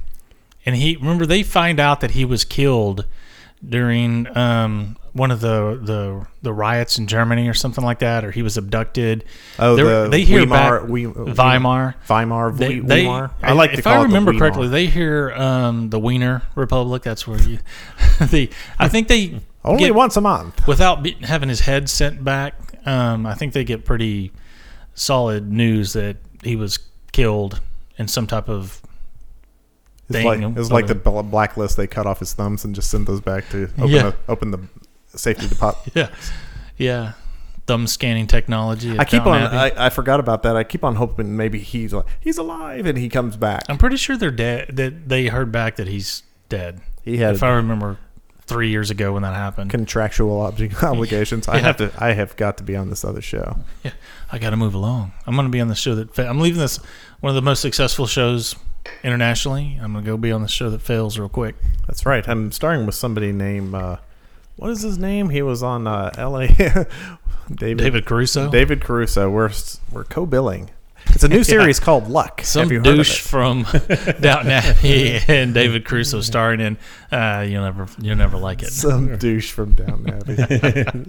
Speaker 1: and he remember they find out that he was killed during um, one of the, the the riots in Germany or something like that, or he was abducted.
Speaker 2: Oh,
Speaker 1: They're-
Speaker 2: the
Speaker 1: they hear
Speaker 2: Weimar-
Speaker 1: back
Speaker 2: we-
Speaker 1: Weimar.
Speaker 2: Weimar,
Speaker 1: They,
Speaker 2: we-
Speaker 1: they-
Speaker 2: Weimar. I like to
Speaker 1: if
Speaker 2: call it
Speaker 1: I
Speaker 2: the
Speaker 1: remember
Speaker 2: Weimar.
Speaker 1: correctly, they hear um, the Wiener Republic. That's where you. the I think they
Speaker 2: Only
Speaker 1: get-
Speaker 2: once a month.
Speaker 1: without be, having his head sent back, um, I think they get pretty solid news that he was killed in some type of
Speaker 2: It's
Speaker 1: thing.
Speaker 2: like, it was like the bl- blacklist. They cut off his thumbs and just sent those back to open,
Speaker 1: Yeah.
Speaker 2: the, open the safety deposit.
Speaker 1: yeah, yeah, thumb scanning technology. at
Speaker 2: I keep on.
Speaker 1: Downton Abbey.
Speaker 2: I, I forgot about that. I keep on hoping maybe he's like he's alive and he comes back.
Speaker 1: I'm pretty sure they're dead. That they heard back that he's dead.
Speaker 2: He had
Speaker 1: if I remember, three years ago when that happened.
Speaker 2: contractual obli- obligations. I
Speaker 1: Yeah.
Speaker 2: have to. I have got to be on this other show.
Speaker 1: yeah, I got to move along. I'm going to be on the show that fa- I'm leaving this one of the most successful shows internationally. I'm going to go be on the show that fails real quick.
Speaker 2: That's right. I'm starting with somebody named. Uh, what is his name? He was on uh, L.A. David
Speaker 1: David Caruso.
Speaker 2: David Caruso. We're s- we're co-billing. It's a new series called Luck.
Speaker 1: Some
Speaker 2: Have you heard of
Speaker 1: douche
Speaker 2: it?
Speaker 1: from Downton Abbey and David Crusoe starring in. Uh, you'll never, you'll never like it.
Speaker 2: Some douche from down Abbey.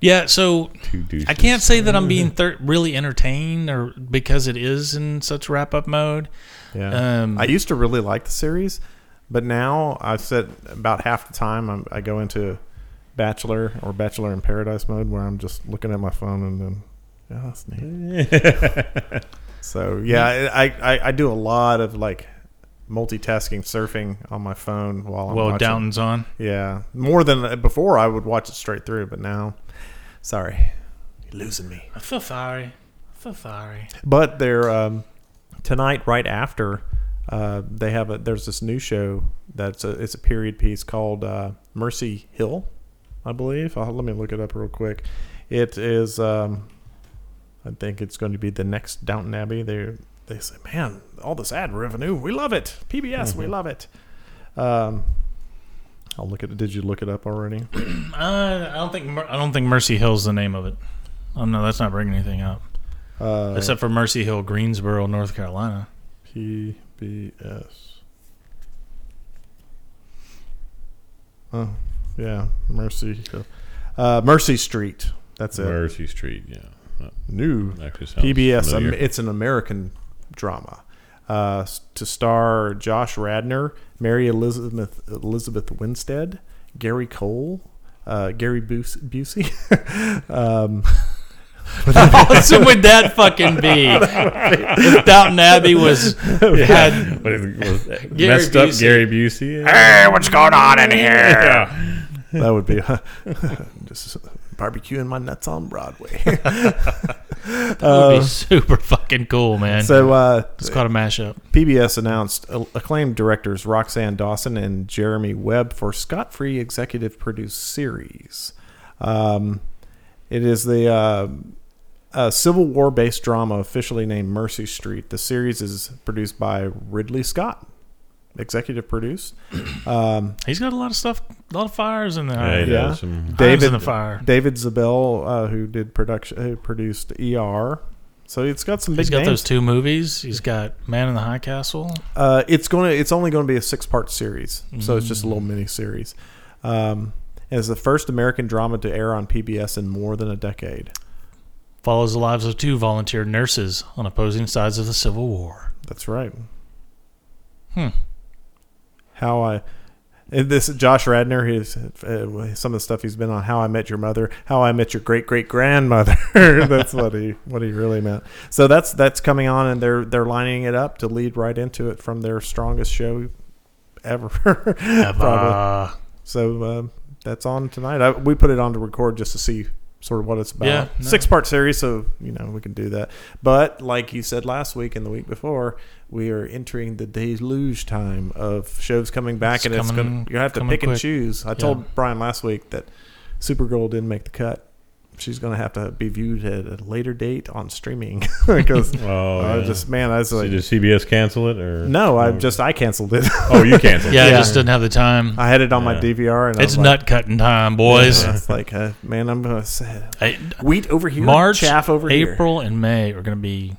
Speaker 1: Yeah, so
Speaker 3: Two douches.
Speaker 1: I can't say that I'm being thir- really entertained or because it is in such wrap up mode.
Speaker 2: yeah.
Speaker 1: Um,
Speaker 2: I used to really like the series, but now I said about half the time I'm, I go into Bachelor or Bachelor in Paradise mode where I'm just looking at my phone and then. Yeah, that's neat. so yeah, I, I I do a lot of like multitasking, surfing on my phone while I'm
Speaker 1: Well,
Speaker 2: watching.
Speaker 1: Downton's on.
Speaker 2: Yeah, more than before. I would watch it straight through, but now, sorry, you're losing me.
Speaker 1: I feel sorry. I feel sorry.
Speaker 2: But they're um, tonight, right after uh, they have a there's this new show that's a it's a period piece called uh, Mercy Hill, I believe. I'll, let me look it up real quick. It is. Um, I think it's going to be the next Downton Abbey. They they say, man, all this ad revenue, we love it. PBS, we love it. Um, I'll look at it. Did you look it up already?
Speaker 1: Uh, I don't think Mer- I don't think Mercy Hill's the name of it. Oh no, that's not bringing anything up
Speaker 2: Uh,
Speaker 1: except for Mercy Hill, Greensboro, North Carolina.
Speaker 2: PBS. Oh, yeah, Mercy. Uh, Mercy Street. That's it.
Speaker 3: Mercy Street. Yeah, That
Speaker 2: New
Speaker 3: actually sounds
Speaker 2: PBS. um,
Speaker 3: familiar.
Speaker 2: it's an American drama. Uh, s- to star Josh Radner, Mary Elizabeth Elizabeth Winstead, Gary Cole, uh, Gary Buse, Busey. um,
Speaker 1: How awesome would that fucking be? if Downton Abbey was had
Speaker 3: What is- was that?
Speaker 1: Gary
Speaker 3: messed up
Speaker 1: Busey. Ah.
Speaker 3: Gary Busey. Hey, what's going on in here?
Speaker 2: that would be just barbecuing my nuts on Broadway.
Speaker 1: would be super fucking cool, man.
Speaker 2: Uh, so uh,
Speaker 1: it's called a mashup.
Speaker 2: PBS announced a- acclaimed directors Roxanne Dawson and Jeremy Webb for Scott Free executive produced series. Um, it is the uh, uh, Civil War based drama officially named Mercy Street. The series is produced by Ridley Scott, executive produced.
Speaker 1: He's got a lot of stuff, a lot of fires in there.
Speaker 3: Yeah, he
Speaker 2: Yeah.
Speaker 3: does some-
Speaker 1: Dave's in the fire.
Speaker 2: David Zabel, uh, who did production, who produced ER. So it's got some big
Speaker 1: He's got
Speaker 2: names.
Speaker 1: those two movies. He's got Man in the High Castle.
Speaker 2: Uh, it's going to. It's only going to be a six part series, so it's just a little mini series. Um, and it's the first American drama to air on PBS in more than a decade.
Speaker 1: Follows the lives of two volunteer nurses on opposing sides of the Civil War.
Speaker 2: That's right.
Speaker 1: Hmm.
Speaker 2: How I. and This Josh Radner, his uh, some of the stuff he's been on. How I Met Your Mother, How I Met Your Great Great Grandmother. that's what he what he really meant. So that's that's coming on, and they're they're lining it up to lead right into it from their strongest show ever. Probably. um,
Speaker 1: Uh,
Speaker 2: So uh, that's on tonight. I, we put it on to record just to see sort of what it's about.
Speaker 1: Yeah, no.
Speaker 2: Six part series, so you know we can do that. But like you said last week and the week before, we are entering the deluge time of shows coming back,
Speaker 1: It's
Speaker 2: and it's
Speaker 1: coming-
Speaker 2: gonna you have to
Speaker 1: coming
Speaker 2: pick and
Speaker 1: quick.
Speaker 2: choose. I told Brian last week that Supergirl didn't make the cut. She's gonna have to be viewed at a later date on streaming because
Speaker 3: Oh,
Speaker 2: I
Speaker 3: yeah.
Speaker 2: just man, I was
Speaker 3: So
Speaker 2: like,
Speaker 3: did CBS cancel it or
Speaker 2: no, I
Speaker 3: or-
Speaker 2: just I canceled it.
Speaker 3: Oh, you canceled.
Speaker 1: Yeah,
Speaker 3: it.
Speaker 1: I just didn't have the time.
Speaker 2: I had it on my
Speaker 3: Yeah.
Speaker 2: DVR, and I
Speaker 1: it's
Speaker 2: was like,
Speaker 1: nut cutting time, boys.
Speaker 2: yeah, it's like, uh, man, I'm gonna say
Speaker 1: Hey,
Speaker 2: wheat over here,
Speaker 1: March,
Speaker 2: chaff over here.
Speaker 1: April, and May are going to be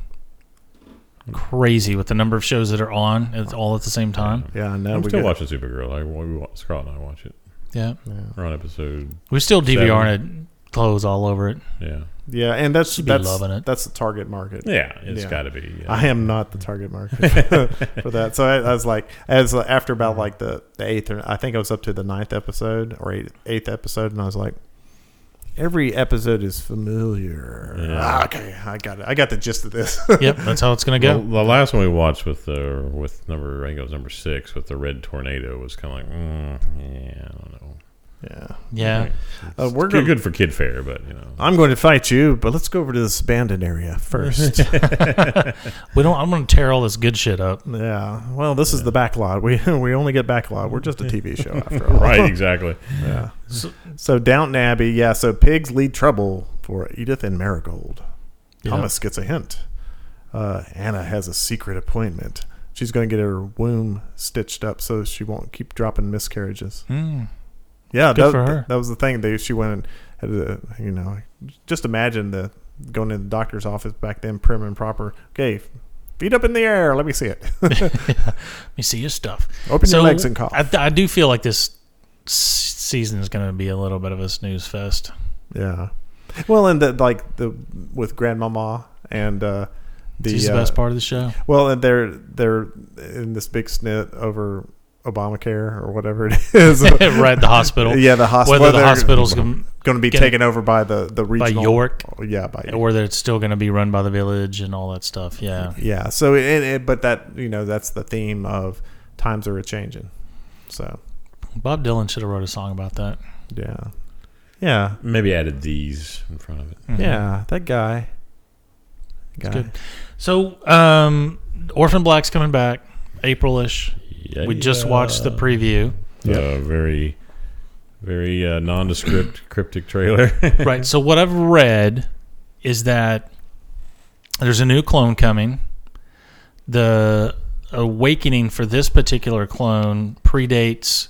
Speaker 1: crazy with the number of shows that are on at- all at the same time.
Speaker 2: Yeah, I know.
Speaker 3: I'm
Speaker 2: we
Speaker 3: still
Speaker 2: got-
Speaker 3: watching Supergirl. I we watch, Scott and I watch it.
Speaker 1: Yeah,
Speaker 3: We're on episode.
Speaker 1: we still DVRing it, clothes all over it.
Speaker 3: Yeah,
Speaker 2: Yeah, and that's
Speaker 1: She'd be
Speaker 2: that's
Speaker 1: loving it.
Speaker 2: that's the target market.
Speaker 3: yeah, it's
Speaker 2: Yeah.
Speaker 3: got to be. Yeah.
Speaker 2: I am not the target market for that. So I, I was like, as after about like the, the eighth, or I think I was up to the ninth episode or eighth, eighth episode, and I was like, every episode is familiar.
Speaker 3: Yeah.
Speaker 2: Ah, okay, I got it. I got the gist of this.
Speaker 1: Yep, that's how it's going to
Speaker 3: The,
Speaker 1: go.
Speaker 3: the last one we watched with the with number I think it was number six with the red tornado was kind of like mm, yeah I don't know.
Speaker 2: yeah,
Speaker 1: yeah,
Speaker 2: uh, we're good.
Speaker 3: Good, good for kid fare, but you know.
Speaker 2: I'm going to fight you, but let's go over to this abandoned area first.
Speaker 1: we don't. I'm going to tear all this good shit up.
Speaker 2: yeah. Well, this is the back lot. We we only get back lot. We're just a TV show after all.
Speaker 3: Right, exactly.
Speaker 2: So Downton Abbey, yeah. So pigs lead trouble for Edith and Marigold. Thomas gets a hint. Uh, Anna has a secret appointment. She's going to get her womb stitched up so she won't keep dropping miscarriages. Yeah,
Speaker 1: Hmm. Good
Speaker 2: that,
Speaker 1: for her.
Speaker 2: that was the thing. They she went and had a, you know, just imagine the going to the doctor's office back then, prim and proper. Okay, feet up in the air. Let me see it.
Speaker 1: Let me see your stuff.
Speaker 2: Open your legs and cough.
Speaker 1: I, I do feel like this s- season is going to be a little bit of a snooze fest.
Speaker 2: yeah. Well, and the, like the with Grandmama and uh, the
Speaker 1: She's the
Speaker 2: uh,
Speaker 1: best part of the show.
Speaker 2: Well, and they're they're in this big snit over Obamacare or whatever it is.
Speaker 1: right, the hospital.
Speaker 2: Yeah, the hosp-
Speaker 1: Whether
Speaker 2: whether-
Speaker 1: the hospital's going
Speaker 2: Going to be
Speaker 1: Gonna-
Speaker 2: taken over by the the
Speaker 1: by
Speaker 2: regional
Speaker 1: York,
Speaker 2: Oh, Yeah, by
Speaker 1: or that it's still going to be run by the village and all that stuff. Yeah.
Speaker 2: yeah. So it, it, but that you know that's the theme of times are a changing. So
Speaker 1: Bob Dylan should have wrote a song about that.
Speaker 2: yeah, yeah,
Speaker 3: Maybe added these in front of it.
Speaker 2: yeah. That guy. Guy.
Speaker 1: Mm-hmm. good. So, um, Orphan Black's coming back April-ish. We just watched the preview.
Speaker 3: Uh, very, very uh, nondescript, cryptic trailer.
Speaker 1: right. So what I've read is that there's a new clone coming. The awakening for this particular clone predates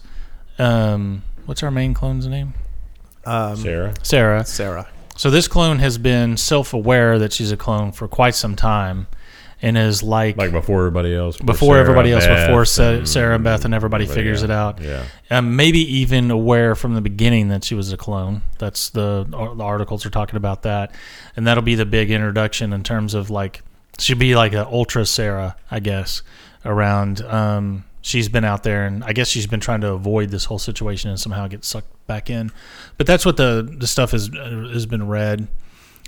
Speaker 1: um, what's our main clone's name?
Speaker 3: Sarah,
Speaker 1: Sarah.
Speaker 2: Sarah.
Speaker 1: So this clone has been self-aware that she's a clone for quite some time, and is like,
Speaker 3: like before everybody else,
Speaker 1: before
Speaker 3: Sarah,
Speaker 1: everybody else,
Speaker 3: Beth,
Speaker 1: before Sa-
Speaker 3: and
Speaker 1: Sarah and Beth, and everybody, figures it out.
Speaker 3: Yeah,
Speaker 1: Um, maybe even aware from the beginning that she was a clone. That's the, ar- the articles are talking about that, and that'll be the big introduction in terms of like she'd be like an ultra Sarah, I guess. Around, um, she's been out there, and I guess she's been trying to avoid this whole situation and somehow get sucked back in. But that's what the the stuff has has been read,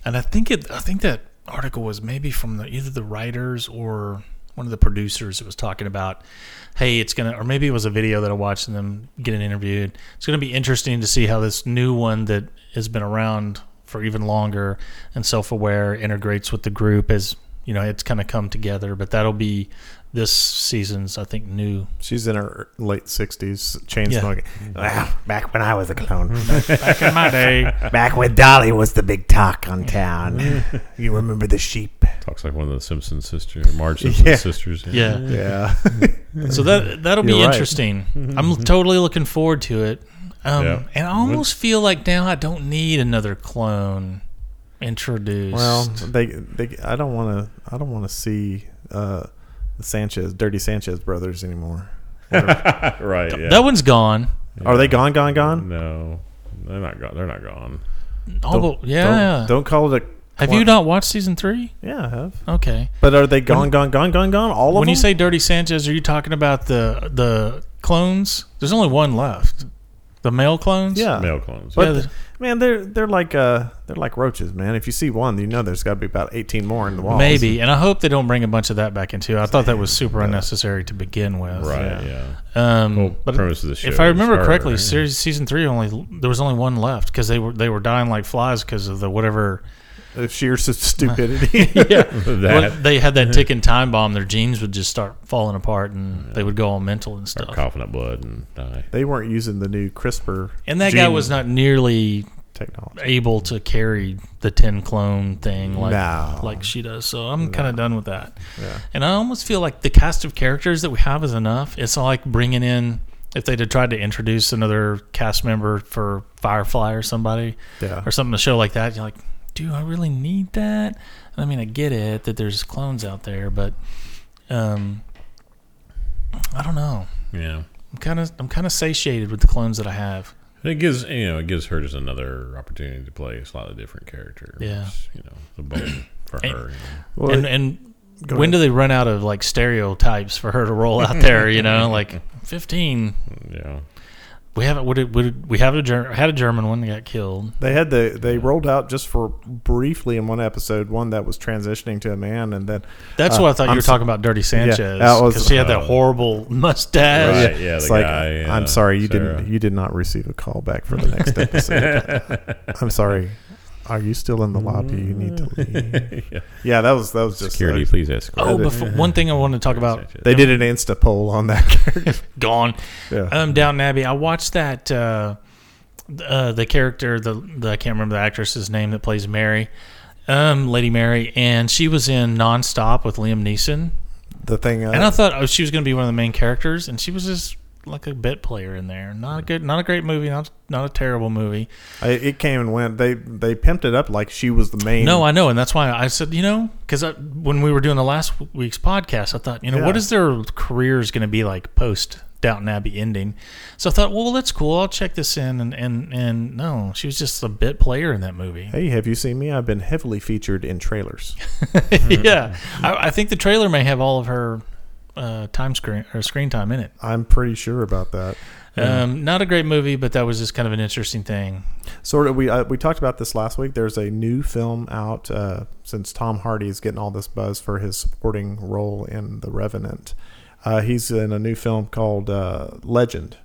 Speaker 1: and I think it I think that article was maybe from the, either the writers or one of the producers that was talking about hey, it's gonna, or maybe it was a video that I watched and them getting interviewed. It's gonna be interesting to see how this new one that has been around for even longer and self-aware integrates with the group as you know it's kind of come together. But that'll be this season's, I think, new.
Speaker 2: She's in her late sixties, chain
Speaker 1: Yeah.
Speaker 2: smoking.
Speaker 5: Well, back when I was a clone.
Speaker 1: Back in my day,
Speaker 5: back when Dolly was the big talk on town. you remember the sheep?
Speaker 3: talks like one of the Simpson sisters, Marge Simpson
Speaker 2: Yeah.
Speaker 3: sisters.
Speaker 1: yeah.
Speaker 2: Yeah,
Speaker 1: So that that'll be
Speaker 2: You're right.
Speaker 1: interesting. I'm totally looking forward to it. Um,
Speaker 3: Yeah.
Speaker 1: And
Speaker 2: Mm-hmm.
Speaker 1: I almost feel like now I don't need another clone introduced.
Speaker 2: Well, they they I don't want to I don't want to see uh, the Sanchez Dirty Sanchez brothers anymore.
Speaker 3: right. Yeah.
Speaker 1: that one's gone.
Speaker 2: Are they gone? Gone? Gone?
Speaker 3: no, they're not gone. They're not gone.
Speaker 1: Oh, but- yeah.
Speaker 2: Don't, don't call it a.
Speaker 1: Have you not watched season three?
Speaker 2: Yeah, I have.
Speaker 1: Okay.
Speaker 2: But are they gone? gone? Gone? Gone? Gone? All of
Speaker 1: when
Speaker 2: them.
Speaker 1: you say Dirty Sanchez, are you talking about the the clones? There's only one left. The male clones?
Speaker 2: Yeah,
Speaker 3: Male clones.
Speaker 2: But
Speaker 1: Yeah.
Speaker 2: man, they're they're like uh they're like roaches, man. If you see one, you know there's got to be about eighteen more in the walls.
Speaker 1: Maybe. And I hope they don't bring a bunch of that back into it. I thought that was super unnecessary to begin with.
Speaker 3: right, yeah.
Speaker 1: Um,
Speaker 3: Well,
Speaker 1: but
Speaker 3: premise of the show
Speaker 1: if I
Speaker 3: is
Speaker 1: remember
Speaker 3: her,
Speaker 1: correctly,
Speaker 3: right?
Speaker 1: series, season three only there was only one left because they were they were dying like flies because of the whatever.
Speaker 2: Of sheer s- stupidity.
Speaker 1: Well,
Speaker 3: that
Speaker 1: they had that ticking time bomb. Their genes would just start falling apart and they would go all mental and stuff.
Speaker 3: coughing up blood and die.
Speaker 2: they weren't using the new CRISPR
Speaker 1: And that guy
Speaker 2: gene
Speaker 1: was not nearly
Speaker 2: technology.
Speaker 1: able to carry the ten clone thing like
Speaker 2: No.
Speaker 1: like she does. So I'm kind of done with that. And I almost feel like the cast of characters that we have is enough. It's like bringing in if they'd have tried to introduce another cast member for Firefly or somebody
Speaker 2: Yeah.
Speaker 1: or something a show like that. You're like, do I really need that? I mean, I get it that there's clones out there, but um, I don't know.
Speaker 3: Yeah.
Speaker 1: I'm kind of I'm kind of satiated with the clones that I have.
Speaker 3: And it gives you know it gives her just another opportunity to play a slightly different character.
Speaker 1: Yeah.
Speaker 3: which, you know the bone for
Speaker 1: And-
Speaker 3: her. you know.
Speaker 2: Well,
Speaker 1: and and when do they run out of like stereotypes for her to roll out there? You know, like fifteen.
Speaker 3: Yeah,
Speaker 1: We haven't. Would it? Would it, we have a Ger- had a German one that got killed?
Speaker 2: They had the they rolled out just for briefly in one episode one that was transitioning to a man and then
Speaker 1: That's
Speaker 2: Uh,
Speaker 1: what I thought you
Speaker 2: I'm
Speaker 1: were
Speaker 2: so-
Speaker 1: talking about, Dirty Sanchez,
Speaker 2: that was-
Speaker 1: because she had that
Speaker 3: uh,
Speaker 1: horrible mustache.
Speaker 3: Right, yeah,
Speaker 2: it's
Speaker 3: the
Speaker 2: like
Speaker 3: guy, yeah,
Speaker 2: I'm sorry you
Speaker 3: Sarah.
Speaker 2: didn't you did not receive a call back for the next episode. I'm sorry. Are you still in the lobby? You need to leave. yeah. that was that was just
Speaker 3: security,
Speaker 2: like-
Speaker 3: please escort.
Speaker 1: Oh, before, one thing I wanted to talk about.
Speaker 3: Sanchez.
Speaker 2: They did an insta poll on that character.
Speaker 1: Gone.
Speaker 2: Yeah.
Speaker 1: Um, Down Abbey. I watched that. Uh, uh, the character, the, the I can't remember the actress's name that plays Mary, um, Lady Mary, and she was in Nonstop with Liam Neeson.
Speaker 2: the thing uh,
Speaker 1: And I thought oh, she was going to be one of the main characters, and she was just like a bit player in there. Not a good, not a great movie, not not a terrible movie.
Speaker 2: I, it came and went. They they pimped it up like she was the main.
Speaker 1: No, I know, and that's why I said, you know, because when we were doing the last week's podcast, I thought, you know, what
Speaker 2: Yeah.
Speaker 1: is their careers going to be like post Downton Abbey ending? So I thought, well, that's cool. I'll check this in, and and and no, she was just a bit player in that movie.
Speaker 2: hey, have you seen me? I've been heavily featured in trailers.
Speaker 1: yeah, I, I think the trailer may have all of her uh, time screen or screen time in it.
Speaker 2: I'm pretty sure about that.
Speaker 1: Um, not a great movie, but that was just kind of an interesting thing.
Speaker 2: Sort of. We uh, we talked about this last week. There's a new film out uh, since Tom Hardy is getting all this buzz for his supporting role in The Revenant. Uh, he's in a new film called uh, Legend,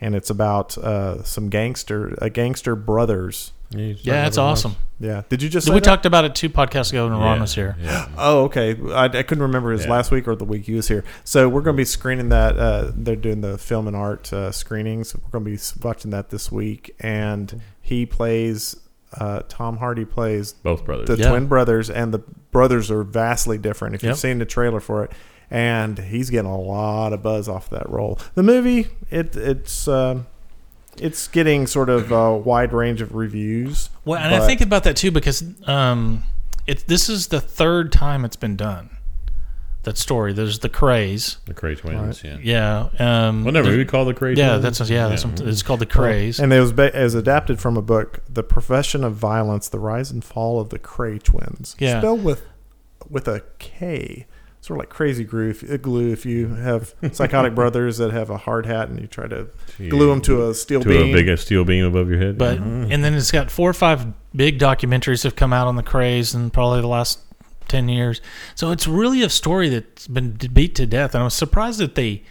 Speaker 2: and it's about uh, some gangster, a gangster brothers.
Speaker 1: Yeah, it's awesome.
Speaker 2: Yeah. Did you just
Speaker 1: So
Speaker 2: say
Speaker 1: we
Speaker 2: that?
Speaker 1: talked about it two podcasts ago when Ron was here.
Speaker 3: Yeah.
Speaker 2: Oh, okay. I, I couldn't remember his
Speaker 3: Yeah.
Speaker 2: last week or the week he was here. So we're going to be screening that. Uh, they're doing the film and art uh, screenings. We're going to be s- watching that this week, and he plays. Uh, Tom Hardy plays
Speaker 3: Both brothers.
Speaker 2: the
Speaker 1: Yeah.
Speaker 2: twin brothers, and the brothers are vastly different. If
Speaker 1: Yep.
Speaker 2: you've seen the trailer for it, and he's getting a lot of buzz off that role. The movie, it it's um it's getting sort of a wide range of reviews.
Speaker 1: Well, and I
Speaker 2: but-
Speaker 1: think about that too because um, it, this is the third time it's been done. That story. There's the craze.
Speaker 3: The Cray twins. Yeah.
Speaker 1: Yeah. Um,
Speaker 3: Well, never.
Speaker 1: the-
Speaker 3: We call the Cray.
Speaker 1: yeah,
Speaker 3: twins?
Speaker 1: that's yeah, that's what- it's called the craze.
Speaker 2: And it was, ba- it was adapted from a book, "The Profession of Violence: The Rise and Fall of the Cray Twins."
Speaker 1: Yeah.
Speaker 2: spelled with with a K, sort of like crazy glue. If, uh, glue. If you have psychotic brothers that have a hard hat and you try to glue 'em glue them to a steel
Speaker 3: to
Speaker 2: beam,
Speaker 3: a big steel beam above your head.
Speaker 1: but
Speaker 3: yeah.
Speaker 1: and then it's got four or five big documentaries have come out on the craze in probably the last 10 years so it's really a story that's been d- beat to death and i was surprised that they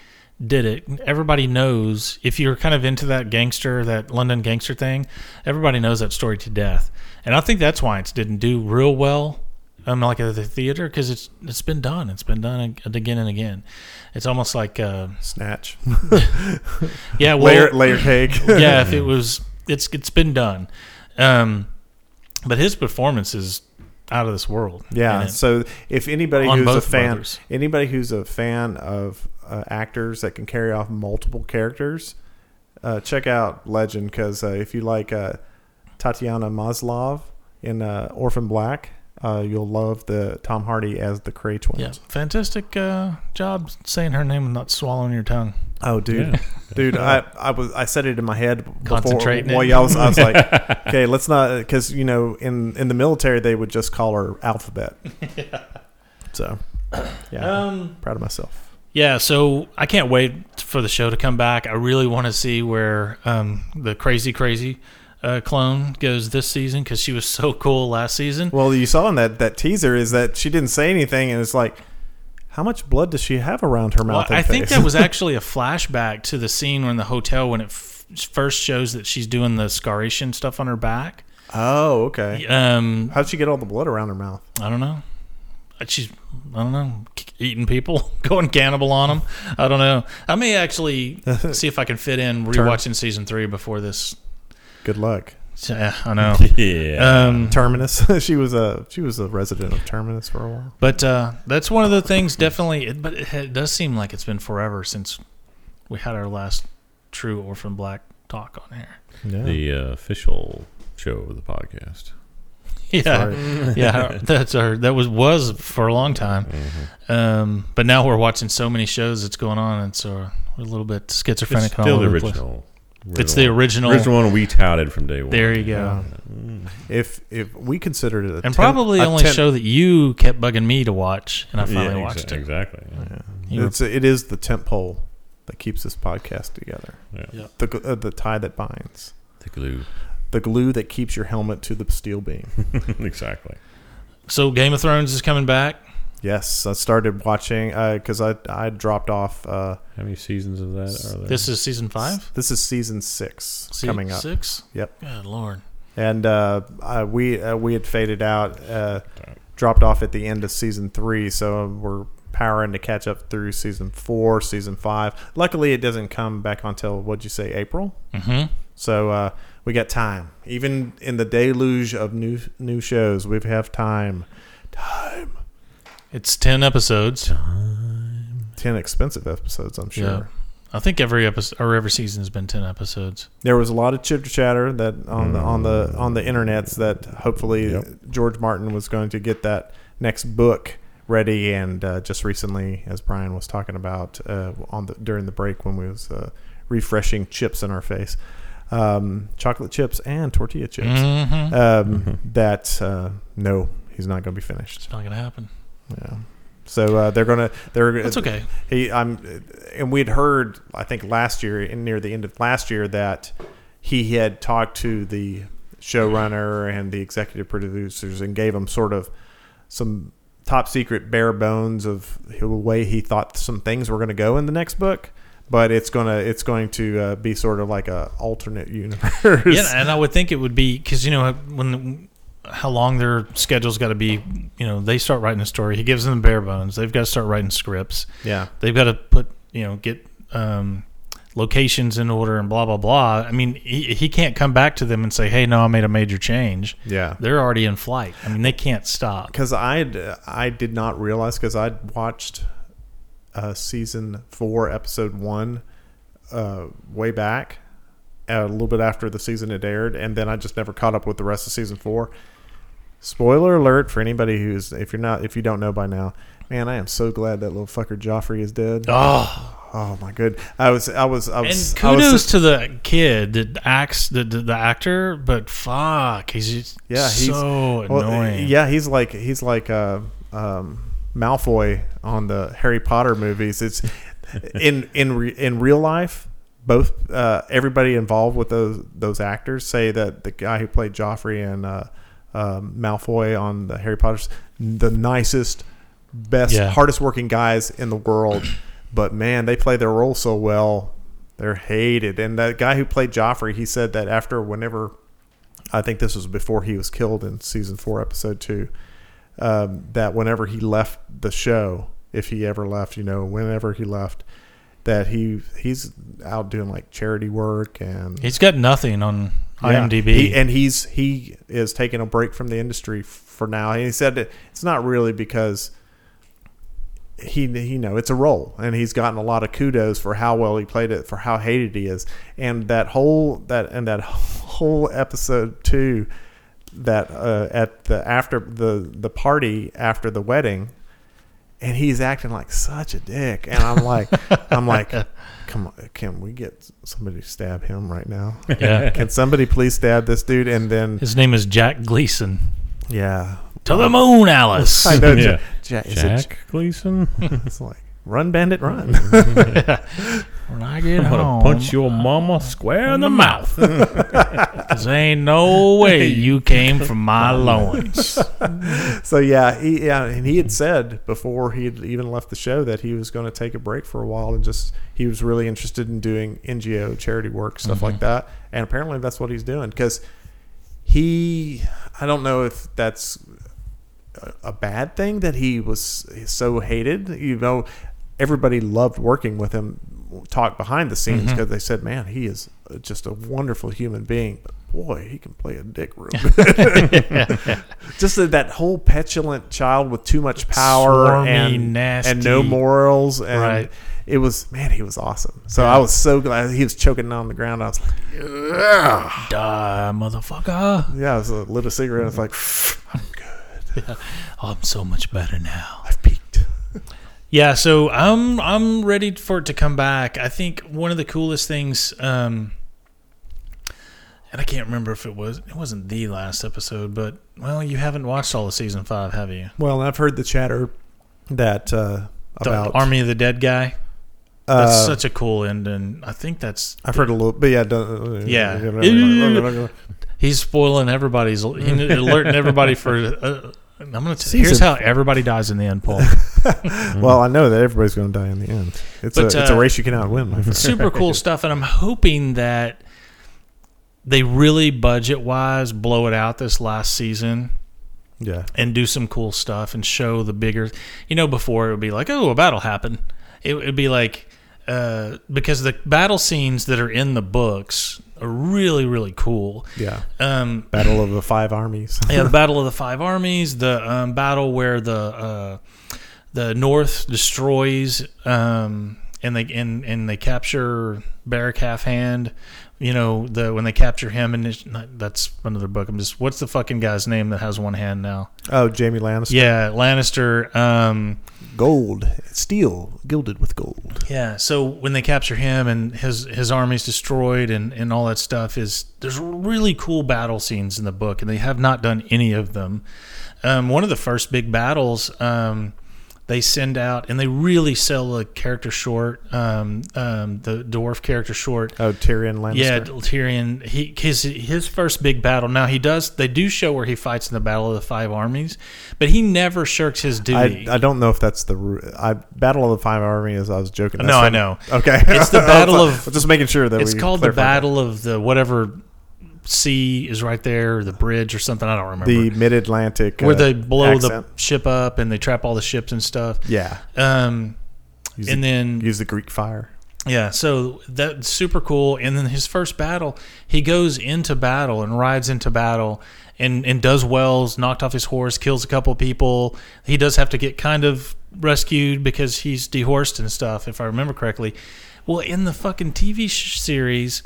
Speaker 1: did it everybody knows if you're kind of into that gangster that london gangster thing everybody knows that story to death and i think that's why it didn't do real well um, like at the theater because it's it's been done it's been done ag- again and again it's almost like uh,
Speaker 2: snatch,
Speaker 1: yeah well,
Speaker 2: layer layer cake.
Speaker 1: yeah, if it was, it's it's been done. Um, but his performance is out of this world.
Speaker 2: Yeah.
Speaker 1: in it.
Speaker 2: So if anybody
Speaker 1: On
Speaker 2: who's a
Speaker 1: both
Speaker 2: fan,
Speaker 1: brothers.
Speaker 2: anybody who's a fan of uh, actors that can carry off multiple characters, uh, check out Legend because uh, if you like uh, Tatiana Maslov in uh, Orphan Black, uh, you'll love the Tom Hardy as the Cray
Speaker 1: yeah,
Speaker 2: twins.
Speaker 1: fantastic uh, job saying her name and not swallowing your tongue.
Speaker 2: Oh, dude,
Speaker 3: Yeah.
Speaker 2: dude, I, I was I said it in my head before
Speaker 1: Concentrating it.
Speaker 2: while y'all was I was like, okay, let's not because you know in in the military they would
Speaker 1: Um,
Speaker 2: just call her Alphabet. So, yeah, proud of myself.
Speaker 1: Yeah, so I can't wait for the show to come back. I really want to see where um, the crazy, crazy uh, clone goes this season because she was so cool last season.
Speaker 2: Well, you saw in that that teaser is that she didn't say anything, and it's like, how much blood does she have around her
Speaker 1: Well,
Speaker 2: mouth? and
Speaker 1: I think
Speaker 2: face?
Speaker 1: that was actually a flashback to the scene when the hotel when it f- first shows that she's doing the scarration stuff on her back.
Speaker 2: oh, okay.
Speaker 1: Um,
Speaker 2: How'd she get all the blood around her mouth?
Speaker 1: I don't know. She's I don't know eating people, going cannibal on them. I don't know. I may actually see if I can fit in rewatching season three before this.
Speaker 2: Good luck.
Speaker 1: Yeah, I know.
Speaker 3: Yeah.
Speaker 1: Um,
Speaker 2: Terminus. she was a she was a resident of Terminus for a while.
Speaker 1: But uh, that's one of the things. Definitely, it, but it, it does seem like it's been forever since we had our last true Orphan Black talk on here.
Speaker 2: Yeah.
Speaker 3: the uh, official show of the podcast.
Speaker 1: Yeah, yeah. That's our that was was for a long time.
Speaker 3: Mm-hmm.
Speaker 1: Um, but now we're watching so many shows that's going on, and so we're a little bit schizophrenic.
Speaker 3: It's
Speaker 1: and
Speaker 3: still
Speaker 1: all
Speaker 3: the
Speaker 1: over place.
Speaker 3: original.
Speaker 1: It's the original.
Speaker 3: original one we touted from day one.
Speaker 1: There you go.
Speaker 2: if if we considered it, a
Speaker 1: And
Speaker 2: ten-
Speaker 1: probably
Speaker 2: a
Speaker 1: only
Speaker 2: ten-
Speaker 1: show that you kept bugging me to watch, and I finally
Speaker 3: yeah,
Speaker 1: watched
Speaker 3: exa- exactly. Yeah.
Speaker 1: it. You were-
Speaker 2: It's it is the tent pole that keeps this podcast together.
Speaker 3: Yeah.
Speaker 1: Yeah.
Speaker 2: The gl- uh, the tie that binds,
Speaker 3: The glue.
Speaker 2: the glue that keeps your helmet to the steel beam.
Speaker 3: exactly.
Speaker 1: so Game of Thrones is coming back.
Speaker 2: yes, I started watching because I I dropped off. Uh,
Speaker 3: How many seasons of that are there?
Speaker 1: This is season five.
Speaker 2: this is season six
Speaker 1: Se-
Speaker 2: coming up.
Speaker 1: Six.
Speaker 2: Yep.
Speaker 1: Good lord.
Speaker 2: and uh, I, we uh, we had faded out, uh, dropped off at the end of season three, so we're powering to catch up through season four, season five. Luckily, it doesn't come back until what'd you say, April?
Speaker 1: Mm-hmm.
Speaker 2: So uh, we got time, even in the deluge of new new shows, we have time.
Speaker 1: It's ten episodes.
Speaker 2: Ten expensive episodes, I'm sure.
Speaker 1: Yeah. I think every episode or every season has been ten episodes.
Speaker 2: There was a lot of chitter chatter that on the on the
Speaker 1: Mm.
Speaker 2: on the internets that hopefully George Martin was going to get that next book ready, and uh, just recently, as Brian was talking about uh, on the during the break when we was uh, refreshing chips in our face, um, chocolate chips and tortilla chips,
Speaker 1: Mm-hmm.
Speaker 2: um, that uh, no, he's not going to be finished.
Speaker 1: Not gonna happen.
Speaker 2: Yeah. So uh, they're gonna they're
Speaker 1: That's okay.
Speaker 2: he I'm and we'd heard I think last year and near the end of last year that he had talked to the showrunner and the executive producers and gave them sort of some top secret bare bones of the way he thought some things were going to go in the next book but it's going to it's going to uh, be sort of like a alternate universe
Speaker 1: Yeah, and I would think it would be because you know when how long their schedule's got to be. You know, they start writing a story. He gives them the bare bones. They've got to start writing scripts.
Speaker 2: yeah
Speaker 1: They've got to put you know get um, locations in order and blah blah blah. I mean, he, he can't come back to them and say, "Hey, no, I made a major change."
Speaker 2: Yeah.
Speaker 1: they're already in flight. I mean, they can't stop.
Speaker 2: because I I did not realize because I'd watched uh, season four episode one uh, way back uh, a little bit after the season had aired, and then I just never caught up with the rest of season four. Spoiler alert for anybody who's if you're not if you don't know by now, man, I am so glad that little fucker Joffrey is dead.
Speaker 1: Oh,
Speaker 2: Oh my good, I was I was I
Speaker 1: and
Speaker 2: was I was-
Speaker 1: kudos to the kid that acts the, the the actor, but fuck, he's just
Speaker 2: Yeah, he's
Speaker 1: so
Speaker 2: well,
Speaker 1: annoying.
Speaker 2: Yeah, he's like he's like uh, um, Malfoy on the Harry Potter movies. It's in in re, in real life. Both uh, everybody involved with those those actors say that the guy who played Joffrey and uh, um Malfoy on the Harry Potter's the nicest, best,
Speaker 1: Yeah.
Speaker 2: hardest working guys in the world. But man, they play their role so well. They're hated. And that guy who played Joffrey, he said that after whenever I think this was before he was killed in season four, episode two. Um, that whenever he left the show, if he ever left, you know, whenever he left, that he he's out doing like charity work and
Speaker 1: He's got nothing on
Speaker 2: Yeah.
Speaker 1: IMDb.
Speaker 2: He- and he's he is taking a break from the industry for now. And he said that it's not really because he you know it's a role, and he's gotten a lot of kudos for how well he played it, for how hated he is, and that whole that and that whole episode two that uh, at the after the the party after the wedding and he's acting like such a dick and i'm like i'm like come on can we get somebody to stab him right now
Speaker 1: yeah.
Speaker 2: can somebody please stab this dude? And then,
Speaker 1: His name is Jack Gleason.
Speaker 2: yeah, Oh.
Speaker 1: To the moon, Alice.
Speaker 2: I know.
Speaker 3: Yeah.
Speaker 2: Ja- Ja- is it-
Speaker 3: Jack Gleason.
Speaker 2: it's like, Run, bandit, run.
Speaker 1: When I get
Speaker 3: I'm gonna
Speaker 1: home,
Speaker 3: punch your mama square in the mouth.
Speaker 1: 'cause there ain't no way you came from my loins.
Speaker 2: so yeah, he, yeah, and he had said before he had even left the show that he was going to take a break for a while and just he was really interested in doing NGO charity work stuff like that. And apparently that's what he's doing because he, I don't know if that's a bad thing that he was so hated. You know, everybody loved working with him. Talk behind the scenes
Speaker 1: Mm-hmm.
Speaker 2: because they said, "Man, he is just a wonderful human being." But boy, he can play a dick real good. just that, that whole petulant child with too much power
Speaker 1: Swarmy,
Speaker 2: and and no
Speaker 1: nasty.
Speaker 2: morals, and
Speaker 1: Right.
Speaker 2: it was man, he was awesome. So I was so glad he was choking on the ground. I was like,
Speaker 1: Die, motherfucker. Oh,
Speaker 2: yeah, I was a, lit a cigarette. I was like, I'm good.
Speaker 1: I'm so much better now.
Speaker 2: I've peaked.
Speaker 1: Yeah, so I'm I'm ready for it to come back. I think one of the coolest things, um, and I can't remember if it was it wasn't the last episode, but well, you haven't watched all of season five, have you?
Speaker 2: Well, I've heard the chatter that uh,
Speaker 1: The
Speaker 2: about
Speaker 1: Army of the Dead guy. That's
Speaker 2: Uh,
Speaker 1: such a cool ending. I think that's
Speaker 2: I've heard a little, but yeah, don't-
Speaker 1: Yeah.
Speaker 2: yeah.
Speaker 1: he's spoiling everybody's he alerting everybody for. Uh, I'm gonna t- here's
Speaker 2: Season-
Speaker 1: how everybody dies in the end, Paul.
Speaker 2: well, I know that everybody's going to die in the end. It's
Speaker 1: Mm-hmm. But,
Speaker 2: a it's a
Speaker 1: uh,
Speaker 2: race you cannot win. My friend.
Speaker 1: super cool stuff and i'm hoping that they really budget wise blow it out this last season
Speaker 2: Yeah,
Speaker 1: and do some cool stuff and show the bigger you know before it would be like oh a battle happened it would be like uh, because the battle scenes that are in the books are really really cool
Speaker 2: yeah.
Speaker 1: um,
Speaker 2: Battle of the Five Armies.
Speaker 1: yeah, the Battle of the Five Armies, the um, battle where the uh, the North destroys um, and they and, and they capture Barrack Half Hand. You know the when they capture him and it's not, that's another book. I'm just what's the fucking guy's name that has one hand now?
Speaker 2: Oh, Jamie Lannister.
Speaker 1: Yeah, Lannister. Um,
Speaker 2: Gold, steel, gilded with gold.
Speaker 1: yeah, so when they capture him and his his army's destroyed and and all that stuff is there's really cool battle scenes in the book and they have not done any of them. Um, one of the first big battles um, they send out and they really sell the character short, um, um, the dwarf character short.
Speaker 2: Oh, Tyrion Lannister.
Speaker 1: Yeah, Tyrion. He his his first big battle. Now he does. They do show where he fights in the battle of the five armies, but he never shirks his
Speaker 2: I,
Speaker 1: duty.
Speaker 2: I don't know if that's the ru- I Battle of the Five Armies. I was joking. That's
Speaker 1: No, I
Speaker 2: what-
Speaker 1: know.
Speaker 2: Okay,
Speaker 1: It's the
Speaker 2: I was
Speaker 1: Battle
Speaker 2: like-
Speaker 1: of-
Speaker 2: I'm just making sure that
Speaker 1: it's
Speaker 2: we
Speaker 1: called the
Speaker 2: clarify that.
Speaker 1: battle of the whatever sea is right there or the bridge or something i don't remember
Speaker 2: the Mid Atlantic
Speaker 1: where they blow
Speaker 2: accent.
Speaker 1: the ship up and they trap all the ships and stuff
Speaker 2: yeah.
Speaker 1: um
Speaker 2: Use
Speaker 1: and
Speaker 2: the,
Speaker 1: then
Speaker 2: use the Greek fire.
Speaker 1: yeah so that's super cool and then his first battle he goes into battle and rides into battle and and does wells knocked off his horse kills a couple people he does have to get kind of rescued because he's dehorsed and stuff if i remember correctly well in the fucking tv sh- series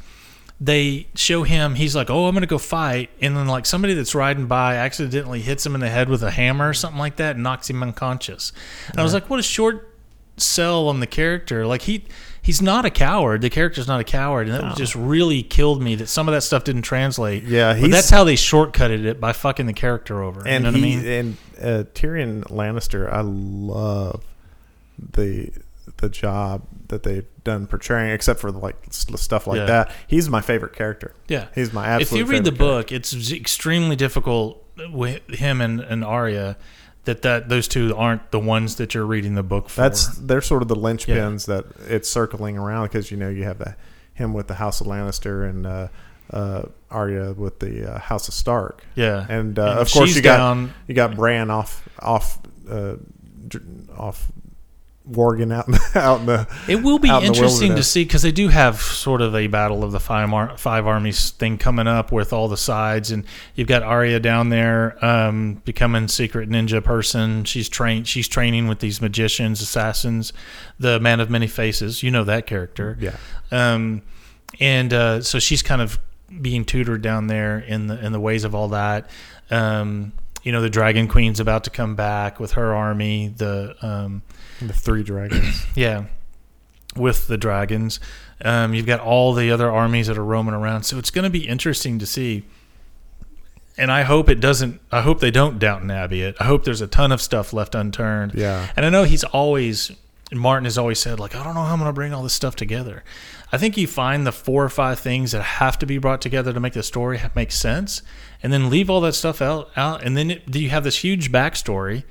Speaker 1: they show him he's like oh i'm gonna go fight and then like somebody that's riding by accidentally hits him in the head with a hammer or something like that and knocks him unconscious and i was like what a short sell on the character like he he's not a coward the character's not a coward and that just really killed me that some of that stuff didn't translate
Speaker 2: Yeah,
Speaker 1: but
Speaker 2: he's-
Speaker 1: that's how they shortcutted it by fucking the character over
Speaker 2: and
Speaker 1: you know
Speaker 2: he
Speaker 1: what i mean
Speaker 2: and uh, Tyrion Lannister, I love the the job that they've done portraying, except for like s- stuff like
Speaker 1: Yeah.
Speaker 2: that. He's my favorite character.
Speaker 1: yeah
Speaker 2: he's my absolute.
Speaker 1: if you read the
Speaker 2: favorite character.
Speaker 1: book it's z- extremely difficult with him and, and Arya that, that those two aren't the ones that you're reading the book for
Speaker 2: That's they're sort of the linchpins that it's circling around because you know you have the him with the House of Lannister and uh, uh, Arya with the uh, House of Stark.
Speaker 1: Yeah.
Speaker 2: and, uh,
Speaker 1: And
Speaker 2: of course
Speaker 1: she's
Speaker 2: you got
Speaker 1: down-
Speaker 2: you got Bran off off uh, dr- off warging out in the- out in the.
Speaker 1: It will be
Speaker 2: out in the
Speaker 1: interesting to
Speaker 2: wilderness.
Speaker 1: see because they do have sort of a battle of the five, ar- five armies thing coming up with all the sides, and you've got Arya down there um, becoming secret ninja person. She's trained. She's training with these magicians, assassins, the man of many faces. You know that character,
Speaker 2: Yeah.
Speaker 1: Um, and uh, so she's kind of being tutored down there in the in the ways of all that. Um, you know, the Dragon Queen's about to come back with her army. The um,
Speaker 2: The three dragons.
Speaker 1: yeah, with the dragons. Um, you've got all the other armies that are roaming around, so it's going to be interesting to see. And I hope it doesn't. I hope they don't Downton Abbey it. I hope there's a ton of stuff left unturned.
Speaker 2: Yeah.
Speaker 1: And I know he's always Martin has always said, like, I don't know how I'm going to bring all this stuff together. I think you find the four or five things that have to be brought together to make the story ha- make sense, and then leave all that stuff out. out and then it, you have this huge backstory.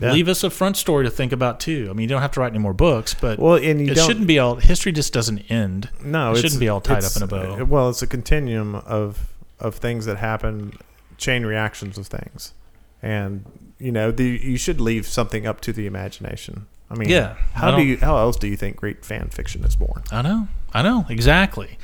Speaker 1: Leave us a front story to think about too. I mean, you don't have to write any more books, but
Speaker 2: Well, and you
Speaker 1: it
Speaker 2: don't-
Speaker 1: shouldn't be all. History just doesn't end.
Speaker 2: No,
Speaker 1: it
Speaker 2: it's-
Speaker 1: shouldn't be all tied up
Speaker 2: it's-
Speaker 1: in a bow.
Speaker 2: uh, Well, it's a continuum of of things that happen, chain reactions of things, and you know, the you should leave something up to the imagination. I mean,
Speaker 1: Yeah, I
Speaker 2: How do
Speaker 1: don't-
Speaker 2: you? How else do you think great fan fiction is born?
Speaker 1: I know. I know exactly.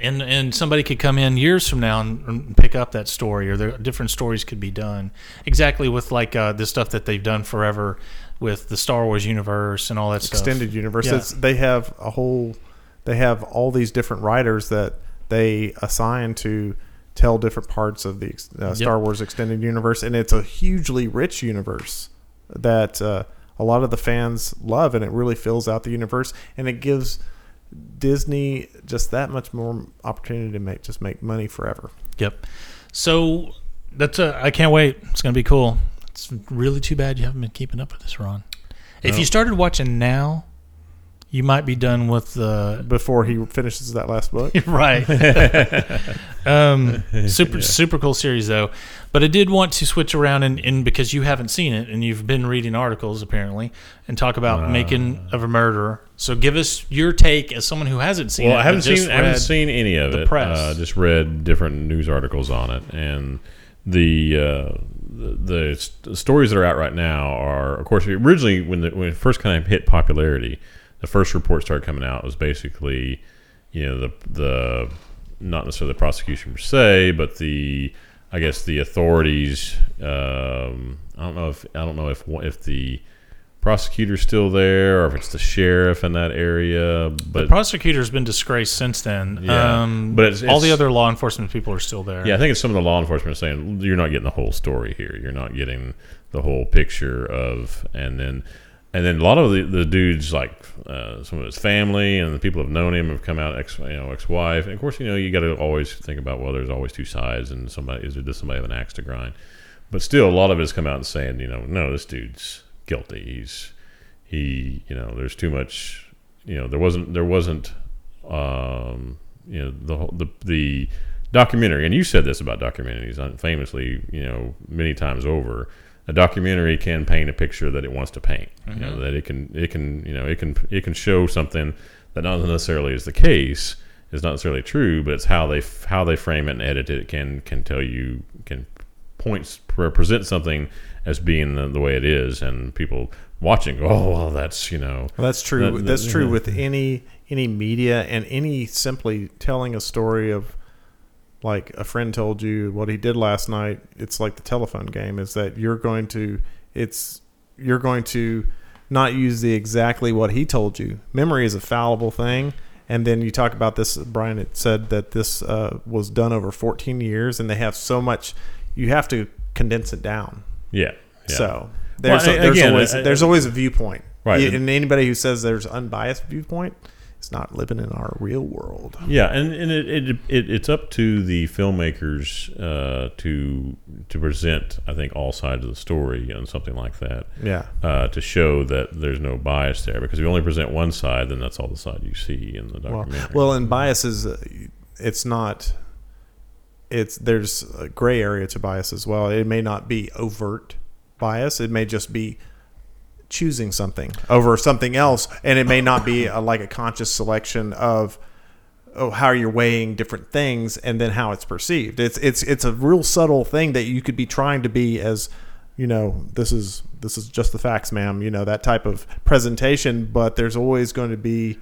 Speaker 1: And and somebody could come in years from now and, and pick up that story, or there, different stories could be done. Exactly with like uh, the stuff that they've done forever with the Star Wars universe and all that stuff.
Speaker 2: extended universe.
Speaker 1: Yeah.
Speaker 2: It's- They have a whole, they have all these different writers that they assign to tell different parts of the ex- uh, Star Wars extended universe, and it's a hugely rich universe that uh, a lot of the fans love, and it really fills out the universe, and it gives Disney just that much more opportunity to make just make money forever.
Speaker 1: Yep. So that's a. I can't wait. It's gonna be cool. It's really too bad you haven't been keeping up with this, Ron. If you started watching now, you might be done with the
Speaker 2: Before he finishes that last book,
Speaker 1: right. um, super super cool series though, but I did want to switch around and, and because you haven't seen it and you've been reading articles apparently and talk
Speaker 3: Uh.
Speaker 1: about making of a murderer. So give us your take as someone who hasn't seen
Speaker 3: Well,
Speaker 1: it.
Speaker 3: I
Speaker 1: but
Speaker 3: haven't
Speaker 1: just
Speaker 3: seen I haven't
Speaker 1: read-
Speaker 3: seen any of
Speaker 1: the
Speaker 3: it.
Speaker 1: press.
Speaker 3: Uh, just read different news articles on it, and the uh, the, the st- stories that are out right now are, of course, originally when the, when it first kind of hit popularity, the first report started coming out was basically, you know, the the not necessarily the prosecution per se, but the I guess the authorities. Um, I don't know if I don't know if one- if the prosecutor's still there or if it's the sheriff in that area but
Speaker 1: Prosecutor's been disgraced since then.
Speaker 3: Yeah.
Speaker 1: Um,
Speaker 3: But it's-
Speaker 1: all the
Speaker 3: it's-
Speaker 1: other law enforcement people are still there.
Speaker 3: Yeah, I think it's some of the law enforcement saying you're not getting the whole story here. You're not getting the whole picture of, and then, and then a lot of the, the dudes like uh, some of his family and the people who've known him have come out ex you know ex wife. And of course, you know you got to always think about well, there's always two sides, and somebody is does somebody have an axe to grind? But still, a lot of it has come out and saying you know no, this dude's guilty. He's he you know there's too much you know there wasn't there wasn't um you know the whole- the the documentary and you said this about documentaries uh, famously you know many times over a documentary can paint a picture that it wants to paint you know that it can it can you know it can it can show something that not necessarily is the case is not necessarily true but it's how they f- how they frame it and edit it can can tell you can points pre- present something as being the, the way it is, and people watching go, "Oh, well, that's you know."
Speaker 2: Well, that's true.
Speaker 3: That- that-
Speaker 2: that's true
Speaker 3: yeah.
Speaker 2: with any any media and any simply telling a story of like a friend told you what he did last night. It's like the telephone game is that you're going to it's you're going to not use the exactly what he told you. Memory is a fallible thing. And then you talk about this. Brian had said that this uh, was done over 14 years, and they have so much. You have to condense it down.
Speaker 3: Yeah. yeah.
Speaker 2: So there's,
Speaker 3: Well,
Speaker 2: a, there's
Speaker 3: again,
Speaker 2: always
Speaker 3: I- I-
Speaker 2: there's always a viewpoint,
Speaker 3: Right.
Speaker 2: Yeah, And anybody who says there's unbiased viewpoint is not living in our real world.
Speaker 3: Yeah, and, and it, it, it it's up to the filmmakers uh, to to present, I think, all sides of the story and something like that.
Speaker 2: Yeah.
Speaker 3: Uh, to show that there's no bias there, because if you only present one side, then that's all the side you see in the
Speaker 2: Well,
Speaker 3: documentary.
Speaker 2: well, and bias is uh, it's not. It's there's a gray area to bias as well. It may not be overt bias. It may just be choosing something over something else, and it may not be a, like a conscious selection of oh, how you're weighing different things and then how it's perceived. It's it's it's a real subtle thing that you could be trying to be as you know this is this is just the facts, ma'am. You know that type of presentation, but there's always going to be.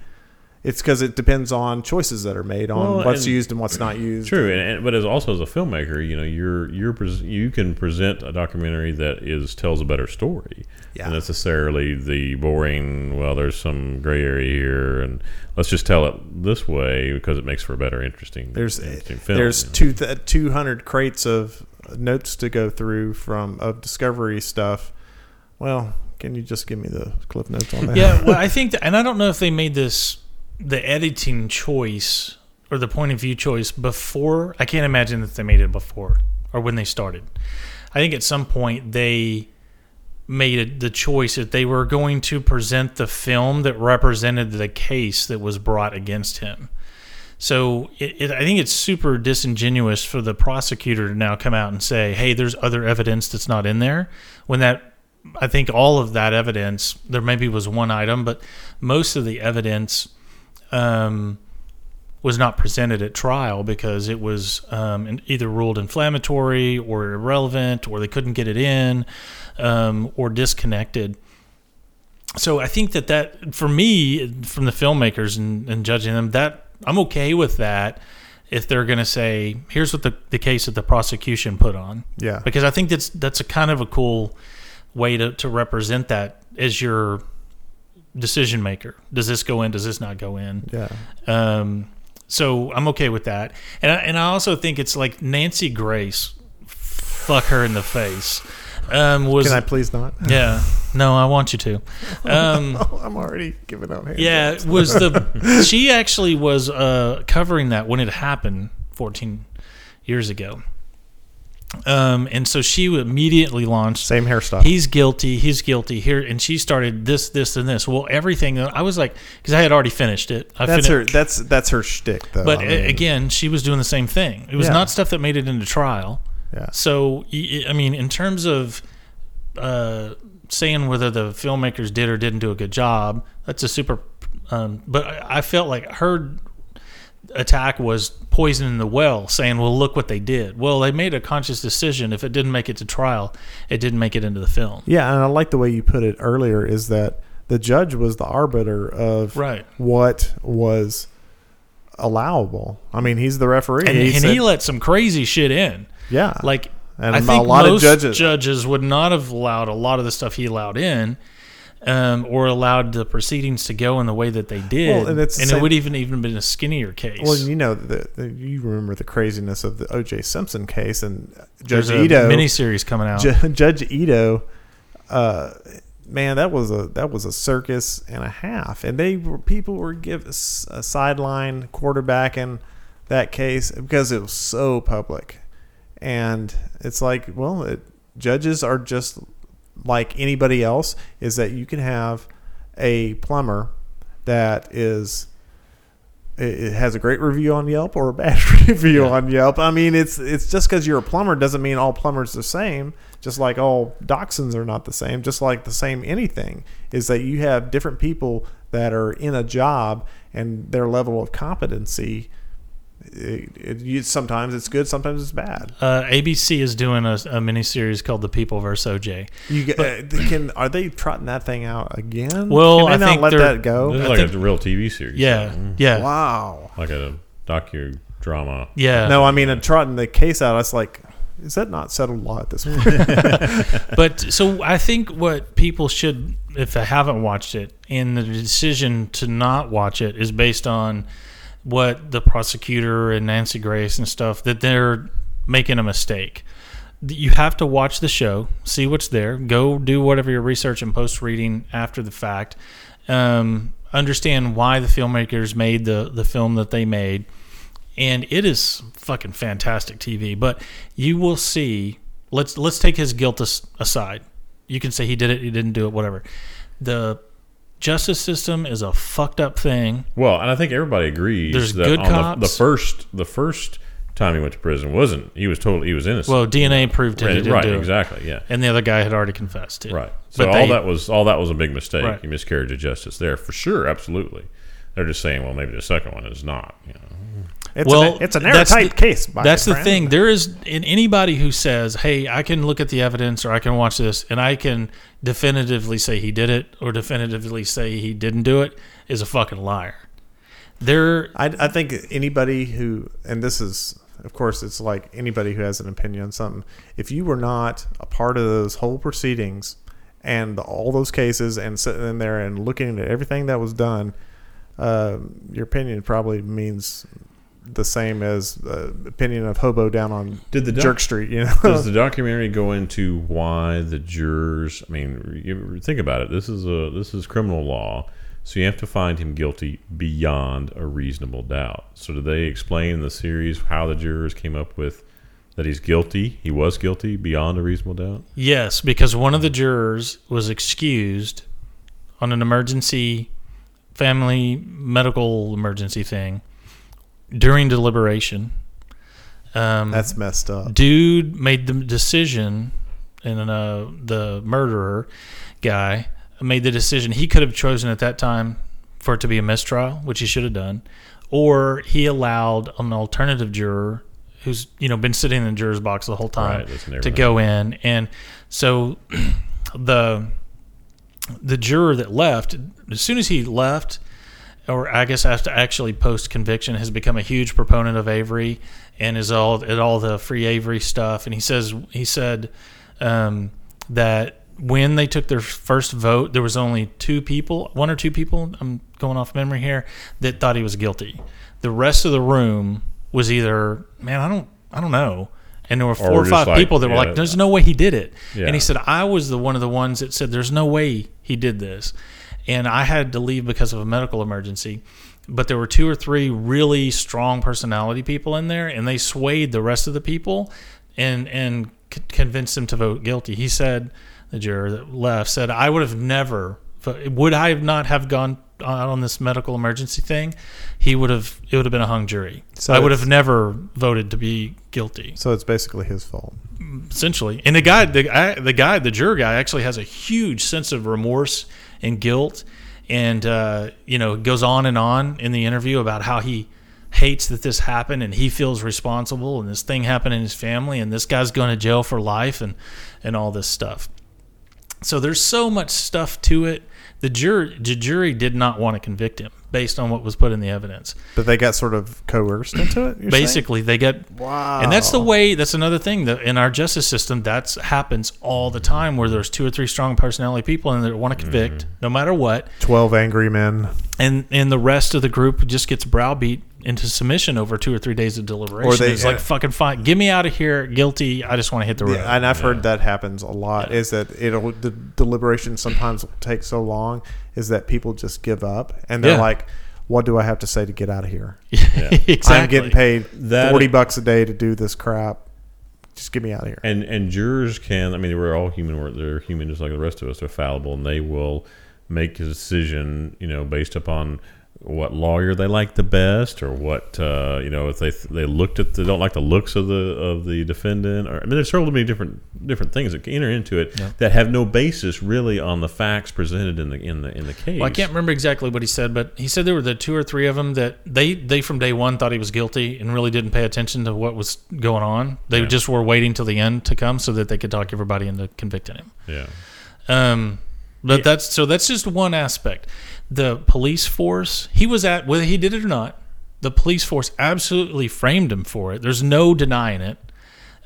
Speaker 2: It's because it depends on choices that are made on
Speaker 3: Well,
Speaker 2: what's
Speaker 3: and-
Speaker 2: used and what's not used.
Speaker 3: True, and, and but as also as a filmmaker, you know, you're you're pres- you can present a documentary that is tells a better story
Speaker 2: Yeah.
Speaker 3: than necessarily the boring. Well, there's some gray area here, and let's just tell it this way because it makes for a better, interesting.
Speaker 2: There's
Speaker 3: interesting film,
Speaker 2: there's
Speaker 3: you know.
Speaker 2: two th- two hundred crates of notes to go through from of discovery stuff. Well, can you just give me the cliff notes on that?
Speaker 1: yeah, well, I think, that, and I don't know if they made this the editing choice or the point of view choice before. I can't imagine that they made it before or when they started. I think at some point they made it the choice that they were going to present the film that represented the case that was brought against him. So it, it, I think it's super disingenuous for the prosecutor to now come out and say, "Hey, there's other evidence that's not in there," when that I think all of that evidence there maybe was one item, but most of the evidence um, was not presented at trial because it was um, in- either ruled inflammatory or irrelevant, or they couldn't get it in, um, or disconnected so I think that that for me, from the filmmakers and, and judging them, that I'm okay with that if they're going to say, "Here's what the, the case that the prosecution put on."
Speaker 2: Yeah.
Speaker 1: because I think that's that's a kind of a cool way to, to represent that as your decision maker. Does this go in? Does this not go in?
Speaker 2: Yeah.
Speaker 1: Um, so I'm okay with that, and I, and I also think it's like Nancy Grace, fuck her in the face. Um, was
Speaker 2: Can I please not?
Speaker 1: yeah. No, I want you to. Um,
Speaker 2: Oh, I'm already giving out hands.
Speaker 1: yeah, it was the she actually was uh, covering that when it happened 14 years ago. Um, and so she immediately launched
Speaker 2: Same hairstyle.
Speaker 1: He's guilty. He's guilty here, and she started this, this, and this. Well, everything. I was like, because I had already finished it. I
Speaker 2: that's
Speaker 1: finished,
Speaker 2: her. That's that's her shtick, though.
Speaker 1: but
Speaker 2: I
Speaker 1: a-
Speaker 2: mean,
Speaker 1: again, she was doing the same thing. It was
Speaker 2: Yeah.
Speaker 1: not stuff that made it into trial.
Speaker 2: Yeah.
Speaker 1: So y- y- I mean, in terms of uh, saying whether the filmmakers did or didn't do a good job, that's a super. Um, but I I felt like her attack was poisoning the well, saying, "Well, look what they did." Well, they made a conscious decision. If it didn't make it to trial, it didn't make it into the film.
Speaker 2: Yeah, and I like the way you put it earlier is that the judge was the arbiter of
Speaker 1: Right.
Speaker 2: what was allowable. I mean, he's the referee.
Speaker 1: And, and
Speaker 2: said-
Speaker 1: he let some crazy shit in.
Speaker 2: yeah,
Speaker 1: Like
Speaker 2: And
Speaker 1: I
Speaker 2: a
Speaker 1: think
Speaker 2: lot of
Speaker 1: most
Speaker 2: judges-
Speaker 1: would not have allowed a lot of the stuff he allowed in, um, or allowed the proceedings to go in the way that they did,
Speaker 2: Well, and it's the
Speaker 1: it
Speaker 2: same-
Speaker 1: would even even been a skinnier case.
Speaker 2: Well, you know, the, the, you remember the craziness of the O.J. Simpson case and Judge
Speaker 1: There's a
Speaker 2: Ito.
Speaker 1: miniseries coming out.
Speaker 2: Ju- Judge Ito, uh, man, that was a that was a circus and a half, and they were people were give a sideline quarterbacking that case because it was so public, and it's like, well, it, judges are just like anybody else. Is that you can have a plumber that is it it has a great review on Yelp or a bad review on Yelp. I mean, it's it's just because you're a plumber doesn't mean all plumbers are the same. Just like all dachshunds are not the same. Just like the same anything is that you have different people that are in a job and their level of competency. It, it, you, sometimes it's good, sometimes it's bad.
Speaker 1: uh, ABC is doing a, a miniseries called "The People vs. OJ."
Speaker 2: You get- uh, they can are they trotting that thing out again?
Speaker 1: Well,
Speaker 2: can they
Speaker 1: I
Speaker 2: not
Speaker 1: think
Speaker 2: let
Speaker 1: they're-
Speaker 2: that go.
Speaker 3: This is
Speaker 1: I
Speaker 3: like a
Speaker 1: think-
Speaker 3: real TV series.
Speaker 1: Yeah,
Speaker 3: Mm.
Speaker 1: yeah,
Speaker 2: Wow.
Speaker 3: like a docudrama.
Speaker 1: yeah.
Speaker 2: No, I mean, a trotting the case out. It's like, is that not settled law at this point?
Speaker 1: but so I think what people should, if they haven't watched it, and the decision to not watch it is based on what the prosecutor and Nancy Grace and stuff that they're making a mistake. You have to watch the show, see what's there, go do whatever your research and post reading after the fact, um, understand why the filmmakers made the the film that they made and it is fucking fantastic TV. But you will see. Let's let's take his guilt as, aside. You can say he did it, he didn't do it, whatever. The justice system is a fucked up thing.
Speaker 3: Well, and I think everybody agrees
Speaker 1: There's
Speaker 3: that
Speaker 1: good
Speaker 3: on the- The,
Speaker 1: cops.
Speaker 3: first the first time he went to prison wasn't he was totally he was innocent.
Speaker 1: Well, DNA proved it. he
Speaker 3: right,
Speaker 1: didn't
Speaker 3: right,
Speaker 1: do it.
Speaker 3: exactly, yeah.
Speaker 1: And the other guy had already confessed to.
Speaker 3: Right. So all that was all that was a big mistake,
Speaker 1: Right.
Speaker 3: a miscarriage of justice there for sure, absolutely. They're just saying, well, maybe the second one is not. You know,
Speaker 2: It's
Speaker 1: well,
Speaker 2: an, it's an
Speaker 1: that's
Speaker 2: airtight
Speaker 1: the-
Speaker 2: case. My
Speaker 1: that's the
Speaker 2: friend.
Speaker 1: thing. There is in anybody who says, "Hey, I can look at the evidence, or I can watch this, and I can definitively say he did it, or definitively say he didn't do it," is a fucking liar. There,
Speaker 2: I, I think anybody who, and this is, of course, it's like anybody who has an opinion on something. If you were not a part of those whole proceedings and all those cases and sitting in there and looking at everything that was done, uh, your opinion probably means the same as the opinion of hobo down on
Speaker 3: Did the doc-
Speaker 2: Jerk Street. You know,
Speaker 3: does the documentary go into why the jurors? I mean, you think about it. This is a this is criminal law, so you have to find him guilty beyond a reasonable doubt. So do they explain in the series how the jurors came up with? that he's guilty. He was guilty beyond a reasonable doubt.
Speaker 1: Yes, because one of the jurors was excused on an emergency family medical emergency thing during deliberation. Um,
Speaker 2: That's messed up.
Speaker 1: dude made the decision, and uh, the murderer guy made the decision. He could have chosen at that time for it to be a mistrial, which he should have done, or he allowed an alternative juror who's you know been sitting in the juror's box the whole time
Speaker 3: Right, that's never
Speaker 1: to
Speaker 3: happened.
Speaker 1: go in, and so the the juror that left as soon as he left or I guess after actually post conviction has become a huge proponent of Avery and is all at all the free Avery stuff. And he says he said um, that when they took their first vote, there was only two people, one or two people. I'm going off memory here that thought he was guilty. The rest of the room was either man, I don't, I don't know. And there were four or,
Speaker 3: just
Speaker 1: five
Speaker 3: like,
Speaker 1: people that were
Speaker 3: yeah.
Speaker 1: like, "There's no way he did it."
Speaker 3: Yeah.
Speaker 1: And he said, "I was the one of the ones that said there's no way he did this," and I had to leave because of a medical emergency. But there were two or three really strong personality people in there, and they swayed the rest of the people, and and c- convinced them to vote guilty. He said, the juror that left said, "I would have never. vo- Would I have not have gone out on this medical emergency thing? He would have. It would have been a hung jury.
Speaker 2: So
Speaker 1: I would
Speaker 2: it's-
Speaker 1: have never voted to be guilty."
Speaker 2: So it's basically his fault.
Speaker 1: essentially. And the guy, the guy, the guy, the juror guy, actually has a huge sense of remorse and guilt, and uh, you know goes on and on in the interview about how he hates that this happened and he feels responsible and this thing happened in his family and this guy's going to jail for life and and all this stuff. So there's so much stuff to it. The jury, the jury did not want to convict him based on what was put in the evidence
Speaker 2: But they got sort of coerced into it. you're saying?
Speaker 1: basically they get wow and that's the way that's another thing that in our justice system that's happens all the time where there's two or three strong personality people and they want to
Speaker 2: Mm-hmm.
Speaker 1: convict no matter what
Speaker 2: twelve angry men,
Speaker 1: and and the rest of the group just gets browbeat into submission over two or three days of deliberation
Speaker 2: Or they-
Speaker 1: it's like fucking fine get me out of here guilty i just want to hit the road
Speaker 2: and I've heard that happens a lot. Is that it'll the deliberation sometimes will take so long? Is that people just give up and they're
Speaker 1: Yeah.
Speaker 2: like, "What do I have to say to get out of here?
Speaker 1: exactly
Speaker 2: I'm getting paid
Speaker 3: That-
Speaker 2: forty bucks a day to do this crap. Just get me out of here."
Speaker 3: And and jurors can. I mean, we're all human. We're, they're human just like the rest of us. They're fallible, and they will make a decision. You know, based upon what lawyer they like the best, or what uh, you know, if they they looked at the, don't like the looks of the of the defendant, or I mean, there's so many different different things that can enter into it that have no basis really on the facts presented in the in the in the case.
Speaker 1: Well, I can't remember exactly what he said, but he said there were the two or three of them that they they from day one thought he was guilty and really didn't pay attention to what was going on. They just were waiting till the end to come so that they could talk everybody into convicting him.
Speaker 3: Yeah.
Speaker 1: Um, but that's so that's just one aspect. The police force, he was at whether he did it or not, the police force absolutely framed him for it. There's no denying it.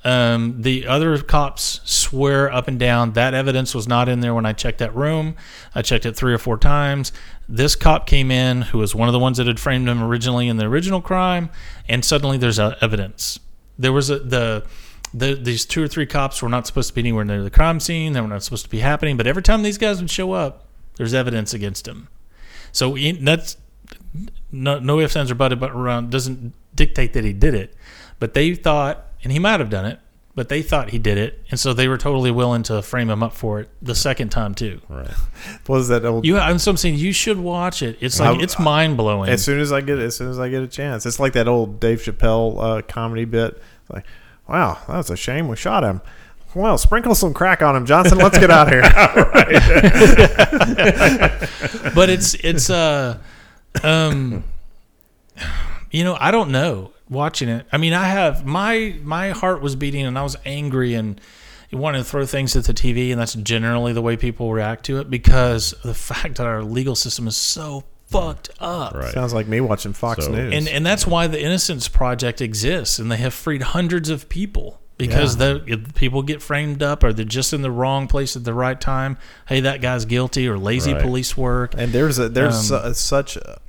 Speaker 1: Um, the other cops swear up and down that evidence was not in there when I checked that room. I checked it three or four times. This cop came in who was one of the ones that had framed him originally in the original crime, and suddenly there's uh, evidence. There was a, the, the these two or three cops were not supposed to be anywhere near the crime scene. They were not supposed to be happening. But every time these guys would show up, there's evidence against them. So he- that's no, no ifs, ands, or buts but around doesn't dictate that he did it. But they thought, and he might have done it, but they thought he did it, and so they were totally willing to frame him up for it the second time too.
Speaker 3: Right.
Speaker 2: Was that old?
Speaker 1: You, I'm, so I'm saying you should watch it. It's like
Speaker 2: I-
Speaker 1: it's mind blowing.
Speaker 2: As soon as I get, as soon as I get a chance, it's like that old Dave Chappelle uh, comedy bit. Like, wow, that's a shame we shot him. Well, sprinkle some crack on him, Johnson. Let's get out of here.
Speaker 1: but it's it's uh um you know i don't know watching it i mean i have my my heart was beating and i was angry and wanted to throw things at the tv and that's generally the way people react to it because of the fact that our legal system is so fucked up
Speaker 3: Right.
Speaker 2: Sounds like me watching Fox
Speaker 3: So-
Speaker 2: News.
Speaker 1: and and that's why the Innocence Project exists, and they have freed hundreds of people because the if people get framed up, or they're just in the wrong place at the right time. Hey, that guy's guilty, or lazy
Speaker 3: Right.
Speaker 1: police work.
Speaker 2: And there's a there's su- uh, such a,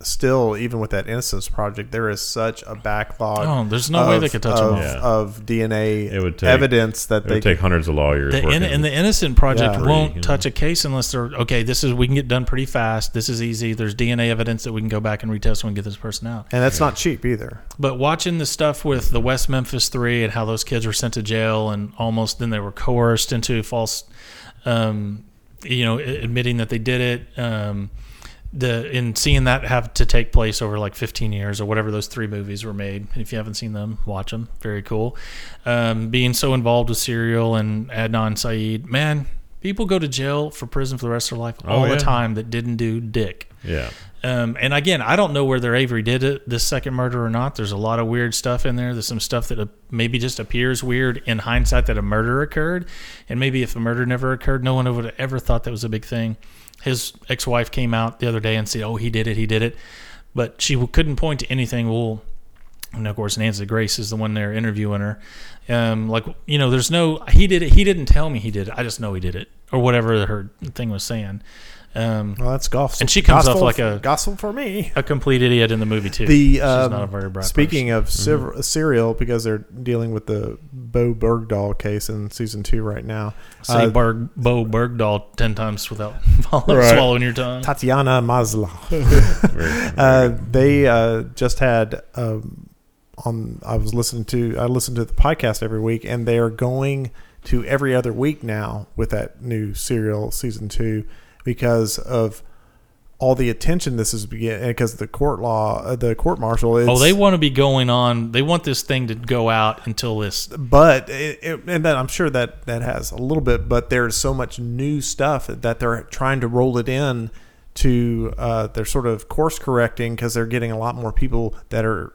Speaker 2: still, even with that Innocence Project, there is such a backlog.
Speaker 1: Oh, there's no way they could touch 'em
Speaker 2: of,
Speaker 1: all.
Speaker 3: Yeah.
Speaker 2: of DNA
Speaker 3: It would take-
Speaker 2: evidence that
Speaker 3: It
Speaker 2: they
Speaker 3: would take hundreds of lawyers.
Speaker 1: The in,
Speaker 3: working.
Speaker 1: and the innocent project
Speaker 2: Yeah.
Speaker 1: won't
Speaker 3: Three, you know.
Speaker 1: touch a case unless they're okay. This is we can get done pretty fast. This is easy. There's DNA evidence that we can go back and retest and get this person out.
Speaker 2: and that's not cheap either.
Speaker 1: But watching the stuff with the West Memphis Three and how those kids were sent to jail and almost then they were coerced into false, um, you know, a- admitting that they did it. Um, the and seeing that have to take place over like 15 years or whatever those three movies were made. And if you haven't seen them, watch them. Very cool. Um, being so involved with Serial and Adnan Saeed, man, people go to jail for prison for the rest of their life all
Speaker 3: yeah.
Speaker 1: the time that didn't do dick.
Speaker 3: yeah.
Speaker 1: Um, and again, I don't know whether Avery did it, this second murder or not. There's a lot of weird stuff in there. There's some stuff that uh, maybe just appears weird in hindsight that a murder occurred. And maybe if a murder never occurred, no one would have ever thought that was a big thing. His ex wife came out the other day and said, Oh, he did it, he did it. But she w- couldn't point to anything. Well, and of course, Nancy Grace is the one there interviewing her. Um, like you know, there's no he did it. He didn't tell me he did it. I just know he did it, or whatever her thing was saying. Um,
Speaker 2: Well, that's golf.
Speaker 1: And she comes off
Speaker 2: gospel,
Speaker 1: like a-
Speaker 2: gospel for me.
Speaker 1: a complete idiot in the movie too.
Speaker 2: The
Speaker 1: She's
Speaker 2: um,
Speaker 1: not a very bright
Speaker 2: speaking
Speaker 3: Mm-hmm.
Speaker 2: of Sever- uh, serial because they're dealing with the Bo Bergdahl case in season two right now.
Speaker 1: person. say
Speaker 2: uh,
Speaker 1: Berg, Bo Bergdahl ten times without
Speaker 2: Right.
Speaker 1: swallowing your tongue.
Speaker 2: Tatiana Maslach.
Speaker 3: Very-
Speaker 2: Uh, they uh, just had um, on. I was listening to. I listen to the podcast every week, and they are going to every other week now with that new serial season two because of all the attention this is beginning because the court law, uh, the court martial.
Speaker 1: Oh, they want to be going on. They want this thing to go out until this.
Speaker 2: but it, it, and that I'm sure that that has a little bit, but there's so much new stuff that they're trying to roll it in to uh, they're sort of course correcting because they're getting a lot more people that are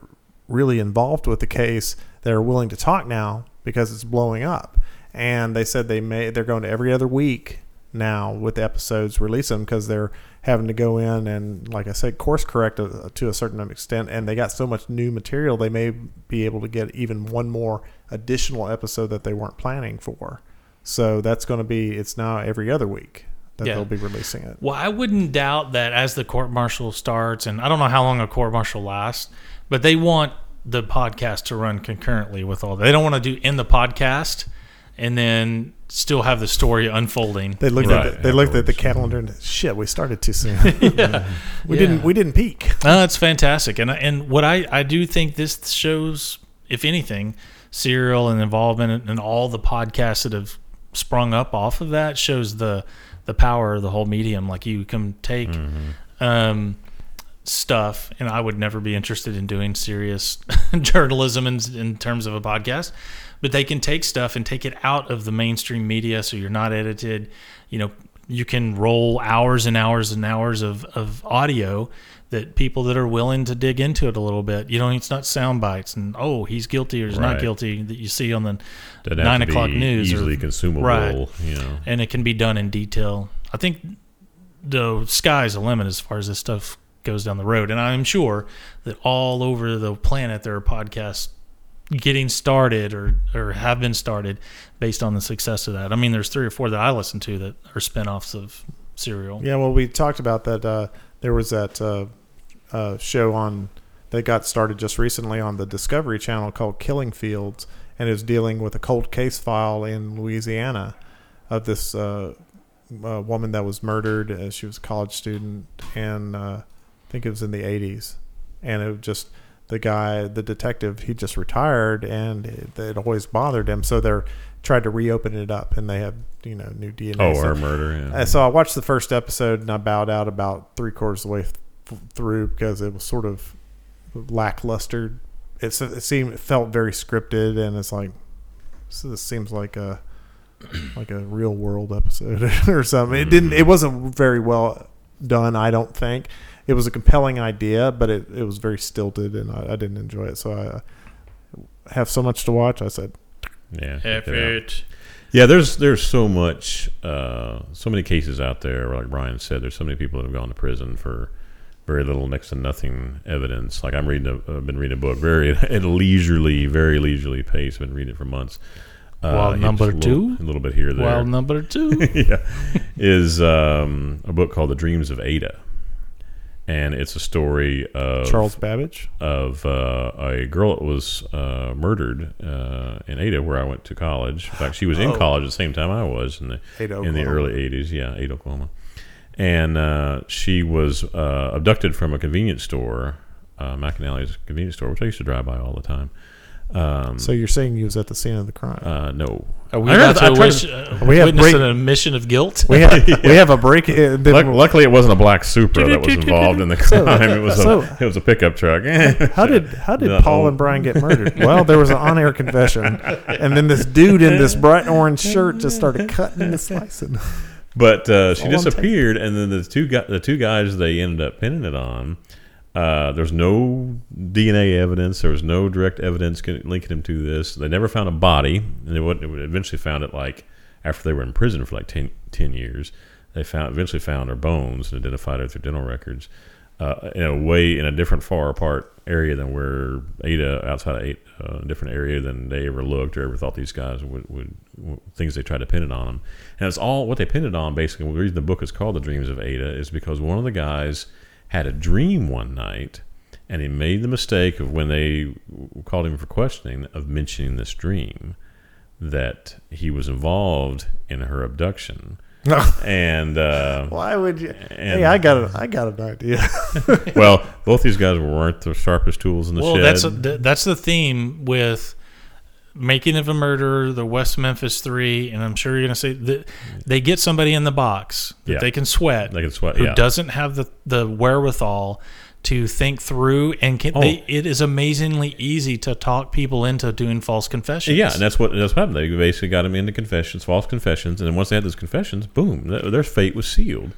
Speaker 2: really involved with the case that are willing to talk now because it's blowing up. And they said they may they're going to every other week now with episodes release them because they're having to go in and like i said course correct a, to a certain extent and they got so much new material they may be able to get even one more additional episode that they weren't planning for so that's going to be it's now every other week that
Speaker 1: Yeah.
Speaker 2: they'll be releasing it
Speaker 1: Well, I wouldn't doubt that as the court martial starts, and I don't know how long a court martial lasts, but they want the podcast to run concurrently with all. That. They don't want to do in the podcast and then still have the story unfolding.
Speaker 2: they looked
Speaker 3: Right,
Speaker 2: at the, they looked at the
Speaker 3: afterwards.
Speaker 2: calendar and shit we started too soon we
Speaker 1: Yeah.
Speaker 2: didn't we didn't peak
Speaker 1: No, that's fantastic, and and what I I do think this shows, if anything, serial and involvement and all the podcasts that have sprung up off of that shows the the power of the whole medium. Like you can take. Um, stuff and i would never be interested in doing serious journalism in, in terms of a podcast but they can take stuff and take it out of the mainstream media so you're not edited you know you can roll hours and hours and hours of, of audio that people that are willing to dig into it a little bit you know it's not sound bites and oh he's guilty or he's not
Speaker 3: Right.
Speaker 1: guilty that you see on the
Speaker 3: Doesn't have
Speaker 1: nine
Speaker 3: to be
Speaker 1: o'clock news or-
Speaker 3: Easily consumable.
Speaker 1: Right.
Speaker 3: You know.
Speaker 1: and it can be done in detail. I think the sky's the limit as far as this stuff goes down the road, and I'm sure that all over the planet there are podcasts getting started or or have been started based on the success of that. I mean, there's three or four that I listen to that are spinoffs of Serial.
Speaker 2: Yeah, well, we talked about that. Uh, there was that uh, uh, show on that got started just recently on the Discovery Channel called Killing Fields, and is dealing with a cold case file in Louisiana of this uh, uh, woman that was murdered. Uh, she was a college student, and uh, I think it was in the '80s, and it was just. The guy, the detective, he just retired, and it, it always bothered him. So they're tried to reopen it up, and they have you know new DNA.
Speaker 3: Oh,
Speaker 2: stuff.
Speaker 3: or murder. Yeah.
Speaker 2: Uh, so I watched the first episode and I bowed out about three quarters of the way th- through because it was sort of lackluster. It's, it seemed it felt very scripted and it's like so this seems like a like a real world episode or something. It didn't.
Speaker 3: Mm-hmm.
Speaker 2: It wasn't very well done. I don't think it was a compelling idea, but it, it was very stilted and I, I didn't enjoy it. So I uh, have so much to watch. I said
Speaker 3: yeah. check it out. Yeah, there's there's so much, uh, so many cases out there. Like Brian said, there's so many people that have gone to prison for very little, next to nothing evidence. Like I'm reading, a, I've been reading a book very at a leisurely, very leisurely pace. Been reading it for months. Uh,
Speaker 1: Wild
Speaker 3: it's
Speaker 1: number
Speaker 3: a little,
Speaker 1: two?
Speaker 3: a little bit here there.
Speaker 1: Well, number two.
Speaker 3: yeah, is um, a book called The Dreams of Ada. and it's a story of
Speaker 2: Charles Babbage.
Speaker 3: of uh, a girl that was uh, murdered uh, in Ada, where I went to college. In fact, she was in college at the same time I was in the
Speaker 2: Oh. Ada,
Speaker 3: in the
Speaker 2: Oklahoma.
Speaker 3: early '80s. Yeah, Ada, Oklahoma, and uh, she was uh, abducted from a convenience store, uh, McAnally's convenience store, which I used to drive by all the time. Um,
Speaker 2: So you're saying he was at the scene of the crime?
Speaker 3: uh, no,
Speaker 1: Are we
Speaker 3: I
Speaker 1: about
Speaker 3: tried
Speaker 1: to wish, uh,
Speaker 2: we have
Speaker 1: witness
Speaker 2: break-
Speaker 1: an admission of guilt?
Speaker 2: we have we have a break. uh, then-
Speaker 3: Luck- luckily, it wasn't a black Supra that was involved in the crime. It was
Speaker 2: so-
Speaker 3: a it was a pickup truck.
Speaker 2: How did how did
Speaker 3: No.
Speaker 2: Paul and Brian get murdered? Well, there was an on-air confession, and then this dude in this bright orange shirt just started cutting and slicing.
Speaker 3: But uh, she
Speaker 2: all I'm
Speaker 3: disappeared, and then the two gu- the two guys they ended up pinning it on. Uh, there's no DNA evidence. There was no direct evidence con- linking him to this. They never found a body, and they would, they would eventually found it like after they were in prison for like 10, 10 years. They found eventually found her bones and identified her through dental records uh, in a way in a different far apart area than where Ada outside of Ada, uh, a different area than they ever looked or ever thought these guys would, would, would things they tried to pin it on them. And it's all what they pinned it on basically. The reason the book is called The Dreams of Ada is because one of the guys had a dream one night and he made the mistake of when they called him for questioning of mentioning this dream that he was involved in her abduction. and uh,
Speaker 2: Why would you?
Speaker 3: And-
Speaker 2: hey, I got a, I got an idea.
Speaker 3: well, both these guys weren't the sharpest tools in the
Speaker 1: Well,
Speaker 3: shed.
Speaker 1: that's th- that's the theme with making of a murderer, the West Memphis Three, and I'm sure you're going to say that they get somebody in the box that
Speaker 3: Yeah.
Speaker 1: they can sweat,
Speaker 3: They can sweat,
Speaker 1: who
Speaker 3: yeah.
Speaker 1: doesn't have the the wherewithal to think through, and can,
Speaker 3: Oh.
Speaker 1: they, it is amazingly easy to talk people into doing false confessions.
Speaker 3: Yeah, and that's what that's what happened. They basically got him into confessions, false confessions, and then once they had those confessions, boom, th- their fate was sealed.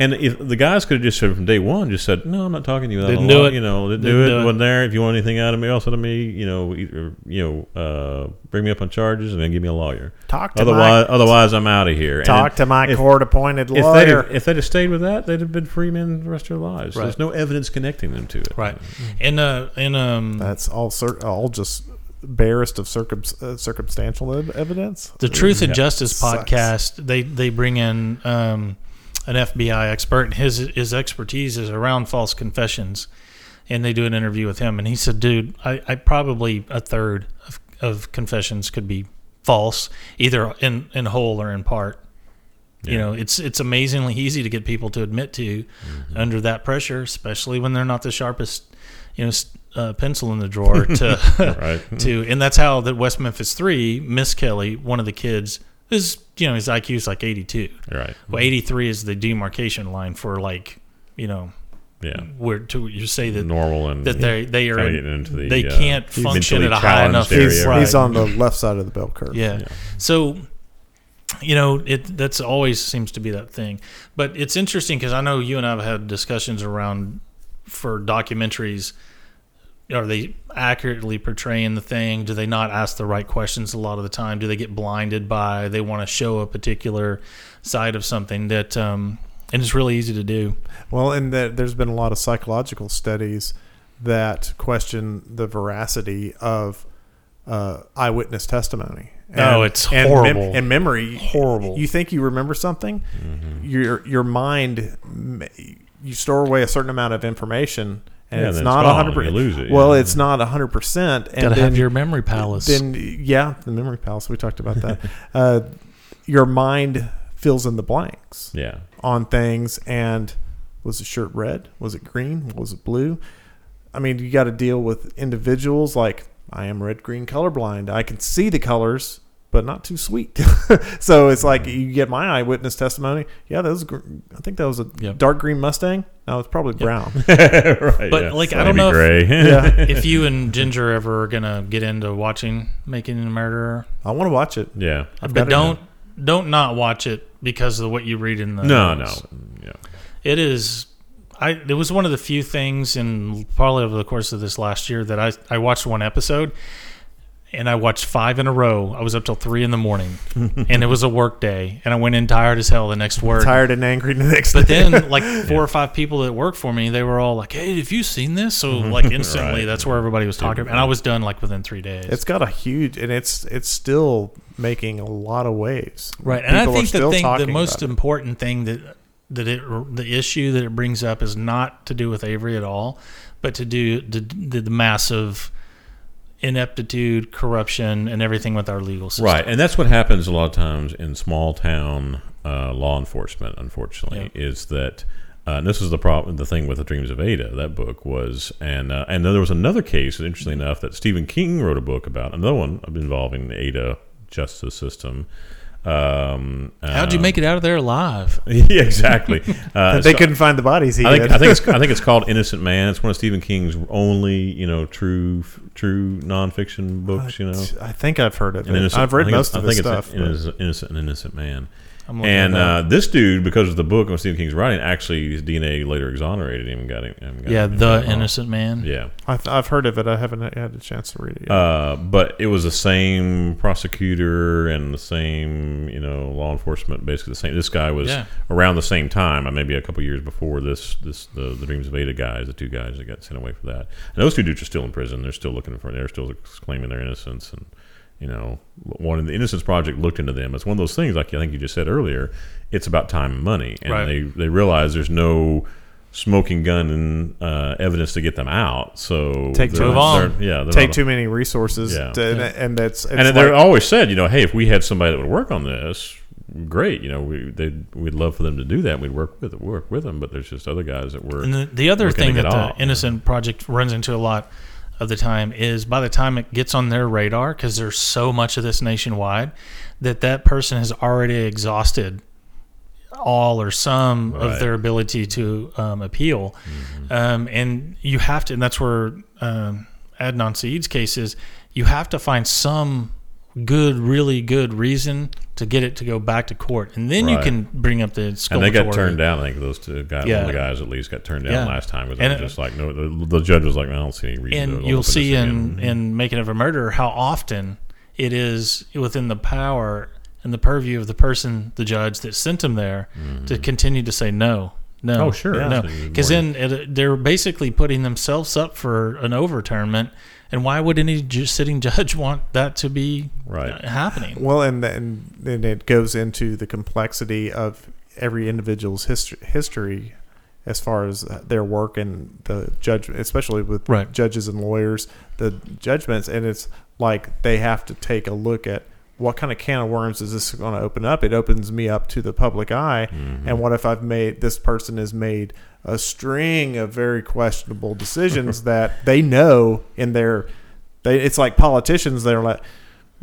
Speaker 3: And if the guys could have just said from day one, just said, "No, I'm not talking to you."
Speaker 1: Didn't
Speaker 3: I don't
Speaker 1: do
Speaker 3: want-
Speaker 1: it.
Speaker 3: You know, didn't, do
Speaker 1: Didn't
Speaker 3: it.
Speaker 1: do it.
Speaker 3: Wasn't there. If you want anything out of me, else out of me, you know, either, you know, uh, bring me up on charges and then give me a lawyer.
Speaker 2: Talk to
Speaker 3: otherwise,
Speaker 2: my-
Speaker 3: otherwise I'm out of here. And
Speaker 2: Talk to my
Speaker 3: if-
Speaker 2: court-appointed
Speaker 3: If they'd,
Speaker 2: lawyer.
Speaker 3: have, if they'd have stayed with that, they'd have been free men the rest of their lives.
Speaker 1: Right.
Speaker 3: There's no evidence connecting them to it.
Speaker 1: right. And uh, and um,
Speaker 2: That's all cir- all just barest of circum- uh, circumstantial ev- evidence.
Speaker 1: the Truth and Justice
Speaker 2: Sucks.
Speaker 1: podcast, they they bring in um, an FBI expert, and his his expertise is around false confessions, and they do an interview with him, and he said, "Dude, I, I probably a third of, of confessions could be false, either in in whole or in part." You know, it's it's amazingly easy to get people to admit to under that pressure, especially when they're not the sharpest, you know, s- uh, pencil in the drawer to
Speaker 3: Right.
Speaker 1: to, and that's how that West Memphis Three, Miss Kelly, one of the kids, is you know his IQ is like eighty two.
Speaker 3: Right. Mm-hmm.
Speaker 1: Well, eighty three is the demarcation line for like, you know,
Speaker 3: Yeah.
Speaker 1: where to you say that
Speaker 3: Normal and
Speaker 1: that they they are
Speaker 3: Kinda
Speaker 1: in-
Speaker 3: getting into the,
Speaker 1: they
Speaker 3: uh,
Speaker 1: can't function at
Speaker 3: mentally
Speaker 1: a high enough
Speaker 3: challenged area.
Speaker 2: He's,
Speaker 1: Right.
Speaker 2: he's on the left side of the bell curve.
Speaker 1: Yeah. So, you know, it that's always seems to be that thing. But it's interesting because I know you and I have had discussions around for documentaries. Are they accurately portraying the thing? Do they not ask the right questions a lot of the time? Do they get blinded by they want to show a particular side of something that, um, and it's really easy to do.
Speaker 2: Well, and that there's been a lot of psychological studies that question the veracity of uh, eyewitness testimony.
Speaker 1: Oh, it's
Speaker 2: and
Speaker 1: horrible.
Speaker 2: and memory,
Speaker 1: Horrible.
Speaker 2: You think you remember something?
Speaker 3: Mm-hmm.
Speaker 2: Your your mind, m- you store away a certain amount of information, and
Speaker 3: Yeah, then
Speaker 2: it's
Speaker 3: it's
Speaker 2: not
Speaker 3: gone,
Speaker 2: hundred percent.
Speaker 3: you lose it,
Speaker 2: Well,
Speaker 3: yeah.
Speaker 2: it's not hundred percent.
Speaker 1: Got to have your memory palace.
Speaker 2: Then yeah, the memory palace. We talked about that. uh, your mind fills in the blanks
Speaker 3: Yeah.
Speaker 2: on things and was the shirt red was it green was it blue i mean you got to deal with individuals like i am red green colorblind i can see the colors but not too sweet so it's like
Speaker 1: Mm-hmm.
Speaker 2: you get my eyewitness testimony yeah that was gr- i think that was a
Speaker 1: Yep.
Speaker 2: dark green mustang no it's probably brown
Speaker 3: right.
Speaker 1: But,
Speaker 3: yeah.
Speaker 1: like, I don't know if-
Speaker 3: Gray.
Speaker 2: yeah
Speaker 1: if you and Ginger ever are gonna get into watching Making a Murderer,
Speaker 2: i want to watch it
Speaker 3: yeah.
Speaker 1: but don't don't not watch it because of what you read in the
Speaker 3: No, no. Yeah.
Speaker 1: it is i it was one of the few things in probably over the course of this last year that i i watched one episode and i watched five in a row i was up till three in the morning and it was a work day and i went in tired as hell the next word
Speaker 2: tired and angry the next
Speaker 1: but then like four or five people that work for me they were all like hey have you seen this so like instantly
Speaker 3: Right.
Speaker 1: that's where everybody was talking about and i was done like within three days
Speaker 2: it's got a huge and it's it's still making a lot of waves
Speaker 1: Right, and I
Speaker 2: People are
Speaker 1: think the
Speaker 2: still
Speaker 1: thing, the
Speaker 2: talking
Speaker 1: most
Speaker 2: about it.
Speaker 1: important thing that that it the issue that it brings up is not to do with Avery at all, but to do the, the, the massive ineptitude, corruption, and everything with our legal system.
Speaker 3: Right, and that's what happens a lot of times in small town uh, law enforcement. Unfortunately, is that uh, and this is the problem. The thing with the Dreams of Ada, that book was, and uh, and then there was another case. Interestingly enough, that Stephen King wrote a book about another one involving the Ada justice system. Um,
Speaker 1: How'd you
Speaker 3: um,
Speaker 1: make it out of there alive?
Speaker 3: Yeah, exactly. Uh,
Speaker 2: They
Speaker 3: so-
Speaker 2: couldn't find the bodies he
Speaker 3: I think,
Speaker 2: had.
Speaker 3: I think it's I think it's called Innocent Man. It's one of Stephen King's only you know true true nonfiction books. You know,
Speaker 2: I think I've heard of it.
Speaker 3: An innocent-
Speaker 2: I've
Speaker 3: I
Speaker 2: read
Speaker 3: think
Speaker 2: most
Speaker 3: it's-
Speaker 2: of
Speaker 3: I
Speaker 2: his
Speaker 3: think it's
Speaker 2: stuff.
Speaker 3: An innocent, innocent, an innocent man.
Speaker 1: looking
Speaker 3: And
Speaker 1: it
Speaker 3: uh,
Speaker 1: up.
Speaker 3: this dude, because of the book of Stephen King's writing, actually his DNA later exonerated him and got him. and got
Speaker 1: Yeah,
Speaker 3: him
Speaker 1: the
Speaker 3: got him off.
Speaker 1: innocent man.
Speaker 3: Yeah,
Speaker 2: but I've, I've heard of it. I haven't had a chance to read it yet.
Speaker 3: uh, but it was the same prosecutor and the same you know law enforcement, basically the same. This guy was
Speaker 1: Yeah.
Speaker 3: around the same time, uh, maybe a couple years before this. This the, the Dreams of Ada guys, the two guys that got sent away for that. And those two dudes are still in prison. They're still looking for. They're still claiming their innocence and. You know, one of the Innocence Project looked into them. It's one of those things, like I think you just said earlier. It's about time and money, and
Speaker 1: Right.
Speaker 3: they they realize there's no smoking gun and uh, evidence to get them out. So
Speaker 2: Take
Speaker 3: they're-
Speaker 1: too long.
Speaker 3: they're- Yeah, they're
Speaker 2: Take
Speaker 3: not-
Speaker 2: too many resources,
Speaker 3: Yeah.
Speaker 2: to- and, and that's it's
Speaker 3: and
Speaker 2: like-
Speaker 3: they're always said, you know, hey, if we had somebody that would work on this, great. You know, we they we'd love for them to do that. and We'd work with work with them, but there's just other guys that were
Speaker 1: And the, the other
Speaker 3: We're gonna
Speaker 1: thing that
Speaker 3: get
Speaker 1: the
Speaker 3: off, yeah.
Speaker 1: Innocent Project runs into a lot of the time is by the time it gets on their radar, because there's so much of this nationwide, that that person has already exhausted all or some
Speaker 3: Right. Mm-hmm.
Speaker 1: of their ability to um, appeal. Um, and you have to, and that's where um, Adnan Saeed's case is, you have to find some good, really good reason to get it to go back to court. And then you
Speaker 3: Right.
Speaker 1: can bring up the
Speaker 3: and they got
Speaker 1: exculpatory.
Speaker 3: turned down. I think those two guys, one
Speaker 1: Yeah.
Speaker 3: of the guys at least, got turned down
Speaker 1: Yeah.
Speaker 3: last time because
Speaker 1: And
Speaker 3: they were
Speaker 1: it-
Speaker 3: just like, no, the, the judge was like, I don't see any reason. to
Speaker 1: and
Speaker 3: open
Speaker 1: you'll
Speaker 3: this
Speaker 1: see in
Speaker 3: again.
Speaker 1: in making of a murderer how often it is within the power and the purview of the person the judge that sent him there
Speaker 2: Mm-hmm.
Speaker 1: to continue to say no no
Speaker 3: Oh, sure.
Speaker 1: no
Speaker 3: So you-
Speaker 1: because then it, they're basically putting themselves up for an overturnment and why would any ju- sitting judge want that to be
Speaker 3: Right.
Speaker 1: happening
Speaker 2: Well, and and and it goes into the complexity of every individual's history, history as far as their work and the judgment, especially with
Speaker 1: Right.
Speaker 2: judges and lawyers, the judgments, and it's like they have to take a look at what kind of can of worms is this going to open up? It opens me up to the public eye,
Speaker 1: Mm-hmm.
Speaker 2: and what if I've made this person has made a string of very questionable decisions that they know in their they, it's like politicians they're like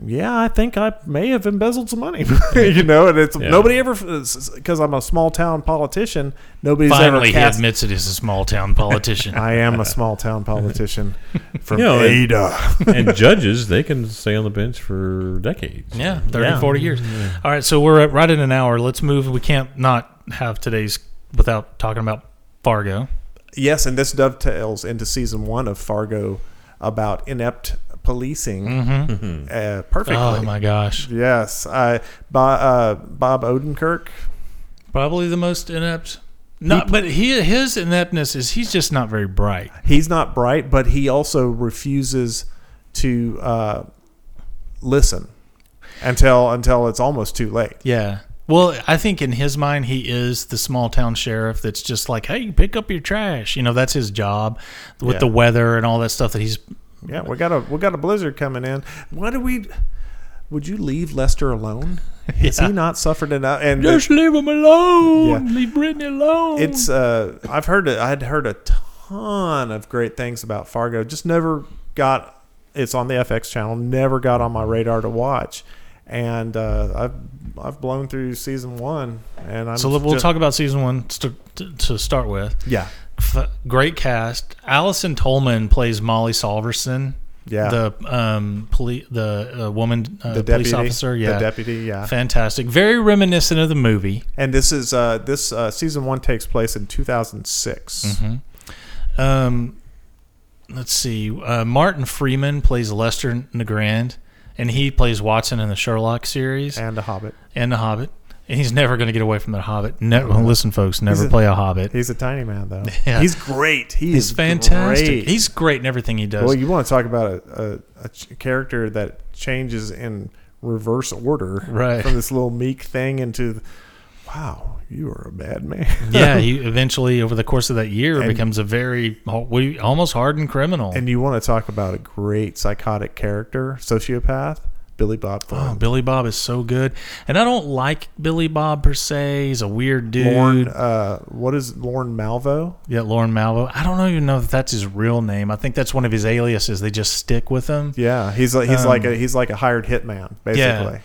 Speaker 2: yeah i think i may have embezzled some money you know and it's
Speaker 3: Yeah.
Speaker 2: nobody ever because i'm a small town politician nobody's
Speaker 1: finally
Speaker 2: ever
Speaker 1: he
Speaker 2: cast
Speaker 1: admits it is a small town politician
Speaker 2: i am a small town politician from
Speaker 3: You know, and-
Speaker 2: ada
Speaker 3: and judges, they can stay on the bench for decades.
Speaker 1: Yeah, Mm-hmm. 30,
Speaker 2: Yeah.
Speaker 1: 40 years. All right, so we're at right at an hour. Let's move. We can't not have today's without talking about Fargo.
Speaker 2: yes and this dovetails into season one of fargo about inept policing uh, perfectly
Speaker 1: Oh my gosh,
Speaker 2: yes I, Bo, uh, bob odenkirk
Speaker 1: probably the most inept. Not, but he his ineptness is he's just not very bright.
Speaker 2: he's not bright, but he also refuses to uh, listen until until it's almost too late.
Speaker 1: Yeah. Well, I think in his mind he is the small town sheriff that's just like, hey, pick up your trash. You know, that's his job with
Speaker 2: Yeah.
Speaker 1: the weather and all that stuff that he's.
Speaker 2: Yeah, we got a we got a blizzard coming in. Why do we? Would you leave Lester alone? Has he not suffered enough? And
Speaker 1: Just leave him alone.
Speaker 2: Yeah.
Speaker 1: Leave Brittany alone.
Speaker 2: it's uh, I've heard it, I'd heard a ton of great things about Fargo. Just never got. It's on the FX channel. Never got on my radar to watch. And uh, I've I've blown through season one, and I'm
Speaker 1: so we'll
Speaker 2: just-
Speaker 1: talk about season one to, to, to start with.
Speaker 2: Yeah,
Speaker 1: F- great cast. Allison Tolman plays Molly Solverson.
Speaker 2: Yeah.
Speaker 1: The um poli- the uh, woman uh,
Speaker 2: the
Speaker 1: police
Speaker 2: deputy
Speaker 1: officer. Yeah.
Speaker 2: the deputy yeah
Speaker 1: Fantastic. Very reminiscent of the movie.
Speaker 2: and this is uh this uh season one takes place in 2006
Speaker 1: Mm-hmm. Um, let's see. Uh, Martin Freeman plays Lester Legrand, and he plays Watson in the Sherlock series and,
Speaker 2: and a hobbit
Speaker 1: The Hobbit. And he's never going to get away from that Hobbit. Never listen, folks. Never play a Hobbit.
Speaker 2: he's a tiny man though
Speaker 1: Yeah.
Speaker 2: he's great he
Speaker 1: He's
Speaker 2: is
Speaker 1: fantastic.
Speaker 2: great.
Speaker 1: He's great in everything he does.
Speaker 2: well you want to talk about a, a, a ch- character that changes in reverse order
Speaker 1: Right.
Speaker 2: from this little meek thing into wow, you are a bad man.
Speaker 1: yeah, he eventually, over the course of that year, becomes a very ho- we- almost hardened criminal.
Speaker 2: and you want to talk about a great psychotic character, sociopath, Billy Bob
Speaker 1: Oh,
Speaker 2: Thornton.
Speaker 1: Billy Bob is so good, and I don't like Billy Bob per se. He's a weird Oh, dude.
Speaker 2: Lorne, uh, what is Lorne Malvo?
Speaker 1: Yeah, Lauren Malvo. I don't even know if that's his real name. I think that's one of his aliases. They just stick with him.
Speaker 2: Yeah, he's like he's like a he's like a hired hitman, basically.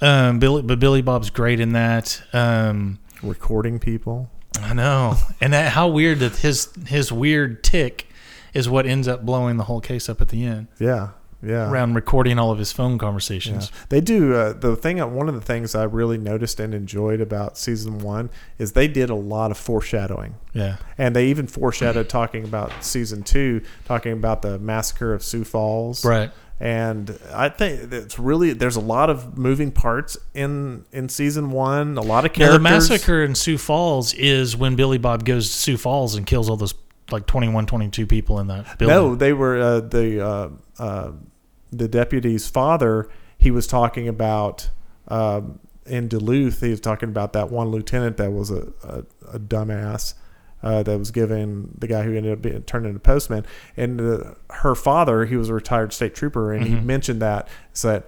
Speaker 1: Um, Billy, but Billy Bob's great in that. Um,
Speaker 2: Recording people.
Speaker 1: I know, and that how weird that his his weird tick is what ends up blowing the whole case up at the end
Speaker 2: Yeah, yeah.
Speaker 1: around recording all of his phone
Speaker 2: Yeah.
Speaker 1: conversations.
Speaker 2: They do uh, the thing. One of the things I really noticed and enjoyed about season one is they did a lot of foreshadowing,
Speaker 1: Yeah,
Speaker 2: and they even foreshadowed talking about season two, talking about the massacre of Sioux Falls,
Speaker 1: right.
Speaker 2: And I think it's really there's a lot of moving parts in in season one. A lot of
Speaker 1: Now,
Speaker 2: characters.
Speaker 1: the massacre in Sioux Falls is when Billy Bob goes to Sioux Falls and kills all those like 21, 22 people in that building.
Speaker 2: No, they were uh, the uh, uh, the deputy's father. He was talking about um, in Duluth. He was talking about that one lieutenant that was a, a, a dumbass uh, that was given the guy who ended up being turned into postman. And uh her father, he was a retired state trooper, and he mentioned that said.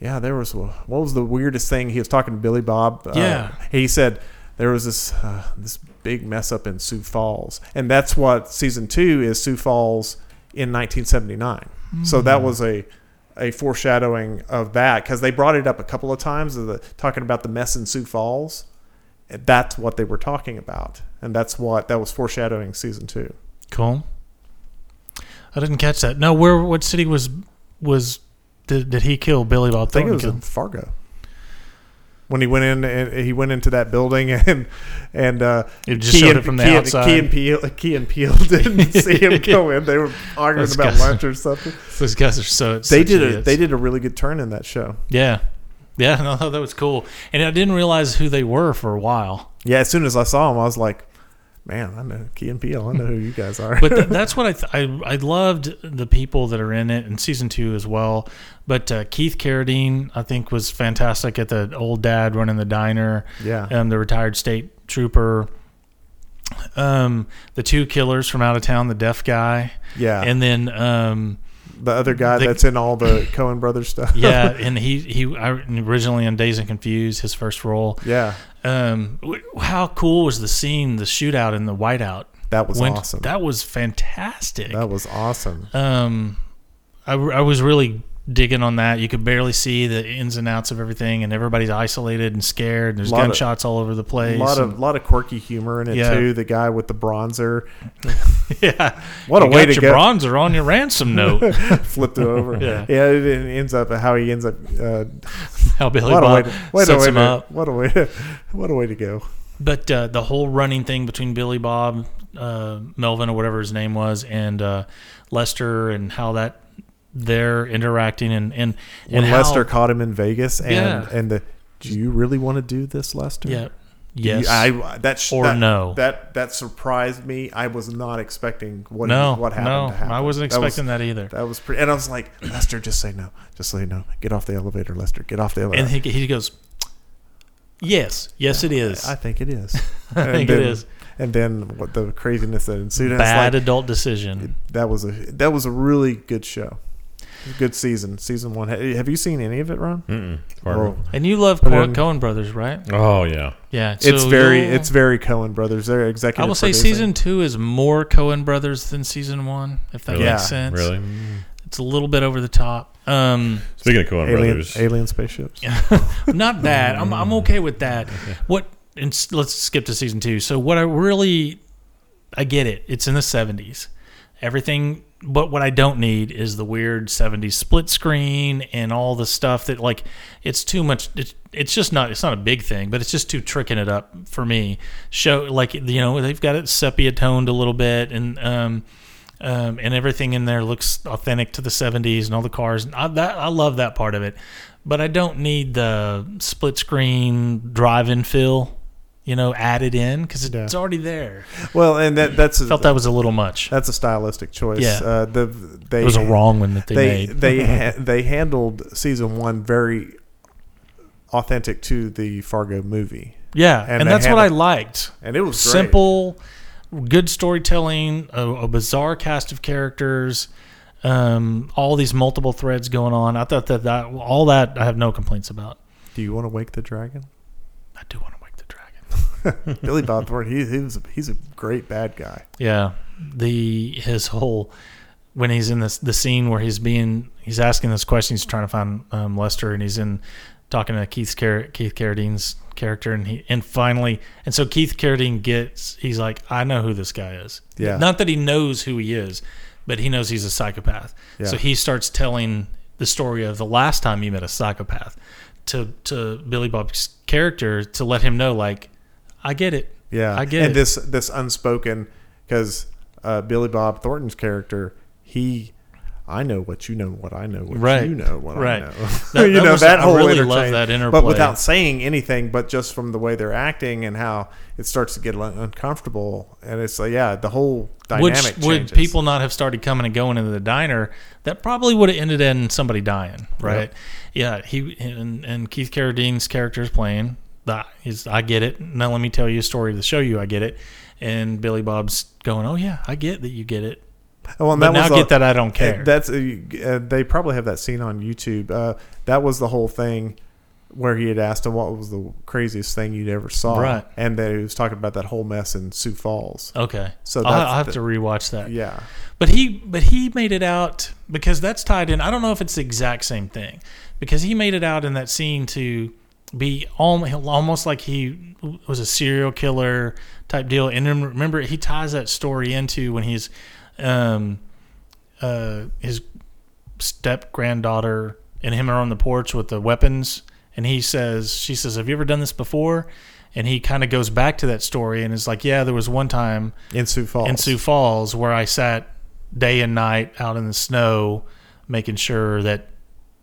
Speaker 2: Yeah, there was what was the weirdest thing he was talking to Billy Bob. Uh,
Speaker 1: Yeah.
Speaker 2: he said there was this uh, this big mess up in Sioux Falls, and that's what season two is Sioux Falls in 1979. So that was a a foreshadowing of that because they brought it up a couple of times of the, talking about the mess in Sioux Falls. And That's what they were talking about, and that's what that was foreshadowing season two.
Speaker 1: Cool. I didn't catch that. No, where? What city was was did, did he kill Billy Bob
Speaker 2: I think it
Speaker 1: Thornton?
Speaker 2: was
Speaker 1: Kill?
Speaker 2: in Fargo when he went in and he went into that building and and uh,
Speaker 1: It just showed it from the
Speaker 2: Key
Speaker 1: outside.
Speaker 2: And, Key and Peele, Key and Peele didn't see him go in. They were arguing
Speaker 1: Those
Speaker 2: about
Speaker 1: guys.
Speaker 2: lunch or something.
Speaker 1: Those guys are so.
Speaker 2: They
Speaker 1: such
Speaker 2: did a
Speaker 1: idiots.
Speaker 2: they did a really good turn in that show.
Speaker 1: Yeah, yeah. No, that was cool. And I didn't realize who they were for a while.
Speaker 2: Yeah, as soon as I saw him, I was like, "Man, I know Key and Peele. I know who you guys are."
Speaker 1: But th- that's what I, th- I I loved the people that are in it in season two as well. But uh, Keith Carradine I think was fantastic at the old dad running the diner.
Speaker 2: Yeah.
Speaker 1: um, the retired state trooper. Um, the two killers from out of town, the deaf guy.
Speaker 2: yeah,
Speaker 1: and then um
Speaker 2: the other guy
Speaker 1: the-
Speaker 2: that's in all the Cohen brothers stuff.
Speaker 1: yeah and he he I, originally in days and confused his first role
Speaker 2: yeah,
Speaker 1: um wh- how cool was the scene the shootout and the whiteout
Speaker 2: that was
Speaker 1: When-
Speaker 2: awesome. That,
Speaker 1: that was fantastic
Speaker 2: was awesome.
Speaker 1: um I, w- I was really digging on that you could barely see the ins and outs of everything and everybody's isolated and scared and there's
Speaker 2: Lot of-
Speaker 1: gunshots all over the
Speaker 2: A
Speaker 1: place
Speaker 2: lot of
Speaker 1: and-
Speaker 2: lot of quirky humor in it
Speaker 1: Yeah.
Speaker 2: too. The guy with the bronzer
Speaker 1: yeah
Speaker 2: What a
Speaker 1: You
Speaker 2: way
Speaker 1: got
Speaker 2: to
Speaker 1: your
Speaker 2: go.
Speaker 1: bronzer on your ransom note
Speaker 2: flipped it over.
Speaker 1: Yeah.
Speaker 2: it, it ends up how he ends up. Uh,
Speaker 1: how billy
Speaker 2: what a way
Speaker 1: bob
Speaker 2: to what a
Speaker 1: sets
Speaker 2: way
Speaker 1: him
Speaker 2: to
Speaker 1: up
Speaker 2: what a way to what a way to go.
Speaker 1: But uh, the whole running thing between Billy Bob, uh, Melvin, or whatever his name was, and uh, Lester, and how that they're interacting, and and, and
Speaker 2: When
Speaker 1: how-
Speaker 2: Lester caught him in Vegas, and
Speaker 1: Yeah.
Speaker 2: and the do you really want to do this, Lester?
Speaker 1: yeah,
Speaker 2: You-
Speaker 1: yes,
Speaker 2: I that sh-
Speaker 1: Or
Speaker 2: that-
Speaker 1: no.
Speaker 2: that that surprised me. I was not expecting what
Speaker 1: no,
Speaker 2: what happened.
Speaker 1: no,
Speaker 2: to happen.
Speaker 1: I wasn't
Speaker 2: That was-
Speaker 1: expecting that, either.
Speaker 2: That was pretty, and I was like, Lester, just say no, just say no. Get off the elevator, Lester. Get off the elevator.
Speaker 1: and he, he goes, yes, yes, it is.
Speaker 2: I think it is.
Speaker 1: I think it
Speaker 2: then,
Speaker 1: is
Speaker 2: And then what the craziness that ensued. and it's
Speaker 1: bad
Speaker 2: like,
Speaker 1: adult decision.
Speaker 2: that was a that was a really good show, good season. Season one. Ha- Have you seen any of it, Ron?
Speaker 3: Mm-mm.
Speaker 2: Or-
Speaker 3: Fargo.
Speaker 1: And you love
Speaker 2: But
Speaker 1: Coen
Speaker 2: then-
Speaker 1: Cohen Brothers, right?
Speaker 3: Oh yeah,
Speaker 1: Yeah,
Speaker 2: it's
Speaker 1: so
Speaker 2: very
Speaker 1: you'll-
Speaker 2: it's very Cohen brothers. They're
Speaker 1: I
Speaker 2: executive.
Speaker 1: will say
Speaker 2: producing.
Speaker 1: season two is more Cohen Brothers than season one, if that
Speaker 3: Really?
Speaker 2: Yeah,
Speaker 1: makes sense.
Speaker 3: really.
Speaker 1: It's a little bit over the top. Um,
Speaker 3: Speaking of Coen
Speaker 2: Alien,
Speaker 3: Brothers,
Speaker 2: alien spaceships.
Speaker 1: not that. I'm, I'm okay with that. What? And s- let's skip to season two. So what I really, I get it. It's in the 70s. Everything. But what I don't need is the weird 70s split screen and all the stuff that like it's too much. It's it's just not. It's not a big thing, but it's just too tricking it up for me. Show like you know they've got it sepia toned a little bit and um. Um, and everything in there looks authentic to the 70s and all the cars. And I, that, I love that part of it but I don't need the split screen drive-in feel, you know, added in because it's
Speaker 2: Yeah.
Speaker 1: already there. I
Speaker 2: Well, and that that's a,
Speaker 1: felt that was a little much.
Speaker 2: that's a stylistic choice.
Speaker 1: Yeah.
Speaker 2: Uh, the they
Speaker 1: It was a wrong one that they,
Speaker 2: they
Speaker 1: made.
Speaker 2: they ha- they handled season one very authentic to the Fargo movie.
Speaker 1: Yeah, and,
Speaker 2: And they
Speaker 1: that's
Speaker 2: had
Speaker 1: what I
Speaker 2: it.
Speaker 1: liked.
Speaker 2: And it was great.
Speaker 1: simple, good storytelling, a, a bizarre cast of characters, um, all these multiple threads going on. I thought that, that all that I have no complaints about.
Speaker 2: Do you want to wake the dragon?
Speaker 1: I do want to wake the dragon.
Speaker 2: Billy Bob Thornton, he, he was, he's a great bad guy.
Speaker 1: Yeah, the his whole when he's in this the scene where he's being he's asking this question, he's trying to find um, Lester, and he's in talking to Keith Car- Keith Carradine's character, and he and finally and so Keith Carradine gets he's like, I know who this guy is.
Speaker 2: Yeah.
Speaker 1: not that he knows who he is, but he knows he's a psychopath.
Speaker 2: Yeah.
Speaker 1: So he starts telling the story of the last time he met a psychopath to to Billy Bob's character to let him know like, I get it.
Speaker 2: Yeah,
Speaker 1: I get
Speaker 2: and
Speaker 1: it.
Speaker 2: this this unspoken because uh, Billy Bob Thornton's character, he, I know what you know, what I know, what
Speaker 1: Right.
Speaker 2: you know, what
Speaker 1: Right.
Speaker 2: I know.
Speaker 1: That-
Speaker 2: you
Speaker 1: that
Speaker 2: know
Speaker 1: was-
Speaker 2: that
Speaker 1: I
Speaker 2: whole
Speaker 1: really love
Speaker 2: interchange,
Speaker 1: that
Speaker 2: but
Speaker 1: interplay.
Speaker 2: without saying anything, but just from the way they're acting and how it starts to get un- uncomfortable, and it's like yeah, the whole
Speaker 1: Which
Speaker 2: dynamic
Speaker 1: would
Speaker 2: changes.
Speaker 1: people not have started coming and going into the diner? That probably would have ended in somebody dying, right? Yeah, he and, and Keith Carradine's character is playing. That is, I get it. Now let me tell you a story to show you I get it. And Billy Bob's going, "Oh yeah, I get that you get it."
Speaker 2: Well, and
Speaker 1: But
Speaker 2: that was
Speaker 1: now
Speaker 2: the-
Speaker 1: get that I don't care.
Speaker 2: That's uh, they probably have that scene on YouTube. Uh, that was the whole thing where he had asked him what was the craziest thing you'd ever saw,
Speaker 1: Right. Oh.
Speaker 2: And that he was talking about that whole mess in Sioux Falls.
Speaker 1: Okay,
Speaker 2: So
Speaker 1: so I'll,
Speaker 2: that's
Speaker 1: I'll have
Speaker 2: the-
Speaker 1: to rewatch that.
Speaker 2: Yeah,
Speaker 1: But he but he made it out because that's tied in. I don't know if it's the exact same thing because he made it out in that scene to be al- almost like he was a serial killer type deal. And then remember, he ties that story into when he's um, uh, his step granddaughter and him are on the porch with the weapons. And he says, she says, "Have you ever done this before?" And he kind of goes back to that story and is like, "Yeah, there was one time."
Speaker 2: in Sioux Falls.
Speaker 1: in Sioux Falls where I sat day and night out in the snow making sure that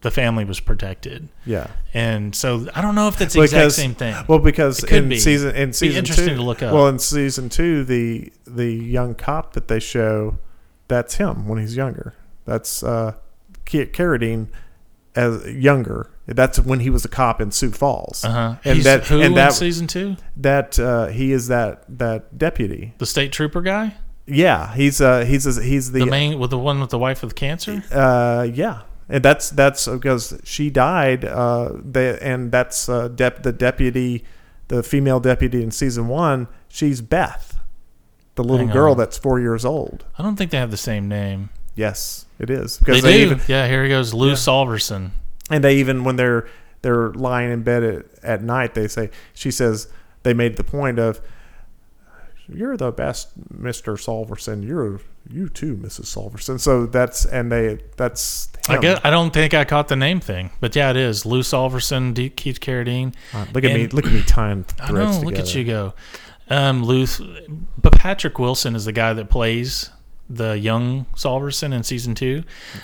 Speaker 1: the family was protected.
Speaker 2: Yeah.
Speaker 1: And so I don't know if that's the exact same thing.
Speaker 2: Well, because
Speaker 1: It could
Speaker 2: in
Speaker 1: be.
Speaker 2: season in
Speaker 1: Be
Speaker 2: season
Speaker 1: interesting
Speaker 2: two,
Speaker 1: to look up.
Speaker 2: Well, in season two, the the young cop that they show, that's him when he's younger. That's uh, Ki- Carradine as younger. That's when he was a cop in Sioux Falls.
Speaker 1: uh-huh.
Speaker 2: And
Speaker 1: He's
Speaker 2: that
Speaker 1: who
Speaker 2: and that
Speaker 1: in season 2?
Speaker 2: that uh, he is that that deputy.
Speaker 1: The state trooper guy?
Speaker 2: Yeah, he's uh he's he's the,
Speaker 1: The main with the one with the wife with cancer?
Speaker 2: uh yeah. And that's that's because she died. Uh, they, and that's uh, dep the deputy, the female deputy in season one. She's Beth, the little
Speaker 1: Hang
Speaker 2: girl
Speaker 1: on.
Speaker 2: that's four years old.
Speaker 1: I don't think they have the same name.
Speaker 2: Yes, it is
Speaker 1: They,
Speaker 2: because
Speaker 1: do.
Speaker 2: they, even
Speaker 1: yeah, here he goes. Lou Salverson.
Speaker 2: and they even when they're they're lying in bed at, at night, they say she says they made the point of you're the best Mr. Solverson. You're you too, Mrs. Solverson. So that's and they that's
Speaker 1: I
Speaker 2: him.
Speaker 1: guess, I don't think I caught the name thing, but yeah, it is Lou Salverson, D- Keith Carradine.
Speaker 2: Uh, look at me,
Speaker 1: And-
Speaker 2: look at me tying
Speaker 1: I
Speaker 2: threads
Speaker 1: know.
Speaker 2: together.
Speaker 1: Look at you go, um, Luth. But Patrick Wilson is the guy that plays the young Solverson in season two,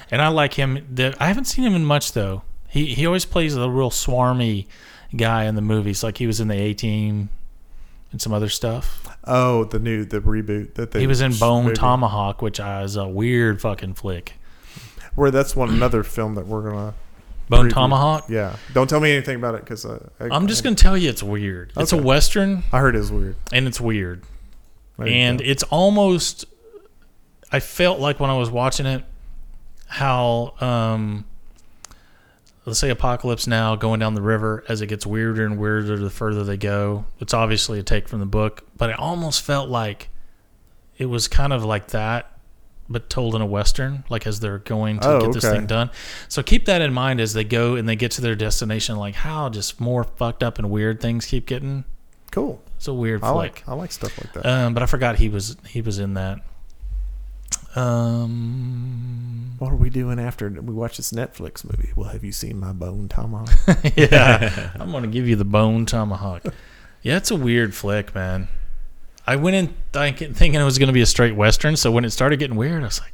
Speaker 1: and I like him. The, I haven't seen him in much though. He he always plays the real swarmy guy in the movies, like he was in the A Team and some other stuff.
Speaker 2: Oh, the new the reboot that they
Speaker 1: He was in Bone
Speaker 2: movie.
Speaker 1: Tomahawk, which is a weird fucking flick.
Speaker 2: Where that's one another film that we're gonna
Speaker 1: Bone
Speaker 2: reboot.
Speaker 1: Tomahawk.
Speaker 2: Yeah, don't tell me anything about it because I, I,
Speaker 1: I'm just gonna tell you it's weird. It's a
Speaker 2: Okay.
Speaker 1: western
Speaker 2: I heard it's weird.
Speaker 1: and it's weird.
Speaker 2: There you
Speaker 1: and
Speaker 2: go.
Speaker 1: it's almost i felt like when i was watching it how um let's say apocalypse now going down the river as it gets weirder and weirder the further they go it's obviously a take from the book but it almost felt like it was kind of like that but told in a western like as they're going to
Speaker 2: Oh,
Speaker 1: get this
Speaker 2: okay.
Speaker 1: thing done so keep that in mind as they go and they get to their destination like how just more fucked up and weird things keep getting
Speaker 2: cool.
Speaker 1: it's a weird
Speaker 2: I
Speaker 1: flick
Speaker 2: like I like stuff like that.
Speaker 1: um, but I forgot he was he was in that. Um,
Speaker 2: what are we doing after we watch this Netflix movie? Well, have you seen my bone tomahawk?
Speaker 1: yeah, I'm gonna give you the bone tomahawk. Yeah, it's a weird flick, man. I went in thinking, thinking it was gonna be a straight western, so when it started getting weird, I was like,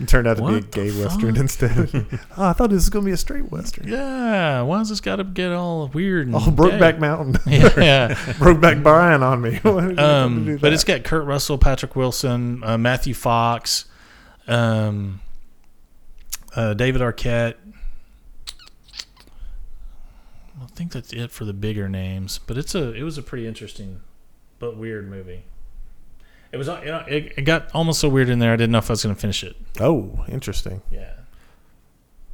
Speaker 2: it turned out to be a
Speaker 1: What the
Speaker 2: gay
Speaker 1: fuck?
Speaker 2: western instead. oh, I thought this was gonna be a straight western.
Speaker 1: "Yeah, why's this got to get all weird?" And
Speaker 2: Oh, Brokeback
Speaker 1: gay?
Speaker 2: Mountain,
Speaker 1: Yeah,
Speaker 2: Brokeback Brian on me.
Speaker 1: um, but it's got Kurt Russell, Patrick Wilson, uh, Matthew Fox, um, uh, David Arquette. don't think that's it for the bigger names, but it's a it was a pretty interesting but weird movie. It was uh, you know, it, it got almost so weird in there. I didn't know if I was going to finish it.
Speaker 2: Oh, interesting.
Speaker 1: Yeah.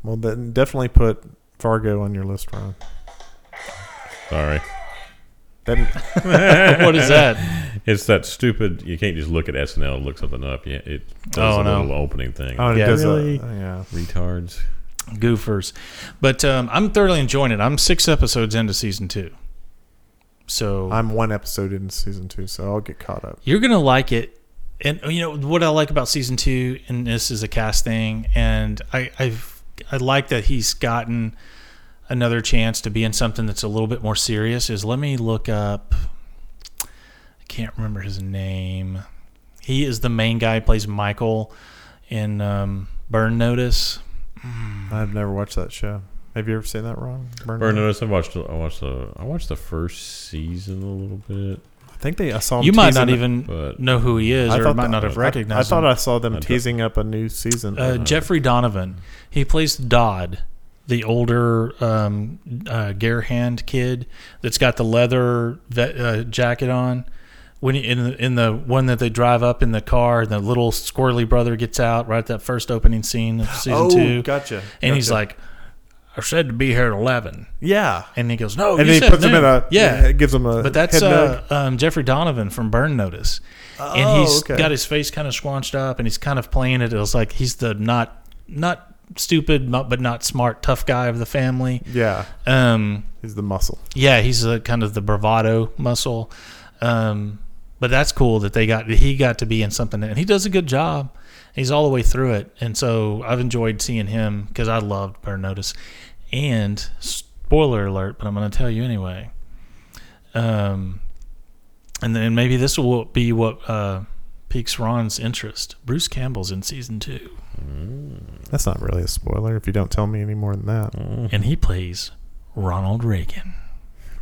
Speaker 2: Well, then definitely put Fargo on your list, Ron.
Speaker 3: Sorry.
Speaker 2: That,
Speaker 1: what is that?
Speaker 3: It's that stupid. You can't just look at SNL and look something up. Yeah, it does
Speaker 1: Oh,
Speaker 3: a
Speaker 1: no.
Speaker 3: little opening thing.
Speaker 2: oh, it
Speaker 1: Yeah.
Speaker 2: does a-
Speaker 3: Really?
Speaker 2: yeah.
Speaker 3: Retards.
Speaker 1: Goofers. But um, I'm thoroughly enjoying it. I'm six episodes into season two. So
Speaker 2: I'm one episode into season two, so I'll get caught up.
Speaker 1: you're gonna like it and you know what i like about season two and this is a cast thing and i i've i like that he's gotten another chance to be in something that's a little bit more serious is let me look up i can't remember his name he is the main guy who plays michael in um, burn notice
Speaker 2: I've never watched that show. Have you ever seen that, Ron? Burn
Speaker 3: Or
Speaker 2: Notice?
Speaker 3: notice I watched. the- I watched the. I watched the first season a little bit.
Speaker 2: I think they. I saw. them
Speaker 1: you might
Speaker 2: teasing
Speaker 1: not
Speaker 2: it.
Speaker 1: even
Speaker 3: but-
Speaker 1: know who he is
Speaker 2: I
Speaker 1: or
Speaker 2: thought
Speaker 1: might
Speaker 2: that-
Speaker 1: not have
Speaker 2: I-
Speaker 1: recognized
Speaker 2: I, thought
Speaker 1: him.
Speaker 2: I saw them teasing up a new season.
Speaker 1: uh, Jeffrey Donovan. He plays Dodd, the older um, uh, Garehand kid that's got the leather vet, uh, jacket on. When he, in the, in the one that they drive up in the car, and the little squirrely brother gets out right at that first opening scene of season
Speaker 2: Oh,
Speaker 1: two.
Speaker 2: gotcha,
Speaker 1: And he's
Speaker 2: gotcha.
Speaker 1: like, "I said to be here at 11.
Speaker 2: yeah,
Speaker 1: and he goes, "No,"
Speaker 2: and
Speaker 1: you
Speaker 2: then he
Speaker 1: said
Speaker 2: puts them
Speaker 1: noon."
Speaker 2: in a
Speaker 1: yeah.
Speaker 2: gives them a
Speaker 1: But that's
Speaker 2: head nod.
Speaker 1: uh, um, Jeffrey Donovan from Burn Notice, and
Speaker 2: Oh,
Speaker 1: he's
Speaker 2: okay.
Speaker 1: got his face kind of squanched up, and he's kind of playing it. as like he's the not not stupid, not, but not smart, tough guy of the family.
Speaker 2: yeah,
Speaker 1: Um,
Speaker 2: he's the muscle.
Speaker 1: yeah, he's a, kind of the bravado muscle. Um, but that's cool that they got he got to be in something, and he does a good job. He's all the way through it, and so I've enjoyed seeing him because I loved Burn Notice. And spoiler alert, but I'm going to tell you anyway. Um, and then maybe this will be what uh, piques Ron's interest. Bruce Campbell's in season two,
Speaker 2: That's not really a spoiler if you don't tell me any more than that.
Speaker 1: and he plays Ronald Reagan.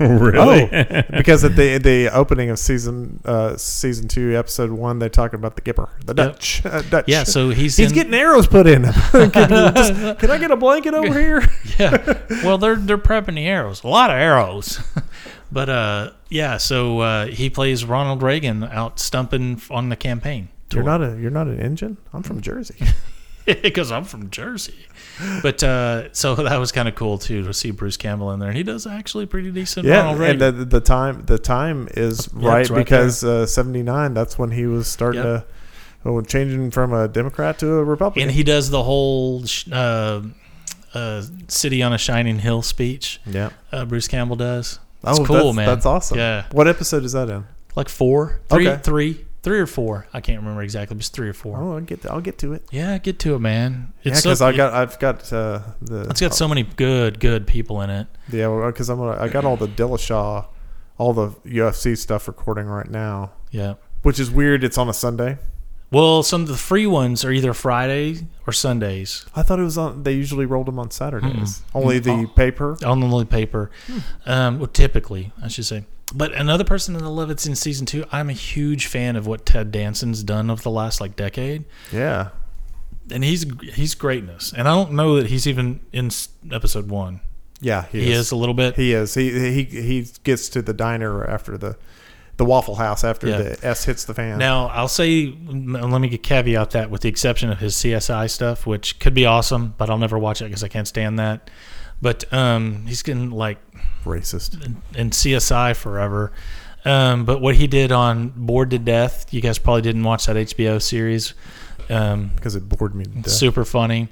Speaker 2: Oh,
Speaker 3: really?
Speaker 1: Oh.
Speaker 2: because at the the opening of season uh, season two, episode one, they talk about the Gipper, the Dutch, uh, Dutch.
Speaker 1: Yeah, so he's
Speaker 2: he's
Speaker 1: in-
Speaker 2: getting arrows put in. him. can, just- can I get a blanket over here?
Speaker 1: yeah. Well, they're they're prepping the arrows. A lot of arrows. but uh, yeah. So uh, he plays Ronald Reagan out stumping f- on the campaign.
Speaker 2: You're not a you're not an engine. I'm from Jersey.
Speaker 1: because I'm from Jersey. But uh, so that was kind of cool too to see Bruce Campbell in there, and he does actually pretty decent.
Speaker 2: yeah,
Speaker 1: Ronald Reagan.
Speaker 2: and the, the time the time is
Speaker 1: Yeah,
Speaker 2: right,
Speaker 1: it's right
Speaker 2: because uh, 79. That's when he was starting
Speaker 1: Yep.
Speaker 2: to oh, changing from a Democrat to a Republican.
Speaker 1: and he does the whole sh- uh, uh, city on a shining hill speech.
Speaker 2: yeah.
Speaker 1: Uh, Bruce Campbell does.
Speaker 2: Oh,
Speaker 1: It's cool,
Speaker 2: that's,
Speaker 1: man.
Speaker 2: That's awesome.
Speaker 1: Yeah,
Speaker 2: What episode is that in?
Speaker 1: like four, three,
Speaker 2: Okay.
Speaker 1: three- three or four. I can't remember exactly, but it's three or four.
Speaker 2: Oh, I'll get I'll get to it.
Speaker 1: Yeah, get to it, man.
Speaker 2: Yeah,
Speaker 1: so-
Speaker 2: because I got I've got uh, the
Speaker 1: It's got so many good, good people in it.
Speaker 2: Yeah, because I'm gonna, I got all the Dillashaw, all the UFC stuff recording right now,
Speaker 1: Yeah.
Speaker 2: which is weird. It's on a Sunday.
Speaker 1: Well, some of the free ones are either Friday or Sundays
Speaker 2: I thought it was on. They usually rolled them on Saturdays.
Speaker 1: Hmm.
Speaker 2: Only
Speaker 1: Oh.
Speaker 2: the paper.
Speaker 1: on the little paper.
Speaker 2: Hmm.
Speaker 1: Um, well, typically, I should say. But another person that I love that's in season two. I'm a huge fan of what Ted Danson's done over the last like decade,
Speaker 2: Yeah,
Speaker 1: and he's he's greatness. And I don't know that he's even in s- episode one.
Speaker 2: yeah. He,
Speaker 1: He
Speaker 2: is.
Speaker 1: is a little bit.
Speaker 2: He is. He he he gets to the diner after the, the Waffle House after
Speaker 1: Yeah.
Speaker 2: the S hits the fan.
Speaker 1: Now, I'll say, m- let me caveat that with the exception of his CSI stuff, which could be awesome, but I'll never watch it because I can't stand that. But um, he's getting like
Speaker 2: racist.
Speaker 1: in CSI forever. Um, but what he did on Bored to Death, you guys probably didn't watch that HBO series. Um,
Speaker 2: Because it bored me to death.
Speaker 1: super funny.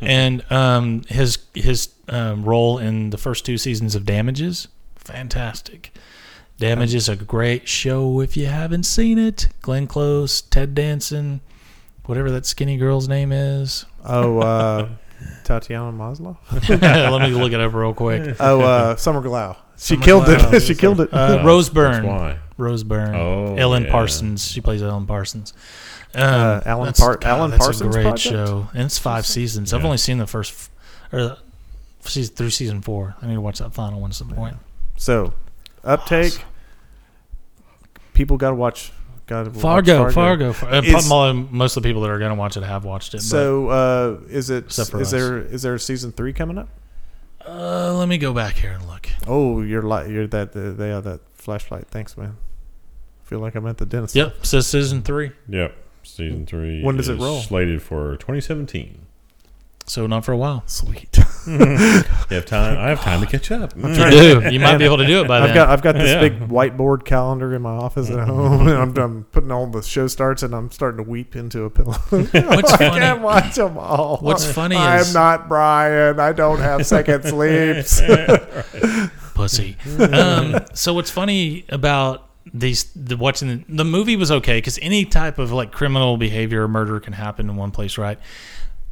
Speaker 1: and um, his his um, role in the first two seasons of Damages, fantastic. Damages a great show if you haven't seen it. Glenn Close, Ted Danson, whatever that skinny girl's name is.
Speaker 2: oh, uh, Tatiana Maslov.
Speaker 1: Let me look it up real quick.
Speaker 2: Oh, uh, Summer Glau. She
Speaker 1: Summer
Speaker 2: killed
Speaker 1: Glau.
Speaker 2: it. she killed it.
Speaker 1: Uh,
Speaker 3: Oh,
Speaker 1: Rose
Speaker 3: that's
Speaker 1: Byrne.
Speaker 3: why.
Speaker 1: Rose Byrne.
Speaker 3: Oh,
Speaker 1: Ellen
Speaker 3: yeah.
Speaker 1: Parsons. She plays Ellen Parsons. Um,
Speaker 2: Uh, Alan
Speaker 1: that's-
Speaker 2: Par- Alan
Speaker 1: that's
Speaker 2: Parsons
Speaker 1: a great
Speaker 2: Project?
Speaker 1: show, and it's five seasons. I've
Speaker 3: Yeah.
Speaker 1: only seen the first, f- or season, through season four. I need to watch that final one at some point.
Speaker 2: So, uptake. People got to watch. Got to
Speaker 1: Fargo,
Speaker 2: watch
Speaker 1: Fargo, Fargo. And
Speaker 2: Is-
Speaker 1: probably most of the people that are going to watch it have watched it.
Speaker 2: So, uh, is it
Speaker 1: Except for
Speaker 2: is
Speaker 1: us.
Speaker 2: there is there a season three coming up?
Speaker 1: but, uh, let me go back here and look.
Speaker 2: Oh, you're light. You're that. They have that flashlight. Thanks, man. feel like I'm at the dentist.
Speaker 1: Yep. So season three.
Speaker 3: Yep. Season three.
Speaker 2: When does it
Speaker 3: is
Speaker 2: roll?
Speaker 3: Slated for 2017.
Speaker 1: So not for a while.
Speaker 2: Sweet.
Speaker 3: You have time. I have time to catch up. Mm,
Speaker 1: You do. You might be able to do it by
Speaker 2: I've
Speaker 1: then.
Speaker 2: got I've got this
Speaker 3: Yeah.
Speaker 2: big whiteboard calendar in my office at home, and I'm, I'm putting all the show starts, and I'm starting to weep into a pillow.
Speaker 1: What's
Speaker 2: I
Speaker 1: funny-
Speaker 2: can't watch them all.
Speaker 1: What's funny
Speaker 2: I'm
Speaker 1: is-
Speaker 2: not Brian. I don't have second sleeps.
Speaker 1: pussy.
Speaker 2: Mm-hmm.
Speaker 1: um, so what's funny about these the watching the, the movie was okay because any type of like criminal behavior or murder can happen in one place, right?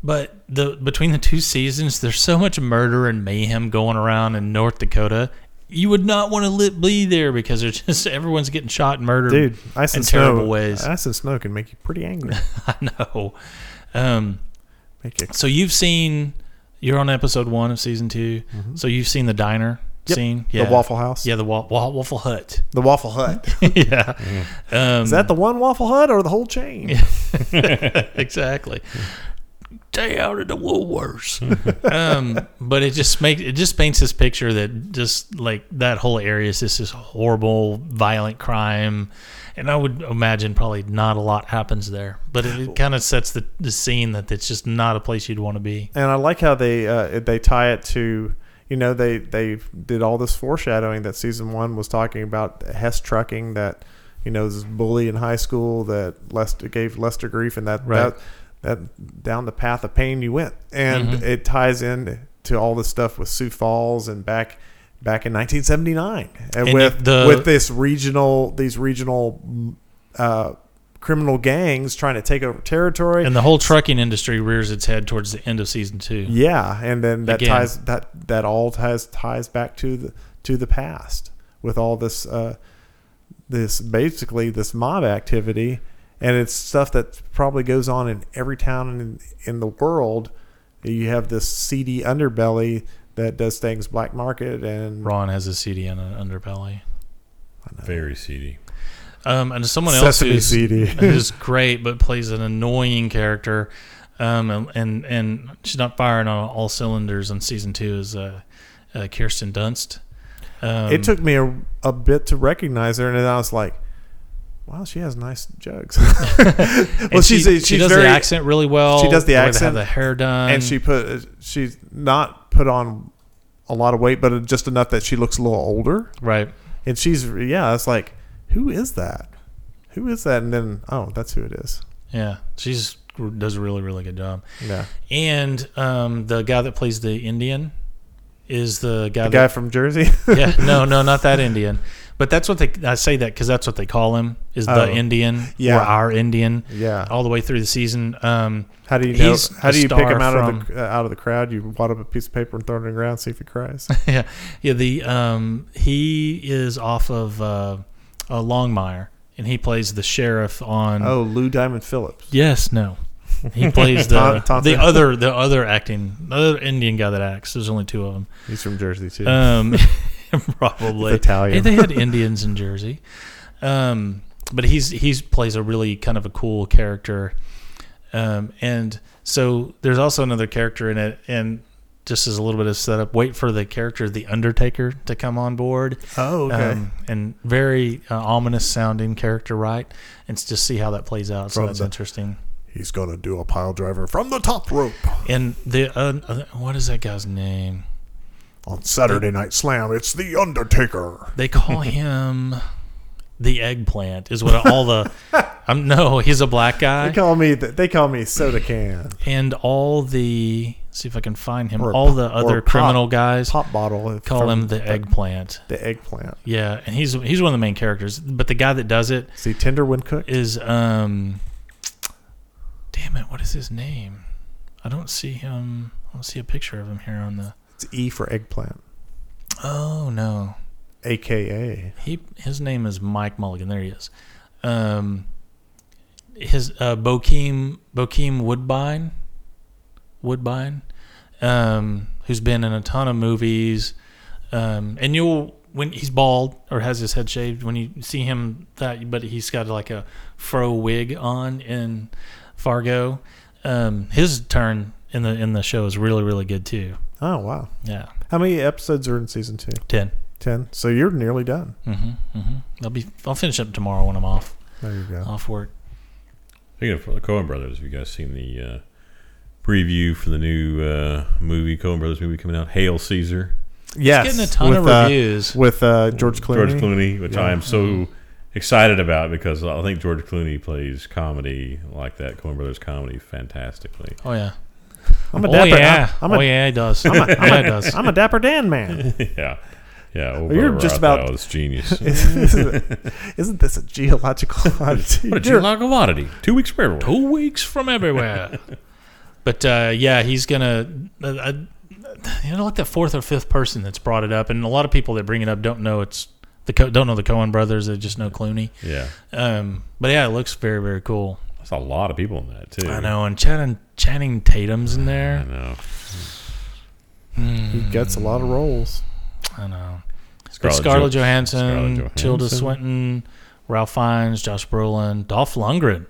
Speaker 1: But the between the two seasons, there's so much murder and mayhem going around in North Dakota. You would not want to li- be there because there's just everyone's getting shot and murdered
Speaker 2: Dude, ice
Speaker 1: in
Speaker 2: and
Speaker 1: terrible
Speaker 2: snow.
Speaker 1: ways.
Speaker 2: Ice and snow can make you pretty angry.
Speaker 1: I know. Um,
Speaker 2: Make you
Speaker 1: so you've seen you're on episode one of season 2 So you've seen the diner
Speaker 2: Mm-hmm. Yep.
Speaker 1: scene,
Speaker 2: The Waffle House.
Speaker 1: yeah, the wa- wa- Waffle Hut.
Speaker 2: The Waffle Hut.
Speaker 1: yeah. Um,
Speaker 2: Is that the one Waffle Hut or the whole chain?
Speaker 1: exactly. Stay out of the Woolworths. um, but it just makes it just paints this picture that just like that whole area is just this horrible, violent crime, and I would imagine probably not a lot happens there. But it, it kind of sets the, the scene that it's just not a place you'd want to be.
Speaker 2: and I like how they uh, they tie it to you know they they did all this foreshadowing that season one was talking about Hess trucking that you know this bully in high school that Lester gave Lester grief and that
Speaker 1: Right.
Speaker 2: that that down the path of pain you went and
Speaker 1: Mm-hmm.
Speaker 2: it ties in to all this stuff with Sioux Falls and back back in 1979 and,
Speaker 1: And
Speaker 2: with
Speaker 1: the-
Speaker 2: with this regional these regional uh, criminal gangs trying to take over territory
Speaker 1: And the whole trucking industry rears its head towards the end of season two.
Speaker 2: yeah, and then that
Speaker 1: Again.
Speaker 2: ties that that all ties ties back to the to the past with all this uh, this basically this mob activity, and it's stuff that probably goes on in every town in in the world. You have this seedy underbelly that does things black market and
Speaker 1: Ron has a CD and an underbelly.
Speaker 3: Very seedy.
Speaker 1: Um, and someone else
Speaker 2: Sesame
Speaker 1: who's,
Speaker 2: seedy.
Speaker 1: who's great but plays an annoying character, um, and, and and she's not firing on all cylinders on season two is uh, uh, Kirsten Dunst. Um,
Speaker 2: it took me a, a bit to recognize her, and then I was like, "Wow, she has nice jugs."
Speaker 1: and
Speaker 2: well, she's
Speaker 1: she,
Speaker 2: she's
Speaker 1: she does
Speaker 2: very
Speaker 1: the accent really well.
Speaker 2: she does the
Speaker 1: way they
Speaker 2: accent,
Speaker 1: have the hair done,
Speaker 2: and she put she's not put on a lot of weight, but just enough that she looks a little older.
Speaker 1: right.
Speaker 2: And she's yeah, it's like who is that? Who is that? And then oh, that's who it is.
Speaker 1: Yeah, she's does a really really good job.
Speaker 2: Yeah,
Speaker 1: And um, the guy that plays the Indian is the guy
Speaker 2: the
Speaker 1: that
Speaker 2: guy from Jersey.
Speaker 1: yeah, no, no, not that Indian. But that's what they. I say that because that's what they call him is the
Speaker 2: Oh.
Speaker 1: Indian
Speaker 2: Yeah.
Speaker 1: or our Indian.
Speaker 2: Yeah.
Speaker 1: all the way through the season. Um,
Speaker 2: How do you know?
Speaker 1: Oh, He's
Speaker 2: How
Speaker 1: a
Speaker 2: do you pick
Speaker 1: star
Speaker 2: him out of
Speaker 1: from-
Speaker 2: the uh, out of the crowd? You wad up a piece of paper and throw it on the ground, see if he cries.
Speaker 1: yeah, yeah. The um, he is off of uh, uh, Longmire, and he plays the sheriff on.
Speaker 2: oh, Lou Diamond Phillips.
Speaker 1: yes, no. He plays the
Speaker 2: Ta- Tonto.
Speaker 1: the other the other acting the other Indian guy that acts. There's only two of them.
Speaker 2: He's from Jersey too.
Speaker 1: Um, probably
Speaker 2: It's Italian.
Speaker 1: Hey, they had Indians in Jersey, um, but he's he's plays a really kind of a cool character, um, and so there's also another character in it, and just as a little bit of setup, wait for the character the Undertaker to come on board.
Speaker 2: oh, okay.
Speaker 1: Um, and very uh, ominous sounding character, right? And s- just see how that plays out. So
Speaker 2: From
Speaker 1: that's
Speaker 2: the-
Speaker 1: interesting.
Speaker 2: He's gonna do a pile driver from the top rope
Speaker 1: And the uh, uh, what is that guy's name?
Speaker 2: on Saturday Night Slam. It's the Undertaker.
Speaker 1: They call him the eggplant. Is what all the. Um, no, he's a black
Speaker 2: They
Speaker 1: guy,
Speaker 2: call me. th- They call me soda can.
Speaker 1: and all the. See if I can find him.
Speaker 2: Or
Speaker 1: all
Speaker 2: pop-
Speaker 1: the
Speaker 2: or
Speaker 1: other
Speaker 2: pop-
Speaker 1: criminal guys
Speaker 2: pop bottle. if-
Speaker 1: call
Speaker 2: from
Speaker 1: him the eggplant.
Speaker 2: The eggplant.
Speaker 1: Yeah, and he's he's one of the main characters. But the guy that does it
Speaker 2: Is he tender when cooked?
Speaker 1: is um. Damn it! What is his name? I don't see him. I don't see a picture of him here on the.
Speaker 2: It's E for eggplant,
Speaker 1: Oh no,
Speaker 2: aka.
Speaker 1: he his name is Mike Mulligan. There he is. Um, his uh, Bokeem Bokeem Woodbine, Woodbine, um, who's been in a ton of movies, um, and you'll when he's bald or has his head shaved when you see him that, but he's got like a fro wig on in Fargo. Um, his turn in the in the show is really really good too.
Speaker 2: Oh wow!
Speaker 1: Yeah,
Speaker 2: How many episodes are in season two?
Speaker 1: ten. Mm-hmm.
Speaker 2: Ten. So you're nearly done.
Speaker 1: I'll be. I'll finish up tomorrow when I'm off
Speaker 2: There you go.
Speaker 1: off work.
Speaker 3: Speaking of the Coen Brothers, have you guys seen the uh, preview for the new uh, movie, Coen Brothers movie coming out, Hail Caesar?
Speaker 2: Yes.
Speaker 1: getting a ton
Speaker 2: with,
Speaker 1: of
Speaker 2: uh,
Speaker 1: reviews.
Speaker 2: with uh, George Clooney.
Speaker 3: George Clooney, which I am so excited about because I think George Clooney plays comedy like that, Coen Brothers comedy, fantastically.
Speaker 1: Oh yeah.
Speaker 2: I'm a
Speaker 1: Oh
Speaker 2: dapper.
Speaker 1: yeah.
Speaker 2: I'm,
Speaker 1: oh
Speaker 2: a,
Speaker 1: yeah. It does. I'm a, yeah, it does.
Speaker 2: I'm a dapper Dan man.
Speaker 3: yeah. Yeah. old
Speaker 2: You're
Speaker 3: brother
Speaker 2: just
Speaker 3: Rothwell
Speaker 2: about-
Speaker 3: is genius.
Speaker 2: Isn't this a geological oddity?
Speaker 3: What a
Speaker 2: You're-
Speaker 3: geological oddity. Two weeks for everyone.
Speaker 1: Two weeks from everywhere. but uh, yeah, he's gonna. Uh, uh, you know, like the fourth or fifth person that's brought it up, and a lot of people that bring it up don't know it's the Co- don't know the Cohen brothers. They just know Clooney.
Speaker 3: Yeah.
Speaker 1: Um, but yeah, it looks very very cool.
Speaker 3: That's a lot of people in that, too.
Speaker 1: I know, and Channing, Channing Tatum's in
Speaker 3: I
Speaker 1: there.
Speaker 3: know.
Speaker 2: He gets a lot of roles.
Speaker 1: I know. Scarlett,
Speaker 3: Scarlett,
Speaker 1: Scarlett
Speaker 3: Jo-
Speaker 1: Johansson,
Speaker 3: Scarlett
Speaker 1: Tilda
Speaker 3: Johansson.
Speaker 1: Swinton, Ralph Fiennes, Josh Brolin, Dolph Lundgren.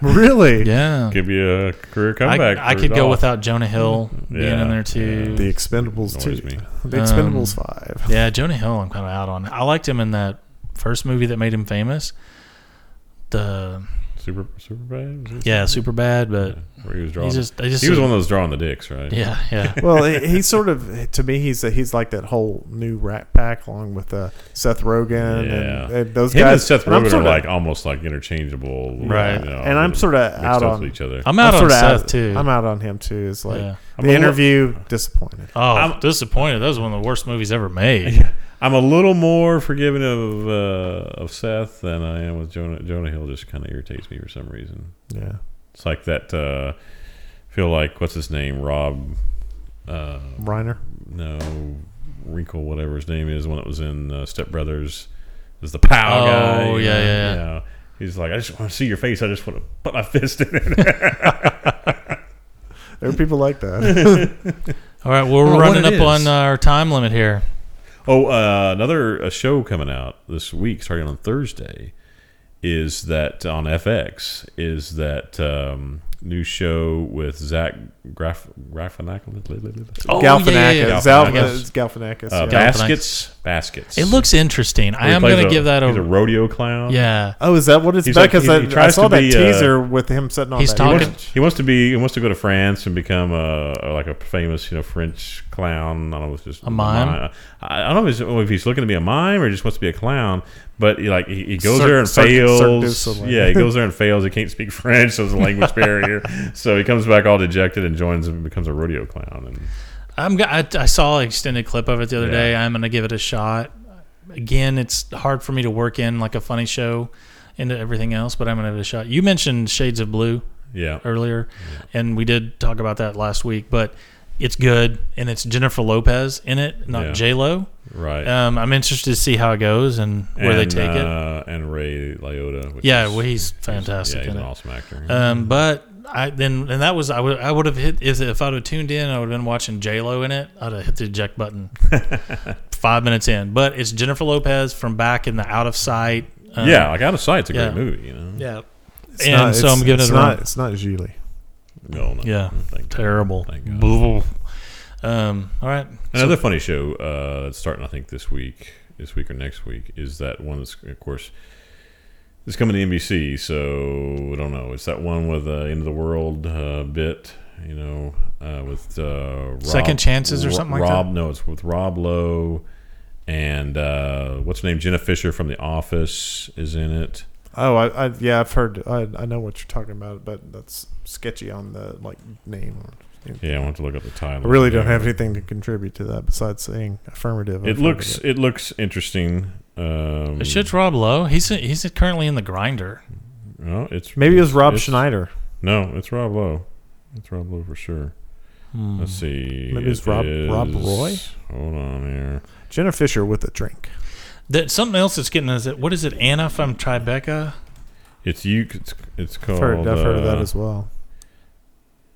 Speaker 2: Really?
Speaker 1: Yeah.
Speaker 3: Give you a career comeback.
Speaker 1: I, I
Speaker 3: for
Speaker 1: could go
Speaker 3: Dolph. Mm-hmm.
Speaker 1: without Jonah Hill being
Speaker 3: Yeah,
Speaker 1: in there too.
Speaker 2: The Expendables
Speaker 3: Annoys
Speaker 2: two.
Speaker 3: me.
Speaker 2: The
Speaker 1: Um,
Speaker 2: Expendables five.
Speaker 1: Yeah, Jonah Hill, I'm kind of out on. I liked him in that first movie that made him famous. The
Speaker 3: Super, super bad?
Speaker 1: yeah, super bad, but
Speaker 3: Where he was drawing.
Speaker 1: He just- I just
Speaker 3: he was
Speaker 1: see-
Speaker 3: one of those drawing the dicks, right?
Speaker 1: yeah, yeah,
Speaker 2: Well, he- he's sort of to me. He's he's like that whole new Rat Pack, along with uh, Seth Rogen
Speaker 3: Yeah.
Speaker 2: and, and those
Speaker 3: Him
Speaker 2: guys.
Speaker 3: and Seth
Speaker 2: And I'm
Speaker 3: Rogen are
Speaker 2: sorta-
Speaker 3: like almost like interchangeable,
Speaker 1: Right.
Speaker 3: you know,
Speaker 2: And I'm sorta
Speaker 3: mixed
Speaker 2: out
Speaker 3: up
Speaker 2: on-
Speaker 3: with each other.
Speaker 1: I'm out on
Speaker 2: sorta
Speaker 1: Seth too.
Speaker 2: I'm out on him too. Is like
Speaker 1: Yeah.
Speaker 2: the interview disappointed.
Speaker 1: oh,
Speaker 3: I'm-
Speaker 1: disappointed. That was one of the worst movies ever made.
Speaker 3: I'm a little more forgiving of uh, of Seth than I am with Jonah. Jonah Hill just kind of irritates me for some reason.
Speaker 2: Yeah.
Speaker 3: It's like that. Uh, feel like what's his name, Rob? Uh,
Speaker 2: Reiner.
Speaker 3: no, Wrinkle, whatever his name is, the one that was in uh, Step Brothers, is the pow
Speaker 1: Oh, yeah,
Speaker 3: guy. you know,
Speaker 1: yeah, yeah.
Speaker 3: you know. He's like, I just want to see your face. I just want to put my fist in it.
Speaker 2: There are people like that.
Speaker 1: All right, well,
Speaker 3: I
Speaker 1: we're
Speaker 3: don't know what
Speaker 1: running up
Speaker 3: it is.
Speaker 1: on uh, our time limit here.
Speaker 3: oh, uh, another a show coming out this week, starting on Thursday, is that on FX is that um, new show with Zach Graf uh, Galifianakis.
Speaker 1: Oh,
Speaker 2: Galifianakis. Zal- uh,
Speaker 3: Galifianakis.
Speaker 2: Galifianakis.
Speaker 3: Uh,
Speaker 2: yeah.
Speaker 3: baskets, baskets.
Speaker 1: It looks interesting. I
Speaker 3: He
Speaker 1: am
Speaker 3: plays
Speaker 1: going to
Speaker 3: a-
Speaker 1: give that
Speaker 3: he's a
Speaker 1: a
Speaker 3: rodeo clown.
Speaker 1: yeah.
Speaker 2: Oh, is that what it's
Speaker 3: He's
Speaker 2: about?
Speaker 3: like-
Speaker 2: Because
Speaker 3: he- he
Speaker 2: I, I
Speaker 3: tries
Speaker 2: saw
Speaker 3: to
Speaker 2: that
Speaker 3: be, uh,
Speaker 2: teaser with him sitting on
Speaker 1: He's
Speaker 2: that.
Speaker 1: talking-
Speaker 2: couch.
Speaker 3: wants- he wants to be. He wants to go to France and become a, a- like a famous, you know, French clown. I don't know, if it's just
Speaker 1: A mime?
Speaker 3: I, I don't know if he's, if he's looking to be a mime or just wants to be a clown. But he, like he, he goes
Speaker 2: Cirque-
Speaker 3: there and
Speaker 2: Cirque- Cirque du
Speaker 3: fails.
Speaker 2: Soleil.
Speaker 3: yeah, he goes there and fails. He can't speak French, so there's a language barrier. So he comes back all dejected and joins and becomes a rodeo clown. And
Speaker 1: I'm. go- I, I saw an extended clip of it the other
Speaker 3: Yeah.
Speaker 1: day. I'm going to give it a shot. Again, it's hard for me to work in like a funny show into everything else, but I'm going to give it a shot. You mentioned Shades of Blue
Speaker 3: yeah,
Speaker 1: earlier, and we did talk about that last week. But it's good, and it's Jennifer Lopez in it, not
Speaker 3: Yeah.
Speaker 1: J Lo.
Speaker 3: right.
Speaker 1: Um, I'm interested to see how it goes and where they
Speaker 3: And,
Speaker 1: take it.
Speaker 3: uh, and Ray Liotta. Which
Speaker 1: Yeah,
Speaker 3: is-
Speaker 1: well, he's
Speaker 3: yeah,
Speaker 1: fantastic
Speaker 3: he's
Speaker 1: in
Speaker 3: an
Speaker 1: it.
Speaker 3: awesome actor.
Speaker 1: Um, but I then and that was I would I would have hit if if I'd have tuned in I would have been watching J Lo in it I'd have hit the eject button five minutes in. But it's Jennifer Lopez from back in the Out of Sight. Um,
Speaker 3: yeah, like out of sight's a
Speaker 1: yeah.
Speaker 3: great movie. You know.
Speaker 1: yeah.
Speaker 2: It's
Speaker 1: and
Speaker 2: not-
Speaker 1: so
Speaker 2: it's-
Speaker 1: I'm giving
Speaker 2: it's
Speaker 1: it a
Speaker 2: not.
Speaker 1: run.
Speaker 2: It's not Gigli.
Speaker 3: No, no,
Speaker 1: Yeah,
Speaker 3: thank God.
Speaker 1: terrible.
Speaker 3: Thank God.
Speaker 1: Boo. Um, all right.
Speaker 3: Another funny show uh, that's starting, I think, this week, this week or next week, is that one that's, of course, it's coming to NBC. So I don't know. It's that one with the end of the world uh, bit, you know, uh, with uh, Rob,
Speaker 1: Second Chances or
Speaker 3: Ro-
Speaker 1: something like
Speaker 3: Rob,
Speaker 1: that?
Speaker 3: No, it's with Rob Lowe and uh, what's her name, Jenna Fisher from The Office is in it.
Speaker 2: Oh, I, I yeah, I've heard. I, I know what you're talking about, but that's sketchy on the like name. Or,
Speaker 3: Yeah, I want to look up the title.
Speaker 2: I really don't
Speaker 3: Yeah.
Speaker 2: have anything to contribute to that besides saying affirmative.
Speaker 3: It looks
Speaker 2: affirmative.
Speaker 3: it looks interesting. Um,
Speaker 1: It's just Rob Lowe. He's he's currently in the grinder.
Speaker 3: no, it's
Speaker 2: Maybe it was Rob
Speaker 3: it's-
Speaker 2: Schneider.
Speaker 3: No, it's Rob Lowe. It's Rob Lowe for sure. Let's see.
Speaker 2: Maybe it's
Speaker 3: It
Speaker 2: Hmm. Rob- Rob Roy?
Speaker 3: Hold on here.
Speaker 2: Jenna Fisher with a drink.
Speaker 1: That something else that's getting is it what is it Anna from Tribeca?
Speaker 3: It's you. It's, it's called.
Speaker 2: I've heard, I've heard of that
Speaker 3: uh,
Speaker 2: as well.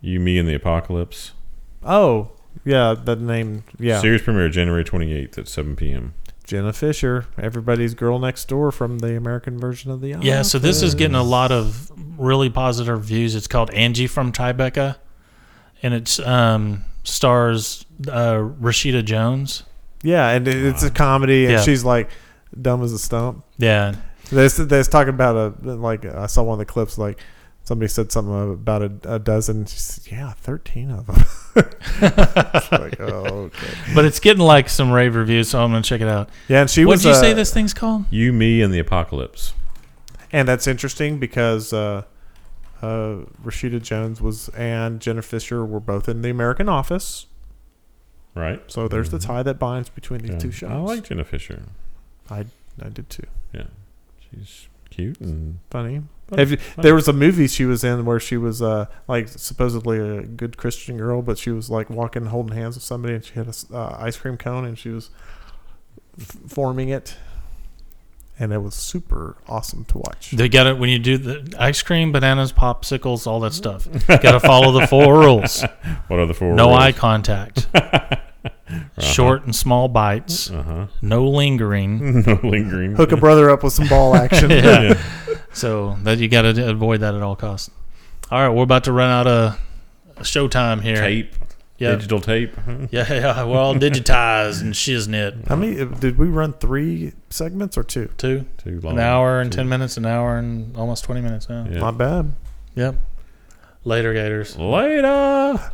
Speaker 3: You, me, and the apocalypse.
Speaker 2: Oh, yeah, the name. Yeah,
Speaker 3: Series premiere January twenty eighth at seven p.m.
Speaker 2: Jenna Fisher, everybody's girl next door from the American version of the.
Speaker 1: Yeah, so this is
Speaker 2: Office.
Speaker 1: getting a lot of really positive reviews. It's called Angie from Tribeca, and it's um, stars uh, Rashida Jones
Speaker 2: Yeah, and it- it's a comedy, and
Speaker 1: Yeah.
Speaker 2: she's like dumb as a stump.
Speaker 1: Yeah.
Speaker 2: There's there's talking about a like I saw one of the clips like somebody said something about a, a dozen. She said, yeah, thirteen of them. It's like, oh, okay.
Speaker 1: But it's getting like some rave reviews, so I'm gonna check it out.
Speaker 2: Yeah, and she
Speaker 1: What'd
Speaker 2: was.
Speaker 1: you
Speaker 2: uh,
Speaker 1: say this thing's called?
Speaker 3: You, me, and the apocalypse.
Speaker 2: And that's interesting because uh, uh, Rashida Jones was and Jenna Fisher were both in The American Office.
Speaker 3: Right.
Speaker 2: So there's the tie that binds between these
Speaker 3: Yeah.
Speaker 2: two shows.
Speaker 3: I like Jenna Fisher.
Speaker 2: I I did too.
Speaker 3: Yeah, she's cute and
Speaker 2: Funny.
Speaker 3: Funny,
Speaker 2: Have you-
Speaker 3: funny.
Speaker 2: There was a movie she was in where she was uh, like supposedly a good Christian girl, but she was like walking, holding hands with somebody, and she had a s- uh, ice cream cone, and she was f- forming it, and it was super awesome to watch.
Speaker 1: They got it when you do the ice cream, bananas, popsicles, all that stuff. got to follow the four rules:
Speaker 3: what are the four?
Speaker 1: no
Speaker 3: rules?
Speaker 1: eye contact, short and small bites,
Speaker 3: Uh-huh. Hmm.
Speaker 1: no lingering.
Speaker 3: no lingering.
Speaker 2: Hook a brother up with some ball action.
Speaker 1: yeah. So that you got to avoid that at all costs. All right, we're about to run out of showtime here.
Speaker 3: tape.
Speaker 1: Yeah.
Speaker 3: Digital tape.
Speaker 1: Yeah, yeah, we're all digitized and shiznit.
Speaker 2: How many did we run? Three segments or two?
Speaker 1: Two,
Speaker 3: Too long.
Speaker 1: an hour and
Speaker 3: Too-
Speaker 1: ten minutes, an hour and almost twenty minutes now.
Speaker 3: Yeah.
Speaker 2: Not bad.
Speaker 1: Yep. Later, Gators.
Speaker 3: Later.